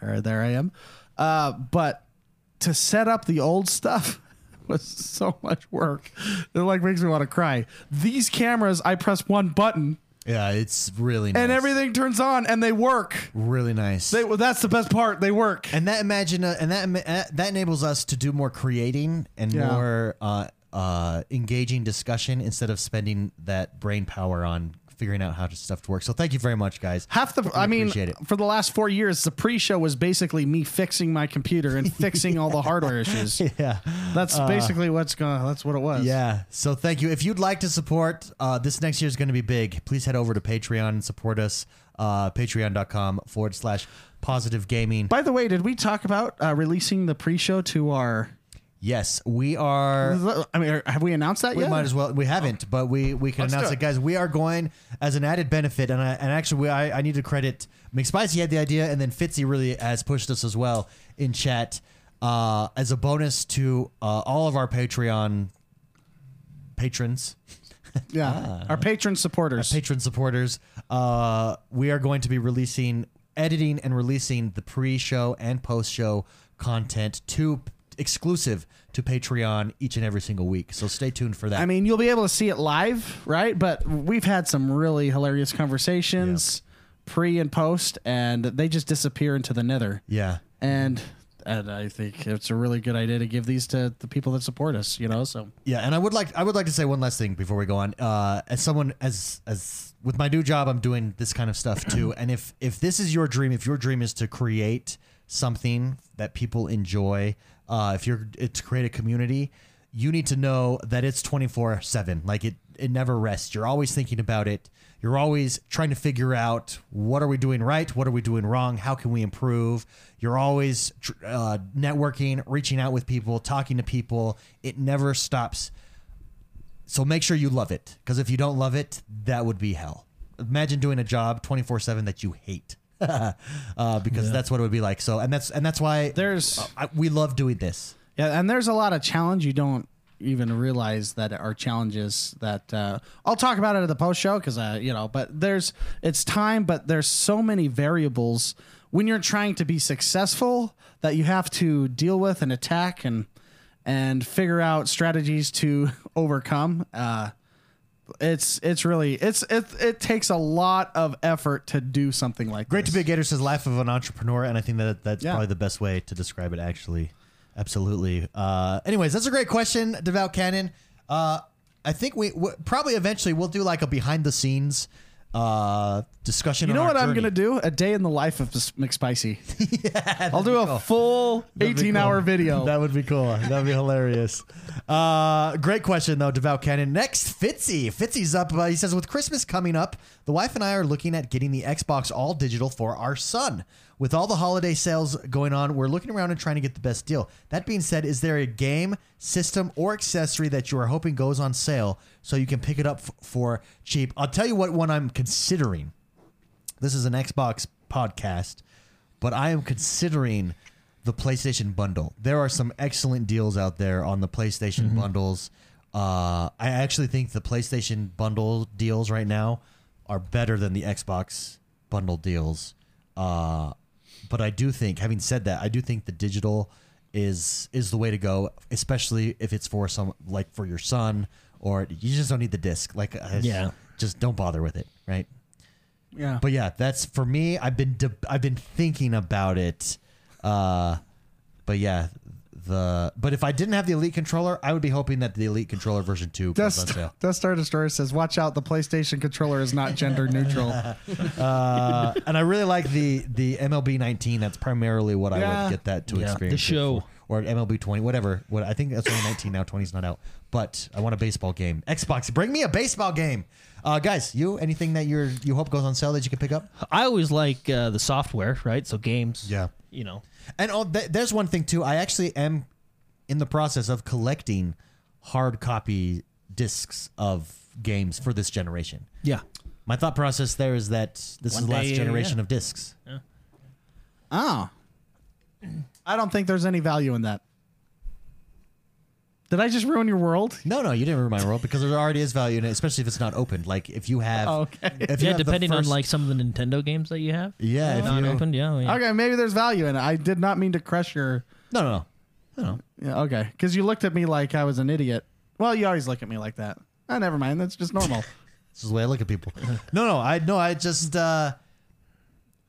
Speaker 2: or there I am. Uh, but to set up the old stuff was so much work. It like makes me want to cry. These cameras, I press one button
Speaker 1: yeah it's really nice
Speaker 2: and everything turns on and they work.
Speaker 1: really nice
Speaker 2: They, well, that's the best part. They work.
Speaker 1: and that imagine uh, and that ima- uh, that enables us to do more creating and
Speaker 2: Yeah.
Speaker 1: more uh, uh, engaging discussion instead of spending that brain power on figuring out how to stuff to work. So thank you very much, guys.
Speaker 2: Half the, I mean,
Speaker 1: appreciate it.
Speaker 2: for the last four years, the pre-show was basically me fixing my computer and fixing all the hardware issues.
Speaker 1: Yeah. Uh,
Speaker 2: That's basically what's going. That's what it was.
Speaker 1: Yeah. So thank you. If you'd like to support, uh, this next year is going to be big. Please head over to Patreon and support us. Uh, Patreon.com forward slash positive gaming.
Speaker 2: By the way, did we talk about uh, releasing the pre-show to our?
Speaker 1: Yes, we are.
Speaker 2: I mean, are- have we announced that
Speaker 1: We
Speaker 2: yet?
Speaker 1: might as well. We haven't, but we we can
Speaker 2: Let's
Speaker 1: announce
Speaker 2: do
Speaker 1: it.
Speaker 2: it.
Speaker 1: guys. We are going as an added benefit, and I, and actually, we, I I need to credit McSpicy had the idea, and then Fitzy really has pushed us as well in chat uh, as a bonus to uh, all of our Patreon patrons
Speaker 2: yeah, our patron supporters.
Speaker 1: uh, patron supporters. Uh, we are going to be releasing, editing, and releasing the pre-show and post-show content to exclusive to Patreon each and every single week. So stay tuned for that.
Speaker 2: I mean, you'll be able to see it live, right? But we've had some really hilarious conversations pre and post, and they just disappear into the nether.
Speaker 1: yeah.
Speaker 2: And and I think it's a really good idea to give these to the people that support us. You know, so.
Speaker 1: Yeah, and I would like I would like to say one last thing before we go on. Uh, as someone as as with my new job, I'm doing this kind of stuff too. And if if this is your dream, if your dream is to create something that people enjoy, uh, if you're it's to create a community, you need to know that it's 24 seven. Like it it never rests. You're always thinking about it. You're always trying to figure out what are we doing right, what are we doing wrong, how can we improve. You're always tr- uh, networking, reaching out with people, talking to people. It never stops. So make sure you love it, because if you don't love it, that would be hell. Imagine doing a job twenty four seven that you hate, uh, because that's what it would be like. So, and that's and that's why
Speaker 2: There's-
Speaker 1: I, we love doing this.
Speaker 2: Yeah, and there's a lot of challenge you don't even realize that are challenges that uh, I'll talk about it at the post show because uh, you know, but there's it's time, but there's so many variables when you're trying to be successful that you have to deal with and attack and and figure out strategies to overcome. Uh, it's it's really it's it it takes a lot of effort to do something like
Speaker 1: Great to
Speaker 2: this.
Speaker 1: be a Gator says life of an entrepreneur, and I think that that's
Speaker 2: Yeah.
Speaker 1: probably the best way to describe it. Actually, absolutely. Uh, anyways, that's a great question, Devout Cannon. Uh, I think we w- probably eventually we'll do like a behind the scenes uh, discussion.
Speaker 2: You know what I'm
Speaker 1: going
Speaker 2: gonna do? A day in the life of this McSpicy. I'll do a full 18 hour video.
Speaker 1: That would be cool. That'd be hilarious. Uh, great question though, Devout Cannon. Next, Fitzy. Fitzy's up. Uh, he says, with Christmas coming up, the wife and I are looking at getting the Xbox all digital for our son. With all the holiday sales going on, we're looking around and trying to get the best deal. That being said, is there a game, system, or accessory that you are hoping goes on sale so you can pick it up f- for cheap? I'll tell you what one I'm considering this is an Xbox podcast, but I am considering the PlayStation bundle. There are some excellent deals out there on the PlayStation bundles. Uh, I actually think the PlayStation bundle deals right now are better than the Xbox bundle deals. Uh, but I do think, having said that, I do think the digital is is the way to go, especially if it's for some like for your son or you just don't need the disc. Like, I-
Speaker 3: Yeah.
Speaker 1: just don't bother with it, right?
Speaker 2: Yeah.
Speaker 1: But yeah, that's for me. I've been de- I've been thinking about it. Uh, but yeah, the but if I didn't have the Elite controller, I would be hoping that the Elite controller version two comes on
Speaker 2: Dust,
Speaker 1: sale.
Speaker 2: Dust Star Destroyer says, "Watch out! The PlayStation controller is not gender neutral."
Speaker 1: Uh, and I really like the the MLB 19. That's primarily what I
Speaker 2: Yeah.
Speaker 1: would get that to
Speaker 3: Yeah, the
Speaker 1: experience. it
Speaker 3: show.
Speaker 1: for. or MLB 20, whatever. What I think that's only 19 now. 20's not out. But I want a baseball game. Xbox, bring me a baseball game. Uh, guys, you anything that you're you hope goes on sale that you can pick up?
Speaker 3: I always like uh, the software, right? So games.
Speaker 1: Yeah.
Speaker 3: You know.
Speaker 1: And oh, th- there's one thing too. I actually am in the process of collecting hard copy discs of games for this generation.
Speaker 3: Yeah.
Speaker 1: My thought process there is that this
Speaker 3: One
Speaker 1: is the last
Speaker 3: day,
Speaker 1: generation
Speaker 3: yeah.
Speaker 1: of discs.
Speaker 2: oh, I don't think there's any value in that. Did I just ruin your world?
Speaker 1: No, no, you didn't ruin my world because there already is value in it, especially if it's not opened. Like if you have,
Speaker 2: Oh,
Speaker 3: Oh,
Speaker 2: Okay.
Speaker 1: if you
Speaker 3: Yeah,
Speaker 1: have the
Speaker 3: depending on
Speaker 1: first-
Speaker 3: like some of the Nintendo games that you have.
Speaker 1: yeah, if
Speaker 3: Not
Speaker 1: you,
Speaker 3: opened, yeah. oh, yeah.
Speaker 2: Okay, maybe there's value in it. I did not mean to crush your.
Speaker 1: no, no, no.
Speaker 2: Yeah, okay, because you looked at me like I was an idiot. Well, you always look at me like that. Ah, never mind. That's just normal.
Speaker 1: This is the way I look at people. No, no, I no, I just uh,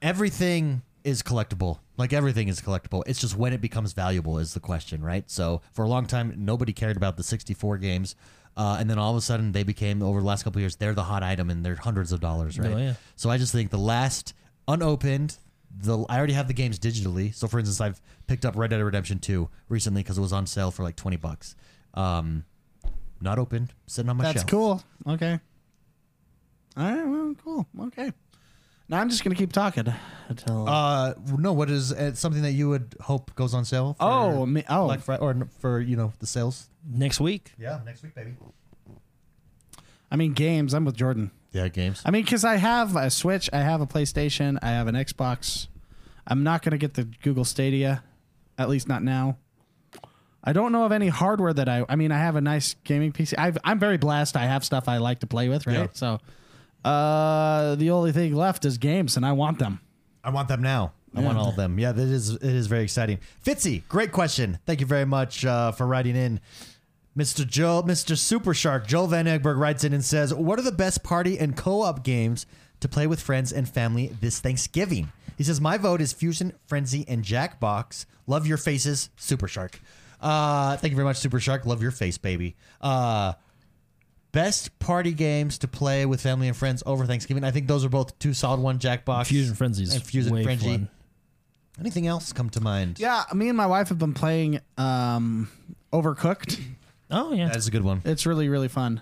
Speaker 1: everything is collectible. Like everything is collectible. It's just when it becomes valuable is the question, right? So for a long time, nobody cared about the 64 games, uh, and then all of a sudden they became over the last couple of years they're the hot item and they're hundreds of dollars, right?
Speaker 3: Oh, yeah.
Speaker 1: So I just think the last unopened. The, I already have the games digitally. So, for instance, I've picked up Red Dead Redemption 2 recently because it was on sale for like 20 bucks. Um, not opened, sitting on my
Speaker 2: That's
Speaker 1: shelf.
Speaker 2: cool. Okay. All right. Well, cool. Okay. Now I'm just gonna keep talking until.
Speaker 1: Uh, no. What is uh, something that you would hope goes on sale? For
Speaker 2: oh, me, oh.
Speaker 1: Black Friday or n- for you know the sales.
Speaker 3: Next week.
Speaker 1: Yeah, next week, baby.
Speaker 2: I mean, games. I'm with Jordan.
Speaker 1: Yeah, games.
Speaker 2: I mean, because I have a Switch, I have a PlayStation, I have an Xbox. I'm not gonna get the Google Stadia, at least not now. I don't know of any hardware that I. I mean, I have a nice gaming PC. I've, I'm very blessed. I have stuff I like to play with, right? So, uh, the only thing left is games, and I want them.
Speaker 1: I want them now. I want all of them. Yeah, that is it is very exciting. Fitzy, great question. Thank you very much uh, for writing in. Mr. Joe, Mr. Super Shark, Joel Van Egberg writes in and says, "What are the best party and co-op games to play with friends and family this Thanksgiving?" He says, "My vote is Fusion, Frenzy, and Jackbox. Love your faces, Super Shark." Uh, thank you very much, Super Shark. Love your face, baby. Uh, best party games to play with family and friends over Thanksgiving. I think those are both two solid one. Jackbox,
Speaker 3: Fusion Frenzy's
Speaker 1: Uh, and Fusion
Speaker 3: way
Speaker 1: Frenzy.
Speaker 3: fun.
Speaker 1: Anything else come to mind?
Speaker 2: Yeah, me and my wife have been playing um, Overcooked.
Speaker 3: Oh yeah.
Speaker 1: that's a good one.
Speaker 2: It's really really fun.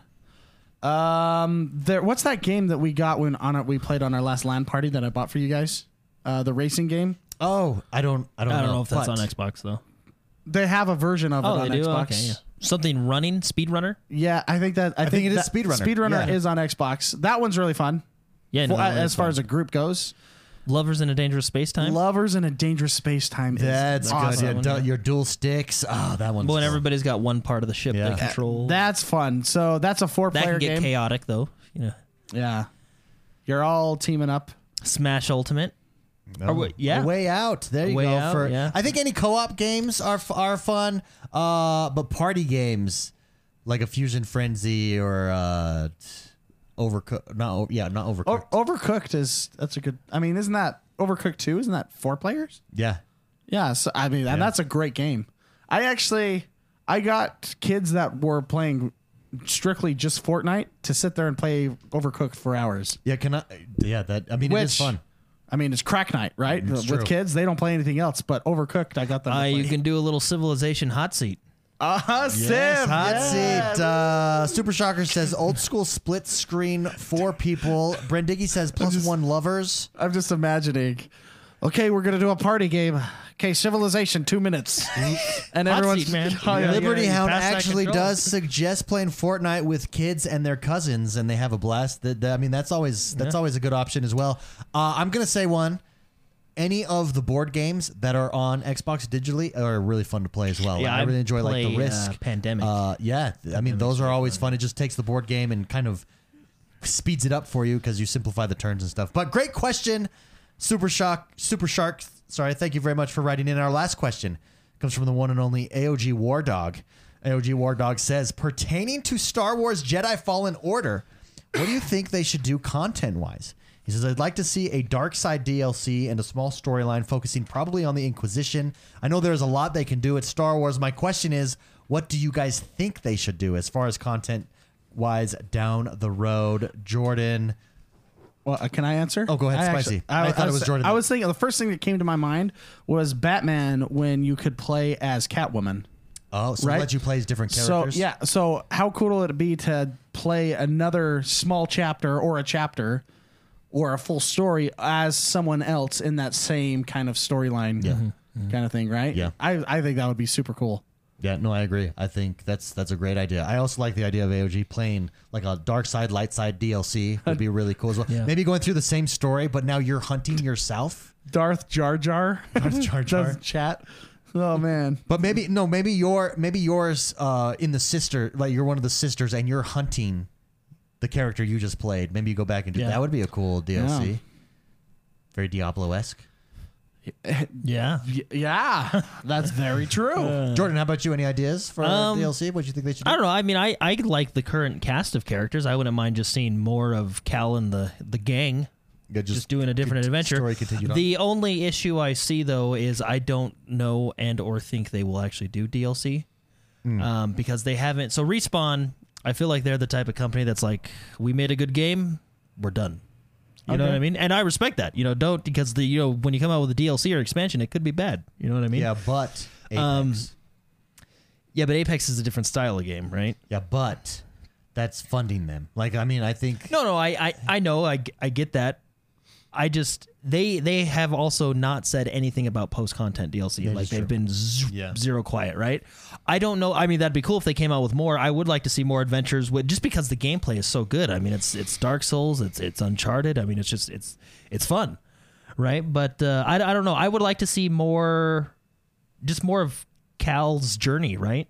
Speaker 2: Um, there. What's that game that we got when on it we played on our last LAN party that I bought for you guys? Uh, the racing game.
Speaker 1: Oh, I don't, I don't,
Speaker 3: I don't know,
Speaker 1: know
Speaker 3: if that's
Speaker 1: but-
Speaker 3: on Xbox though. Oh,
Speaker 2: They have a version
Speaker 1: Oh,
Speaker 2: of it on Xbox.
Speaker 3: Okay, yeah. Something running, speedrunner.
Speaker 2: Yeah, I think that I,
Speaker 1: think it is
Speaker 2: that
Speaker 1: Speedrunner.
Speaker 2: Speedrunner
Speaker 1: Yeah.
Speaker 2: is on Xbox. That one's really fun
Speaker 3: Yeah,
Speaker 2: for,
Speaker 3: no, that
Speaker 2: as
Speaker 3: is
Speaker 2: far
Speaker 3: fun.
Speaker 2: as a group goes.
Speaker 3: Lovers in a Dangerous Space Time.
Speaker 2: Lovers in a Dangerous Space Time is
Speaker 1: That's
Speaker 2: awesome.
Speaker 1: good. Yeah, du- your dual sticks. Oh, that one's
Speaker 3: when
Speaker 1: cool.
Speaker 3: everybody's got one part of the ship
Speaker 1: Yeah.
Speaker 3: they control.
Speaker 2: That's fun. So that's a four
Speaker 3: that
Speaker 2: player
Speaker 3: can get
Speaker 2: game.
Speaker 3: chaotic though. You know,
Speaker 2: Yeah. You're all teaming up.
Speaker 3: Smash Ultimate.
Speaker 1: No.
Speaker 3: Or wait, yeah.
Speaker 1: A Oh, way out. There you
Speaker 3: Way
Speaker 1: go.
Speaker 3: Out,
Speaker 1: for
Speaker 3: yeah.
Speaker 1: I think any co-op games are f- are fun, uh, but party games like a Fusion Frenzy or uh, Overcooked. Not o- yeah, not Overcooked.
Speaker 2: O- Overcooked is that's a good. I mean, isn't that Overcooked two? Isn't that four players?
Speaker 1: yeah,
Speaker 2: Yeah. So I mean, and that's a great game. I actually I got kids that were playing strictly just Fortnite to sit there and play Overcooked for hours.
Speaker 1: yeah. Can I? Yeah, that. I mean, it is
Speaker 2: Which
Speaker 1: fun.
Speaker 2: I mean, it's crack night, right? With
Speaker 1: true.
Speaker 2: kids, they don't play anything else. But Overcooked, I got them. to
Speaker 3: Uh, you
Speaker 2: play.
Speaker 3: can do a little Civilization hot seat.
Speaker 2: Uh-huh, Sim.
Speaker 1: Hot seat. Uh, Super Shocker says old school split screen four people. Brendiggy says plus one lovers.
Speaker 2: I'm just imagining. Okay, we're gonna do a party game. Okay, Civilization, two minutes, and
Speaker 3: Hot
Speaker 2: everyone's
Speaker 3: seat, man.
Speaker 2: Oh, yeah,
Speaker 1: Liberty
Speaker 2: yeah, yeah.
Speaker 1: Hound
Speaker 3: pass that
Speaker 1: actually
Speaker 3: control.
Speaker 1: does suggest playing Fortnite with kids and their cousins, and they have a blast. That, that- I mean, that's always that's always a good option as well. Uh, I'm gonna say one. Any of the board games that are on Xbox digitally are really fun to play as well.
Speaker 3: Yeah,
Speaker 1: I
Speaker 3: I
Speaker 1: really enjoy like
Speaker 3: play,
Speaker 1: the
Speaker 3: uh,
Speaker 1: Risk
Speaker 3: Pandemic.
Speaker 1: Uh, yeah, th- I mean those are always fun. It just takes the board game and kind of speeds it up for you because you simplify the turns and stuff. But great question, Super Shock, Super Shark. Sorry, thank you very much for writing in. Our last question comes from the one and only AOG War Dog. AOG War Dog says, pertaining to Star Wars Jedi Fallen Order, what do you think they should do content wise? He says, I'd like to see a dark side DLC and a small storyline focusing probably on the Inquisition. I know there's a lot they can do at Star Wars. My question is, what do you guys think they should do as far as content wise down the road? Jordan.
Speaker 2: Well, uh, can I answer?
Speaker 1: Oh, go ahead,
Speaker 2: I
Speaker 1: Spicy. I thought it was Jordan.
Speaker 2: I was thinking the first thing that came to my mind was Batman when you could play as Catwoman.
Speaker 1: Oh, so
Speaker 2: Right.
Speaker 1: let you play as different characters.
Speaker 2: So yeah, so how cool will it be to play another small chapter or a chapter or a full story as someone else in that same kind of storyline kind of thing, right?
Speaker 1: Mm-hmm. Yeah.
Speaker 2: I, I think that would be super cool.
Speaker 1: Yeah, no, I agree. I think that's that's a great idea. I also like the idea of AOG playing like a dark side, light side DLC would be really cool as well.
Speaker 3: Yeah.
Speaker 1: Maybe going through the same story, but now you're hunting yourself.
Speaker 2: Darth Jar Jar. Darth
Speaker 1: Jar Jar.
Speaker 2: chat. Oh man.
Speaker 1: But maybe no, maybe your maybe yours uh, in the sister, like you're one of the sisters, and you're hunting the character you just played. Maybe you go back and do
Speaker 3: Yeah.
Speaker 1: that. Would be a cool DLC.
Speaker 2: Yeah.
Speaker 1: Very Diablo esque.
Speaker 3: Yeah.
Speaker 2: Y- yeah. That's very true.
Speaker 1: Jordan, how about you? Any ideas for
Speaker 3: Um,
Speaker 1: DLC? What do you think they should? do?
Speaker 3: I don't know. I mean, I, I like the current cast of characters. I wouldn't mind just seeing more of Cal and the, the gang
Speaker 1: Yeah,
Speaker 3: just, doing a different
Speaker 1: cont-
Speaker 3: adventure.
Speaker 1: Story continued on.
Speaker 3: The only issue I see though is I don't know and or think they will actually do DLC um, because they haven't. So respawn, I feel like they're the type of company that's like, we made a good game, we're done. You know
Speaker 2: Okay.
Speaker 3: what I mean? And I respect that. You know, don't because the you know when you come out with a DLC or expansion, it could be bad. You know what I mean?
Speaker 1: yeah, but Apex.
Speaker 3: Um, Yeah, but Apex is a different style of game, right?
Speaker 1: yeah, but that's funding them. Like, I mean, I think
Speaker 3: No, no, I, I, I know, I, I get that. I just they they have also not said anything about post content DLC.
Speaker 1: That
Speaker 3: like
Speaker 1: is
Speaker 3: they've
Speaker 1: true.
Speaker 3: been z-
Speaker 1: Yeah.
Speaker 3: zero quiet, right? I don't know. I mean, that'd be cool if they came out with more. I would like to see more adventures with just because the gameplay is so good. I mean, it's it's Dark Souls, it's it's Uncharted. I mean, it's just it's it's fun, right? But uh, I I don't know. I would like to see more, just more of Cal's journey, right?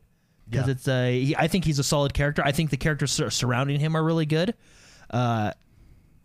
Speaker 3: Because
Speaker 1: Yeah.
Speaker 3: it's a, he, I think he's a solid character. I think the characters sur- surrounding him are really good. Uh,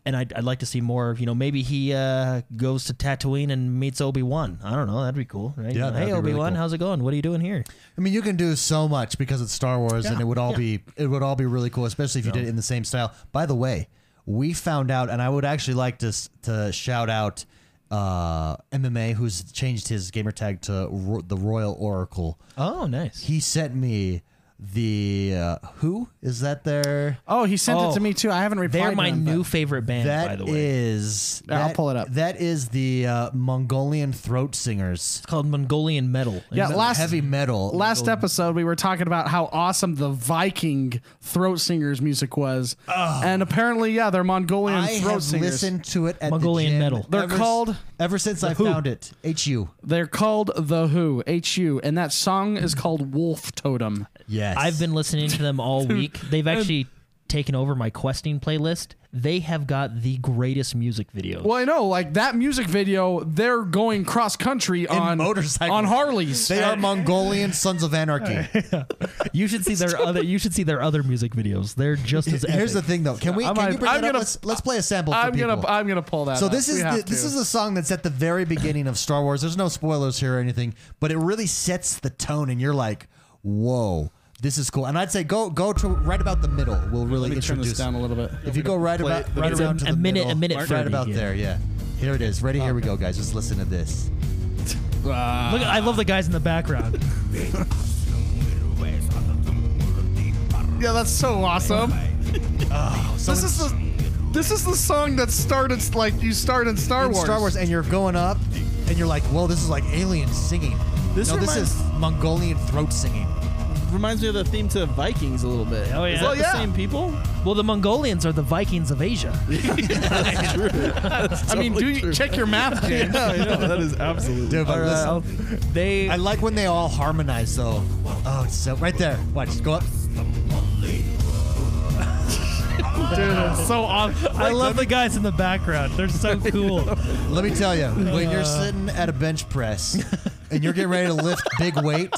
Speaker 3: and I'd, I'd like to see more of you know maybe he uh, goes to Tatooine and meets Obi Wan. I don't know, that'd be cool, right?
Speaker 1: Yeah,
Speaker 3: You know,
Speaker 1: that'd
Speaker 3: hey
Speaker 1: be really
Speaker 3: Obi Wan,
Speaker 1: cool.
Speaker 3: how's it going? What are you doing here?
Speaker 1: I mean, you can do so much because it's Star Wars, and
Speaker 3: Yeah,
Speaker 1: it would all
Speaker 3: yeah.
Speaker 1: be it would all be really cool, especially if you did it in the same style. By the way, we found out, and I would actually like to s- to shout out uh, MMA, who's changed his gamer tag to Ro- the Royal Oracle.
Speaker 3: Oh, nice.
Speaker 1: He sent me the uh, who is that there?
Speaker 2: Oh, he sent it
Speaker 3: Oh.
Speaker 2: to me too. I haven't replied.
Speaker 3: They're my
Speaker 2: to him, but-
Speaker 3: new favorite band,
Speaker 1: That
Speaker 3: by the way.
Speaker 1: is-
Speaker 2: I'll
Speaker 1: that-
Speaker 2: pull it up.
Speaker 1: That is the uh, Mongolian throat singers.
Speaker 3: It's called Mongolian Metal.
Speaker 2: Yeah,
Speaker 3: Metal.
Speaker 2: Uh, last
Speaker 1: heavy metal.
Speaker 2: Last episode, we were talking about how awesome the Viking throat singers music was, and apparently, yeah, they're Mongolian
Speaker 1: I
Speaker 2: throat
Speaker 1: have
Speaker 2: singers.
Speaker 1: listened to it at the
Speaker 3: Mongolian
Speaker 1: gym
Speaker 3: metal.
Speaker 2: They're
Speaker 1: ever s-
Speaker 2: called
Speaker 1: ever since I
Speaker 3: Who.
Speaker 1: found it. H U.
Speaker 2: They're called the Who, H U, and that song is called Wolf Totem.
Speaker 1: Yes.
Speaker 3: I've been listening to them all week. They've actually taken over my questing playlist, they have got the greatest music videos.
Speaker 2: Well, I know, like that music video, they're going cross country on
Speaker 1: motorcycles.
Speaker 2: on Harleys.
Speaker 1: They are Mongolian sons of anarchy.
Speaker 3: You should see their other. You should see their other music videos. They're just as.
Speaker 1: Here's the
Speaker 3: epic.
Speaker 1: thing, though. Can we?
Speaker 2: I'm
Speaker 1: Can you
Speaker 2: gonna-
Speaker 1: bring
Speaker 2: I'm
Speaker 1: that up?
Speaker 2: gonna-
Speaker 1: Let's, let's play a sample. for
Speaker 2: I'm
Speaker 1: people.
Speaker 2: gonna I'm gonna pull that.
Speaker 1: So
Speaker 2: up.
Speaker 1: this
Speaker 2: We
Speaker 1: is the,
Speaker 2: have
Speaker 1: this
Speaker 2: to.
Speaker 1: is a song that's at the very beginning of Star Wars. There's no spoilers here or anything, but it really sets the tone, and you're like, "Whoa, this is cool." And I'd say go go to right about the middle. We'll really
Speaker 4: Let me turn this
Speaker 1: introduce.
Speaker 4: down a little bit.
Speaker 1: If you go right
Speaker 4: Play
Speaker 1: about
Speaker 4: it.
Speaker 1: right
Speaker 3: It's
Speaker 1: around
Speaker 3: a-
Speaker 1: to the
Speaker 3: a minute-
Speaker 1: middle,
Speaker 3: a minute
Speaker 1: right
Speaker 3: 30,
Speaker 1: about
Speaker 3: yeah.
Speaker 1: there, yeah. Here it is. Ready? Here we go, guys. Just listen to this.
Speaker 3: Look, I love the guys in the background.
Speaker 2: yeah, that's so awesome.
Speaker 1: So
Speaker 2: this
Speaker 1: in-
Speaker 2: is the this is the song that started like you start in Star
Speaker 1: in
Speaker 2: Wars.
Speaker 1: Star Wars, and you're going up, and you're like, "Whoa, this is like alien singing."
Speaker 4: This
Speaker 1: no, this
Speaker 4: reminds-
Speaker 1: is Mongolian throat singing.
Speaker 4: Reminds me of the theme to Vikings a little bit.
Speaker 3: Oh, yeah.
Speaker 4: Is that
Speaker 3: Oh,
Speaker 4: the
Speaker 2: yeah.
Speaker 4: same people?
Speaker 3: well, the Mongolians are the Vikings of Asia.
Speaker 2: I mean, do you check your math, James?
Speaker 4: No, I know. That is absolutely.
Speaker 1: Dude, but listen,
Speaker 3: They.
Speaker 1: I like when they all harmonize though. Oh, it's so right there. Watch, go up.
Speaker 2: Dude, it's so awesome.
Speaker 3: I love the guys in the background. They're so cool.
Speaker 1: Let me tell you, when you're
Speaker 3: Uh.
Speaker 1: sitting at a bench press and you're getting ready to lift big weight,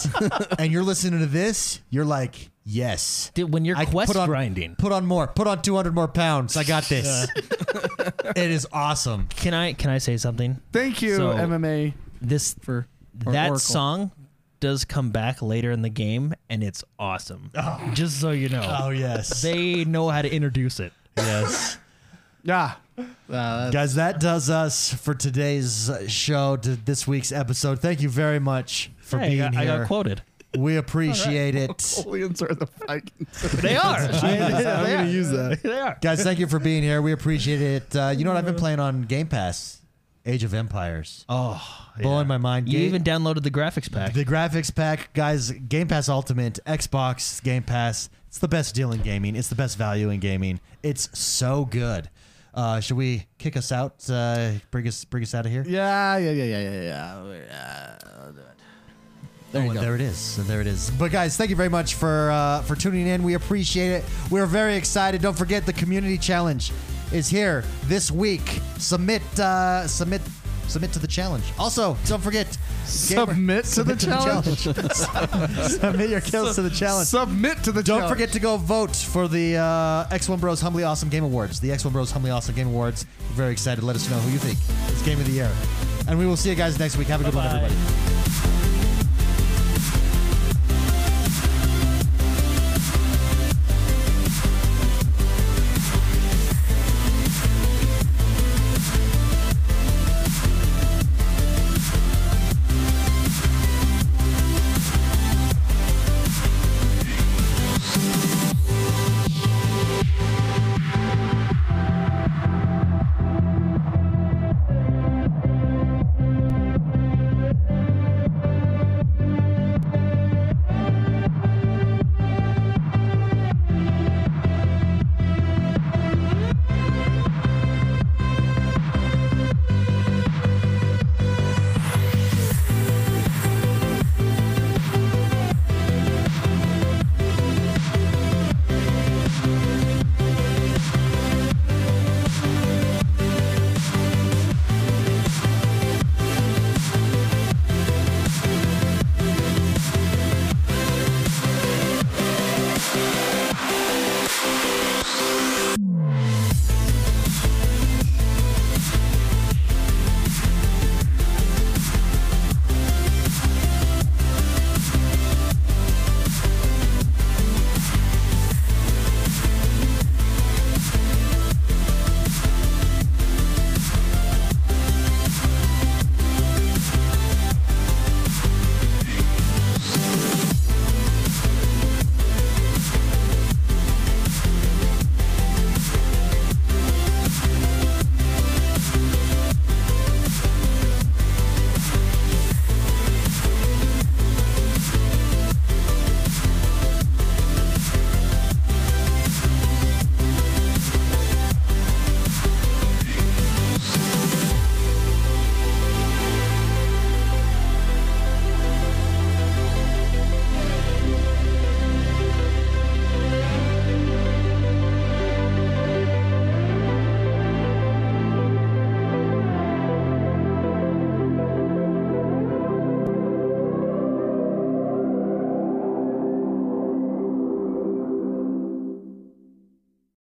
Speaker 1: and you're listening to this, you're like, yes.
Speaker 3: Dude, when you're
Speaker 1: I
Speaker 3: quest
Speaker 1: put on,
Speaker 3: grinding,
Speaker 1: Put on more. Put on 200 more pounds. I got this. it is awesome.
Speaker 3: can I can I say something?
Speaker 2: Thank you,
Speaker 3: So-
Speaker 2: MMA.
Speaker 3: This
Speaker 2: For or
Speaker 3: that
Speaker 2: Oracle.
Speaker 3: song does come back later in the game, and it's awesome. Just so you know,
Speaker 1: Oh yes,
Speaker 3: they know how to introduce it.
Speaker 1: yes.
Speaker 2: Yeah.
Speaker 3: Uh,
Speaker 1: Guys, that does us for today's show, to this week's episode. Thank you very much for
Speaker 3: Hey,
Speaker 1: being
Speaker 3: I, got, I
Speaker 1: here.
Speaker 3: got quoted.
Speaker 1: We appreciate it.
Speaker 2: Aliens are the Vikings.
Speaker 3: They are. Oh,
Speaker 4: I'm
Speaker 2: Yeah.
Speaker 4: going to use that.
Speaker 3: they are.
Speaker 1: Guys, thank you for being here. We appreciate it. Uh, you know what? I've been playing on Game Pass, Age of Empires.
Speaker 3: Oh,
Speaker 1: Blowing my mind.
Speaker 3: you
Speaker 1: Ga-
Speaker 3: even downloaded the graphics pack.
Speaker 1: the graphics pack, guys. Game Pass Ultimate, Xbox Game Pass. It's the best deal in gaming. It's the best value in gaming. It's so good. Uh, should we kick us out? Uh, bring us, bring us out of here.
Speaker 2: Yeah, yeah, yeah, yeah, yeah, yeah. Uh, I'll do it. There
Speaker 1: Oh,
Speaker 2: you
Speaker 1: and
Speaker 2: go.
Speaker 1: there it is. So there it is. But guys, thank you very much for uh, for tuning in. We appreciate it. We're very excited. Don't forget the community challenge is here this week. Submit uh, submit submit to the challenge. Also, don't forget gamer-
Speaker 2: Submit to the challenge.
Speaker 1: challenge. submit your kills to the challenge.
Speaker 2: Submit to the
Speaker 1: Don't
Speaker 2: challenge.
Speaker 1: forget to go vote for the uh, X1 Bros Humbly Awesome Game Awards. The X1 Bros Humbly Awesome Game Awards. We're very excited. Let us know who you think. It's Game of the Year. And we will see you guys next week. Have a good one,
Speaker 3: Bye-bye.
Speaker 1: everybody.